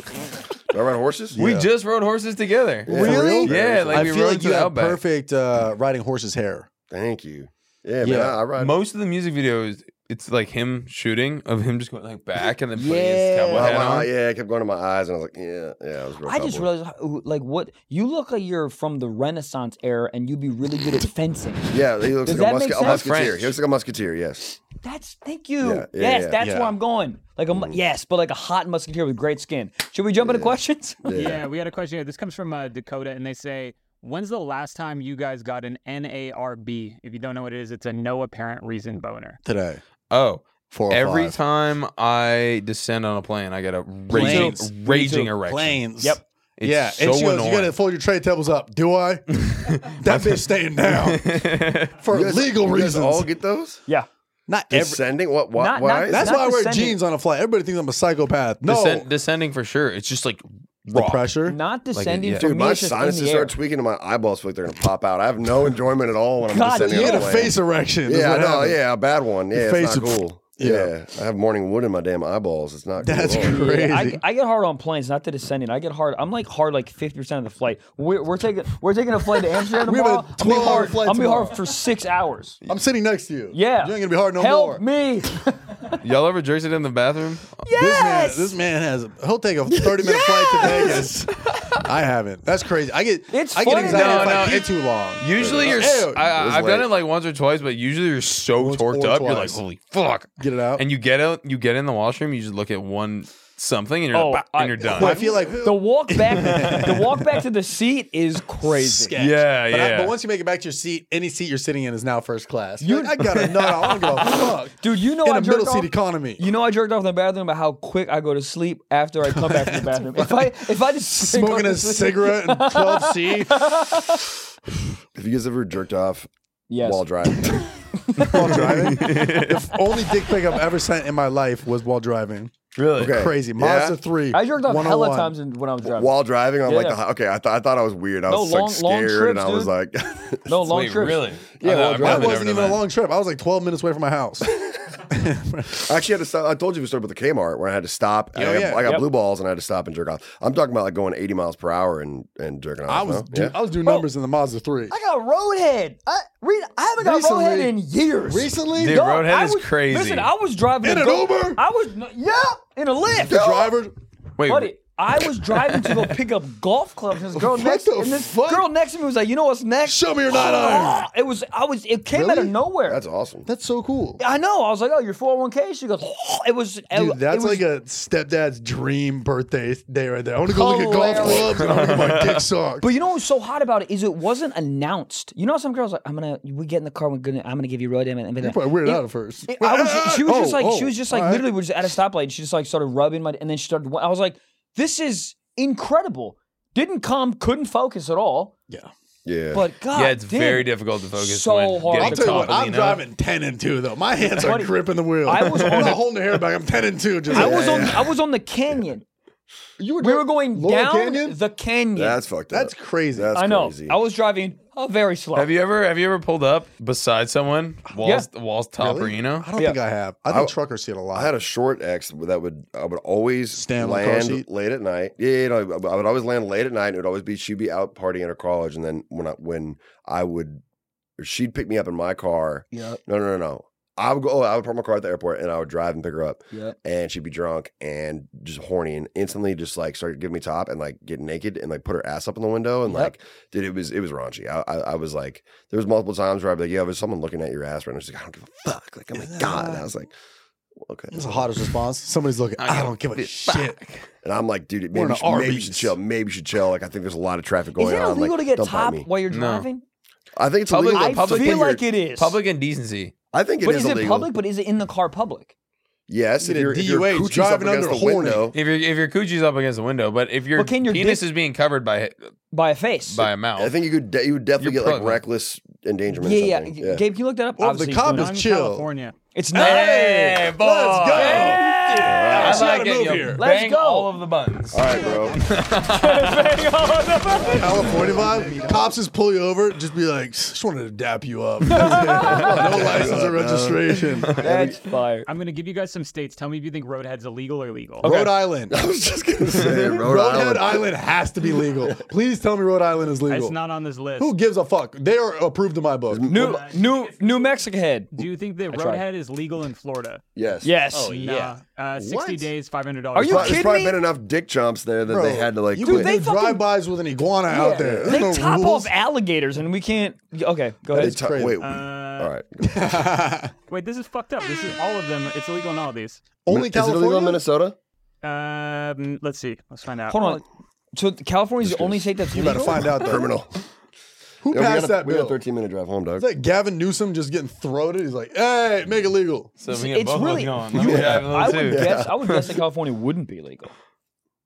Do I ride horses?
We just rode horses together.
Really?
Yeah, like
I
we
feel
rode
like
to
you
the
have
Outback.
perfect uh, riding horses hair.
Thank you. Yeah, man.
Yeah.
I, I ride.
Most of the music videos, it's like him shooting of him just going like back and then putting
Yeah.
his cowboy
Well,
hat
I-
on.
yeah, I kept going to my eyes, and I was like, yeah, yeah. I, was real
I just
cowboy.
realized, how- ooh, like, what you look like you're from the Renaissance era, and you'd be really good at fencing.
Yeah, he looks
Does
like a, musket,
that make
a
sense?
musketeer.
French.
He looks like a musketeer. Yes.
That's thank you.
Yeah, yeah,
yes,
yeah,
that's
yeah.
where I'm going. Like a mu- yes, but like a hot musketeer with great skin. Should we jump into questions?
Yeah.
Yeah, we had a question. here. This comes from uh, Dakota, and they say, "When's the last time you guys got an NARB? If you don't know what it is, it's a no apparent reason boner."
Today,
Oh,
four
every time I descend on a plane, I get a raging,
Planes.
raging
too.
erection.
planes.
Yep.
It's
yeah,
so
and she goes,
annoying.
"You gotta fold your tray tables up." Do I? that bitch staying down for
You guys-
legal
you guys
reasons.
All get those.
Yeah.
not every.
Descending. What? Why?
Not-
why
not-
is
That's
that?
why I wear
descending.
jeans on a flight. Everybody thinks I'm a psychopath. No,
Descend- descending for sure. It's just like
the
raw.
pressure.
Not descending
yeah.
from
Dude,
me.
my
it's just in
sinuses
the air.
start tweaking, and my eyeballs feel like they're gonna pop out. I have no enjoyment at all when I'm
God
descending
you
on
get
a
a
plane.
face erection. is
Yeah,
what
no,
happened.
yeah, a bad one. Yeah,
Face
it's not
is-
cool.
Yeah. I have morning wood in my damn eyeballs. It's not cool
That's
at all.
crazy.
Yeah, I, I get hard on planes, not the descending. I get hard. I'm like hard like 50% of the flight. We're, we're taking we're taking a flight to Amsterdam
We have a
tomorrow. I'm gonna be
12-hour
hard,
flight
I'm gonna be
tomorrow.
hard for six hours.
I'm sitting next to you.
Yeah.
You ain't gonna be hard no more.
Help me.
Y'all ever jerked it in the bathroom?
This man,
yes.
this man has. A, he'll take a thirty minute flight to Vegas. I haven't. That's crazy. I get.
It's
I get
funny
anxiety
though.
if
No,
I
no,
pee
it's-
too long.
Usually you're. s-
Ew.
It
I,
was
have done
like-
it like once or twice, but usually you're so
Once
torqued
or
up. You're like,
twice.
holy fuck.
Get it out.
And you get out, you get in the washroom, you just look at one something, and you're
Oh,
like, "Bah,"
I-
and you're done.
I feel like.
The walk back, the walk back to the seat is crazy.
sketch.
Yeah,
but I-
yeah.
but once you make it back to your seat, any seat you're sitting in is now first class. You, I got to know. I don't give a fuck.
Dude, you know
in
I
a
jerked
middle seat
off-
economy.
You know I jerked off in the bathroom about how quick I go to sleep after I come back from the bathroom. If I if I just go
Smoking
to
a
sleep-
cigarette in 12C
Have you guys ever jerked off
yes.
while driving?
while driving. The only dick pic I've ever sent in my life was while driving.
really?
Okay.
Crazy.
Yeah?
Mazda oh 3.
I jerked off hella
101.
times in, when I was driving.
While driving on like
Yeah.
the hi- okay, I thought I thought I was weird. I
No,
was
long-
like
long
scared,
trips,
and I was
dude.
like,
no long
Wait,
trips.
really?
Yeah,
I,
well,
I've
that
That
never
wasn't
done
even a
that.
long trip. I was like 12 minutes away from my house.
I actually had to stop. I told you the story about the Kmart where I had to stop. I
Oh,
got,
yeah.
I got
Yep.
blue balls and I had to stop and jerk off. I'm talking about like going 80 miles per hour and, and jerking off.
I was,
no?
dude,
Yeah?
I was doing
Bro.
numbers in the Mazda 3.
I got roadhead. I read. I haven't got
Recently-
roadhead in years.
Recently,
Dude,
Dog,
roadhead
I
is
was-
crazy.
Listen, I was driving
In
to
an
go-
Uber?
I was yeah in a lift.
the driver,
Wait,
buddy. I was driving to go pick up golf clubs, and this girl next
the
and this
fuck?
girl next to me was like, "You know what's next?
show me your nine
Oh.
iron.
It was. I was. It came out of
Really?
nowhere.
That's awesome.
That's so cool.
I know. I was like, "Oh, your 401k." She goes, "Oh," "It was." it-
Dude, that's
it
like
was,
a stepdad's dream birthday day right there. I want to go look at golf
Hilarious.
clubs and I want to get my dick sucked.
But you know what was so hot about it is it wasn't announced. You know, how some girls like, "I'm gonna. We get in the car. We're gonna. I'm gonna give you road." And, and,
You're probably weirded out at first.
It- I was, she was just
Oh,
like,
oh,
she was just like,
all right.
literally, was at a stoplight, and she just like started rubbing my, and then she started. I was like, this is incredible. Didn't come, couldn't focus at all.
Yeah.
But God,
yeah, it's
damn.
very difficult to focus.
So
when
hard.
getting
I'll tell you what,
caught,
I'm
you know?
driving 10 and 2, though. My hands are
Buddy,
gripping the wheel.
I was
I'm
on
not
a-
holding the hair back. I'm 10 and 2. Just
I was on, I was on the canyon.
You
We were going
Laurel
down
Canyon?
the canyon.
That's fucked up.
That's crazy.
That's
I know.
crazy.
I was driving uh, very slow.
Have you ever have you ever pulled up beside someone walls walls topper?
Really?
You know,
I don't
Yeah.
think I have. I think truckers see it a lot.
I had a short ex that would I would always
Stand on the car
land
seat?
late at night. Yeah, yeah, no, I would always land late at night. And it would always be she'd be out partying at her college, and then when I when I would, or she'd pick me up in my car.
Yep.
No, no, no, no. I would go. oh, I would park my car at the airport, and I would drive and pick her up.
Yep.
And she'd be drunk and just horny, and instantly just like started giving me top and like get naked and like put her ass up in the window and
Yep.
like, dude, it was it was raunchy. I, I, I was like, there was multiple times where I'd be like, yeah, there's someone looking at your ass right now. She's like, I don't give a fuck. Like, oh my god. And I was like, okay.
That's the hottest response. Somebody's looking. I don't give a shit.
And I'm like, dude,
We're
maybe
in an
you, should, maybe you
Arby's.
should chill. Maybe you should chill. Like, I think there's a lot of traffic going
Is it
on.
illegal
like,
to get
don't bite
top
me.
while you're
No.
driving?
I think it's
Public-
illegal.
I
in public,
feel
when you're-
like it is.
public indecency.
I think it
but
is
is it
illegal.
public? But is it in the car public?
Yes, if
Get a
you're, if you're
DUA,
coochie's
driving
up
under
against the
horny.
window.
If your if your coochie's up against the window, but if your
But can your
penis
dick-
is being covered by
By a face.
by a mouth,
I think you could. De- you would definitely
You're
get like
pregnant.
reckless endangerment. or
yeah, yeah.
something.
Gabe, can you look that up?
Well, the
Obviously,
cop
it's
is
not-
I'm in
chill.
California.
It's not.
hey, boy.
Let's go.
Yeah.
I
She
like
gotta move
it. yo.
here.
Let's
Bang
go.
all of the buttons.
All right, bro.
California vibe. Cops just pull you over. Just be like, just wanted to dap you up. no license or registration.
That's fire.
I'm gonna give you guys some states. Tell me if you think Roadhead's illegal or legal.
Rhode Island.
I was just gonna say, Rhode,
Rhode
Island.
Island. has to be legal. Please tell me Rhode Island is legal.
It's not on this list.
Who gives a fuck? They are approved in my book.
New New New Mexico head.
Do you think that
tried.
Roadhead is legal in Florida?
Yes.
Yes.
Nah. Uh, 60
Oh, What?
days, $500.
Are you
But There's
kidding
probably
me?
been enough dick chomps there that they had to like.
you
quit.
can
they
do
fucking-
drive-bys with an iguana out there. There's
They
no
top
rules.
off alligators, and we can't. Okay, go
They
ahead.
t- wait.
Uh,
all right.
Uh, Wait, this is fucked up. This is all of them. It's illegal in all of these.
Only
Is it illegal in
California.
Minnesota?
Um, let's see. Let's find out.
Hold on.
Well,
So California's the only state that's
You
legal.
better find out. Though.
Criminal.
Who
Yeah, we got
passed
a-
that
we got a
bill?
13 minute drive home, dog.
It's like Gavin Newsom just getting throated. He's like, "Hey, make it legal."
So we get
it's
both of us
really.
going.
you-
Let me drive a little
I would
too.
guess. I would guess that California wouldn't be legal.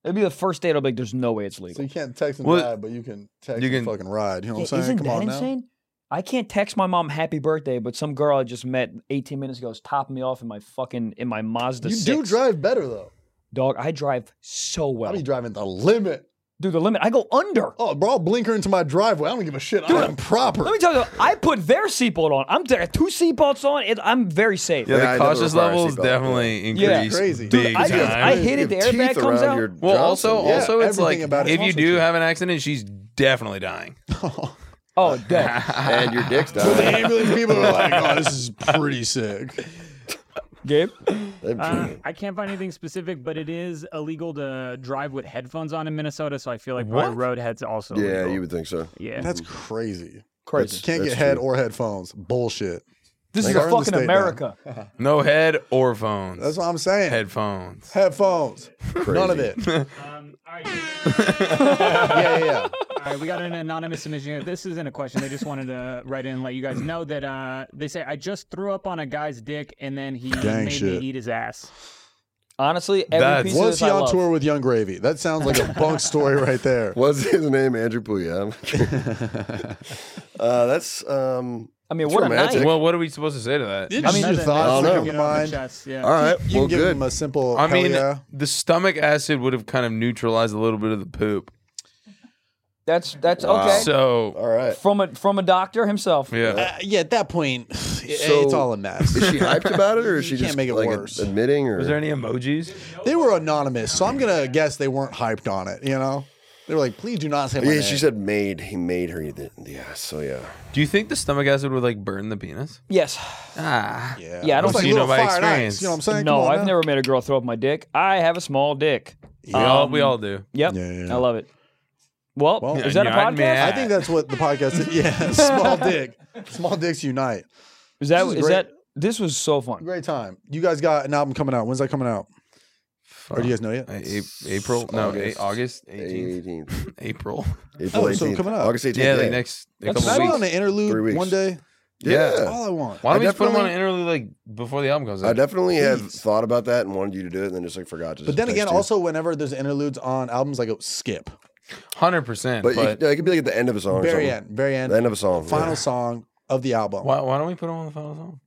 It'd be the first state. I'll be like, "There's no way it's
So
legal."
you can't text and
Well,
ride, but you can text
you
and
can-
fucking ride. You know what
Yeah,
I'm saying?
isn't
Come
that
on now.
insane? I can't text my mom "Happy Birthday," but some girl I just met 18 minutes ago is topping me off in my fucking in my Mazda.
You
6.
do drive better though.
dog. I drive so
I'll
well.
be driving the limit.
dude, the limit. I go under.
Oh, bro, I'll blinker into my driveway. I don't give a shit. I am proper.
Let me tell you, I put their seatbelt on. I'm there, two seatbelts on. It, I'm very safe.
Yeah,
Yeah, I
the
never
cautious
require a
levels
seatbelt.
definitely
Yeah.
increase.
Crazy.
Big
Dude, I,
time.
just, I hit it. The
You have
airbag
teeth
comes
around
out.
your
well,
Johnson.
also,
Yeah.
also, it's like
everything about it
if you
also
do
true.
have an accident, she's definitely dying.
Oh, dead.
and your dick's down.
ambulance people are like, oh, this is pretty sick.
Gabe.
Uh, I can't find anything specific, but it is illegal to drive with headphones on in Minnesota. So I feel like probably road heads also.
yeah,
illegal.
you would think so.
Yeah.
That's crazy.
Crazy.
Can't
That's
get head
true.
or headphones. Bullshit.
This
Like,
is
we're
a
in the
fucking
state now.
America.
No head or phones.
That's what I'm saying.
Headphones.
Headphones. None of it.
Crazy.
yeah,
Um, all, right.
yeah, yeah.
all right, we got an anonymous submission. here. This isn't a question. They just wanted to write in and let you guys know that uh, they say I just threw up on a guy's dick and then he
Gang
made
shit.
me eat his ass.
Honestly, every
That's-
piece of
Was
this
he
I
on
love.
tour with Young Gravy? That sounds like a bunk story right there.
What's his name? Andrew Puya. uh, that's um.
I mean,
It's
what
romantic.
a night.
Well, what are we supposed to say to that?
Just
I mean,
your
nothing.
thoughts,
I don't know.
your
Get it off your
mind.
chest, Yeah.
All right.
You
well,
can give
good.
him a simple.
I
I
mean,
yeah.
the stomach acid would have kind of neutralized a little bit of the poop.
That's that's
Wow.
okay.
So,
All right.
from a from a doctor himself.
Uh,
yeah.
yeah, at that point, it's
So-
all a mess.
Is she hyped about it, or is she
You can't
just
make it
like
worse.
admitting? Or
Was there any emojis?
They were anonymous, so I'm gonna guess they weren't hyped on it. You know, they were like, "Please do not say my
yeah,
name."
she said made. He made her. eat it. Yeah. So yeah.
Do you think the stomach acid would like burn the penis?
Yes.
Ah.
yeah.
Yeah, I don't
It's like
think-
You know
little
by
fire and ice,
experience.
You know what I'm saying?
no,
Come on
I've
now.
never made a girl throw up my dick. I have a small dick. Um,
We all we all do.
Yeah,
Yep.
yeah, yeah.
I love it. Well,
Well,
is that a
yeah, I'd
podcast?
man-
I think that's what the podcast. is. Yeah, small dick, small dicks unite.
Is that
This
is,
is great.
that this was so fun.
Great time. You guys got an album coming out. When's that coming out? Or do you guys know yet?
A- Uh, A- April? No, August, August 18th.
18th.
April.
April
Oh, so
18th.
coming up.
August 18th.
Yeah, like next a
That's
couple
Can I
weeks.
go on an
Three
interlude
weeks.
one day?
Yeah.
That's all I want.
Why don't
I
we just put them on an
definitely-
interlude like before the album comes out?
I definitely have
Please.
thought about that and wanted you to do it, and then just like forgot to.
But
just
then
text
again,
you.
also whenever there's interludes on albums, I go skip.
Hundred percent.
but,
But,
you- yeah, it could be like at the end of a song. or
Very
something.
end, very end,
The end of a song.
final
yeah.
song of the album.
why, why don't we put them on the final song?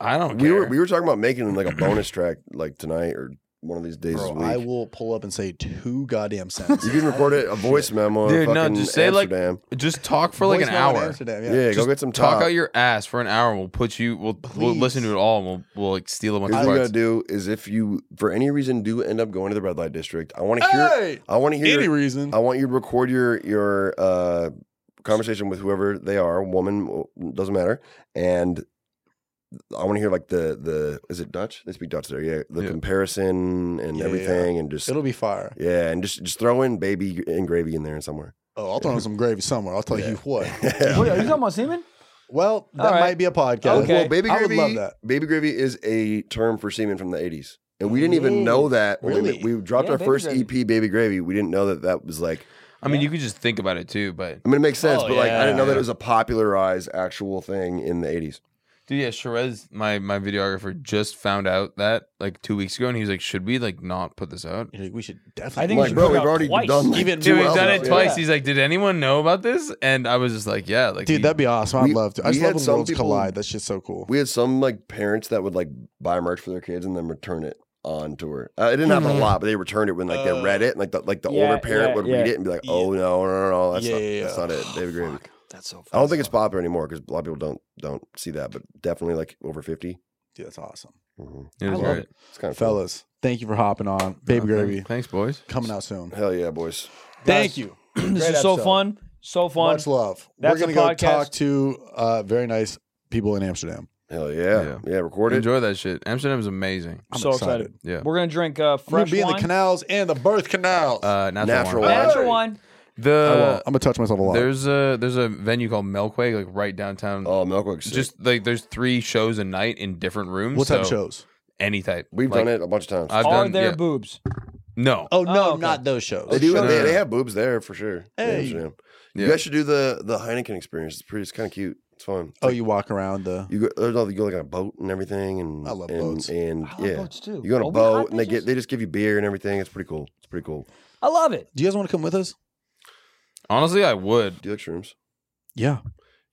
I don't
We
care.
were we were talking about making like a bonus track like tonight or one of these days
Bro,
this week.
I will pull up and say two goddamn sentences.
You can record it a voice memo.
Dude,
in
no,
fucking
just say, like,
Amsterdam.
just talk for like
Voice
an
memo in
hour.
Amsterdam,
yeah,
yeah.
go
just
get some
Talk
top.
out your ass for an hour. We'll put you. We'll we'll listen to it all. And we'll we'll like steal a bunch
Here's
of
what you
parts.
gotta do is if you for any reason do end up going to the red light district, I want to hear.
Hey!
I want to hear.
Any reason.
I want you to record your your uh, conversation with whoever they are, woman w- doesn't matter, and I want to hear like the the is it Dutch? They speak Dutch there, yeah. The
Yeah.
comparison and
Yeah,
everything, and just
It'll be fire.
yeah, and just just throw in baby and gravy in there and somewhere.
Oh, I'll throw in some gravy somewhere. I'll tell you what.
Wait, are you talking about semen?
Well, that
right.
might be a podcast.
Okay.
Well, baby
I would
gravy,
love that.
baby gravy is a term for semen from the '80s, and we didn't even know that. when we
Really?
ma- we, dropped
Yeah,
our
baby
first
gravy.
EP, baby gravy. We didn't know that that was like.
I mean, you could just think about it too. But
I mean, it makes sense,
Oh,
but like, I didn't know that
yeah.
it was a popularized actual thing in the '80s.
Dude, yeah, Sherez, my my videographer, just found out that like two weeks ago, and he's like, "Should we like not put this out?"
Like, we should definitely.
I think
Like,
we should
bro,
put it
we've
out
already
twice.
done like,
Even-
two
Dude, we've
albums.
done it
Yeah.
twice.
Yeah.
He's like, "Did anyone know about this?" And I was just like, "Yeah, like,
dude,
we-
that'd be awesome. I'd
we-
love to. I just
we
love
had
when
some
worlds
people-
collide. That's just so cool.
We had some like parents that would like buy merch for their kids and then return it on tour. Uh, it didn't happen a lot, but they returned it when like they read it, and like the like the
Mm-hmm. Uh, Yeah,
older parent
yeah,
would
yeah.
read it and be like, "Oh no, no, no, no that's
Yeah,
not
yeah,
that's
yeah.
not it." Baby gravy.
That's so
I don't think it's popular anymore because a lot of people don't don't see that, but definitely like over 50
Dude, that's awesome.
Mhm.
It was
I love
great.
It's kind of
Fellas, thank you for hopping on. Baby
Uh,
Gravy
Thanks, boys.
coming out soon.
Cool. Hell yeah, boys!
Thank you.
This
Great
is so
episode.
fun. So fun.
Much love.
That's
We're
a
gonna go
podcast.
talk to uh, very nice people in Amsterdam.
Hell yeah,
Yeah.
yeah. record it.
Enjoy that shit. Amsterdam is amazing.
I'm
So excited.
Yeah,
We're gonna drink uh,
I'm gonna
fresh
be in
wine.
the canals and the birth canals.
uh, natural,
Natural
wine.
wine.
Natural wine.
I won't.
The
I'm gonna touch myself a lot.
there's a there's a venue called Milkway, like right downtown.
Oh, Milkwick's sick.
just like there's three shows a night in different rooms.
what type of
so
shows?
Any type.
we've
Like,
done it a bunch of times.
I've
Are
done.
there
yeah.
boobs?
no.
Oh
no, okay. not
those shows.
they do.
sure.
They, they have boobs there for sure. in
Oh, Hey.
Amsterdam.
Yeah.
You guys should do the the Heineken experience. It's pretty. It's kind of cute. It's fun.
Oh, you walk around the.
You go, there's all- you go like on a boat and everything, and
I love
and,
boats.
And
I love
yeah,
boats, too.
you go on
Are
a
we hot
boat and they
bitches?
get they just give you beer and everything. It's pretty cool. It's pretty cool.
I love it.
Do you guys want to come with us?
Honestly, I would.
Do you like shrooms?
Yeah.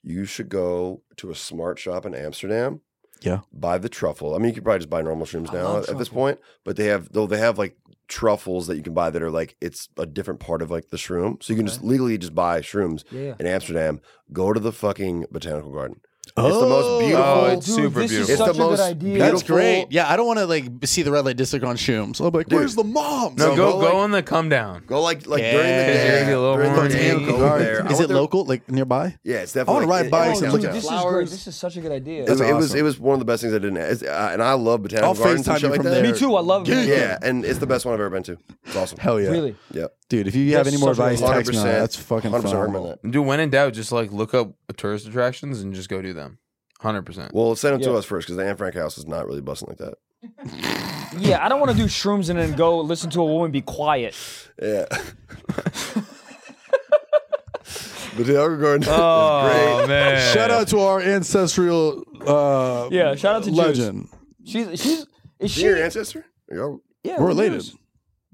You should go to a smart shop in Amsterdam
Yeah.
Buy the truffle. I mean, you could probably just buy normal shrooms
I
now
love
at, at this
truffle.
point, but they have though they have like truffles that you can buy that are like it's a different part of like the shroom, so you can just legally just buy shrooms
Yeah, yeah.
in Amsterdam. Go to the fucking botanical garden. It's the most beautiful.
Oh, it's
dude,
super
this is
beautiful.
it's
such
the
a good
most
idea.
beautiful.
That's great. Yeah, I don't want to like see the red light district on shrooms. I'm like, where's the mom?
No, go
So go,
go,
like-
on the come down.
Go like like during the
Yeah.
day.
Maybe
a little
during the
more
day,
botanical
go
garden.
there. I
Is
went
it
there-
local? Like nearby?
Yeah, it's
wanna
definitely. like-
ride
it-
bikes
it-
and
it
look
was-
at
This is great.
Flowers.
This is such a good idea.
It was, it was
awesome.
it was one of the best things I did, in, it's- uh, and I love botanical
I'll
gardens
FaceTime
and
you
shit like
from
that.
there.
Me too. I love it.
Yeah, and it's the best one I've ever been to. It's awesome.
Hell yeah.
Really?
Yeah,
Dude, if you have
That's
any more
such a
advice,
hundred
text me. on
percent.
that. That's fucking
hundred percent
phenomenal.
Dude, when in doubt, just like look up tourist attractions and just go do them. Hundred percent.
Well, send them
Yeah.
to us first because the Anne Frank house is not really busting like that.
Yeah, I don't want to do shrooms and then go listen to a woman be quiet.
Yeah. Botanical garden
Oh,
is great.
man!
Shout out to our ancestral uh,
Yeah, shout out to Jews.
legend.
She's she's is she
Your ancestor? Yo,
yeah,
We're
we're
related.
Jews.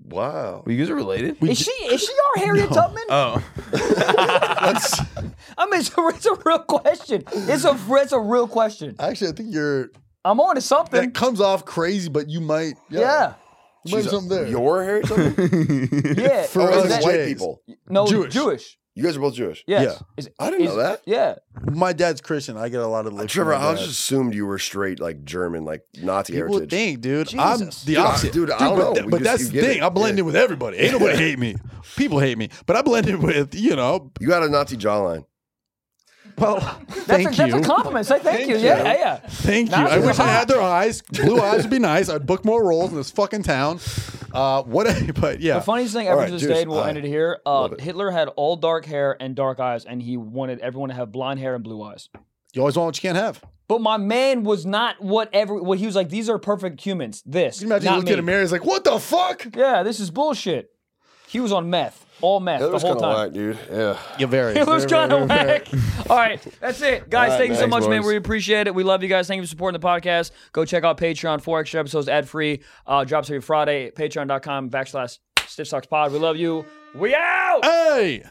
wow.
You guys are related.
Is she is she our Harriet Tubman?
Oh,
I mean, it's a, it's a real question. It's a it's a real question.
Actually, I think you're.
I'm on to something.
comes off crazy, but you might.
Yeah,
You might have something there.
Your heritage? oh,
yeah.
For
Is
us
it's
that-
Oh, white
Jays.
people.
no,
Jewish.
Jewish.
You guys are both Jewish.
Yes.
Yeah.
Is-
I didn't know
is-
that.
Yeah.
My dad's Christian. I get a lot of looks.
Trevor,
from my
I
dad.
just assumed you were straight, like German, like Nazi
People
heritage.
think, dude.
Jesus.
I'm the opposite,
dude, I don't
but
know.
tha-
We
but
just-
that's
you
the
get
thing.
it.
I blend
Yeah.
in with everybody. Ain't nobody hate me. People hate me, but I blend in with you know.
you got a Nazi jawline.
Well,
That's,
thank
a,
you.
that's a compliment. Say thank, you. Yeah, yeah, yeah.
Thank you.
Nazis
I wish
are
I had their eyes. Blue eyes would be nice. I'd book more roles in this fucking town. Uh, what? But yeah,
The funniest thing ever
All right,
to this
Jews.
day, and we'll
All
end
right.
it here. Uh,
Love it.
Hitler had all dark hair and dark eyes, and he wanted everyone to have blonde hair and blue eyes.
You always want what you can't have.
But my man was not what every. What he was like. These are perfect humans. This.
Can you imagine
not
you looked
me.
in a mirror? He's like, "What the fuck?"
Yeah, this is bullshit. He was on meth, all meth
Hitler's
the whole
kind
time.
of whack, dude. Yeah.
You're very.
Hitler's kind of whack. All right, that's it, guys. thank you so
thanks,
much, man.
boys.
We appreciate it. We love you guys. Thank you for supporting the podcast. Go check out Patreon. Four extra episodes ad free. Uh, drops every Friday. Patreon.com backslash Stiff Socks Pod. We love you. We out.
Hey.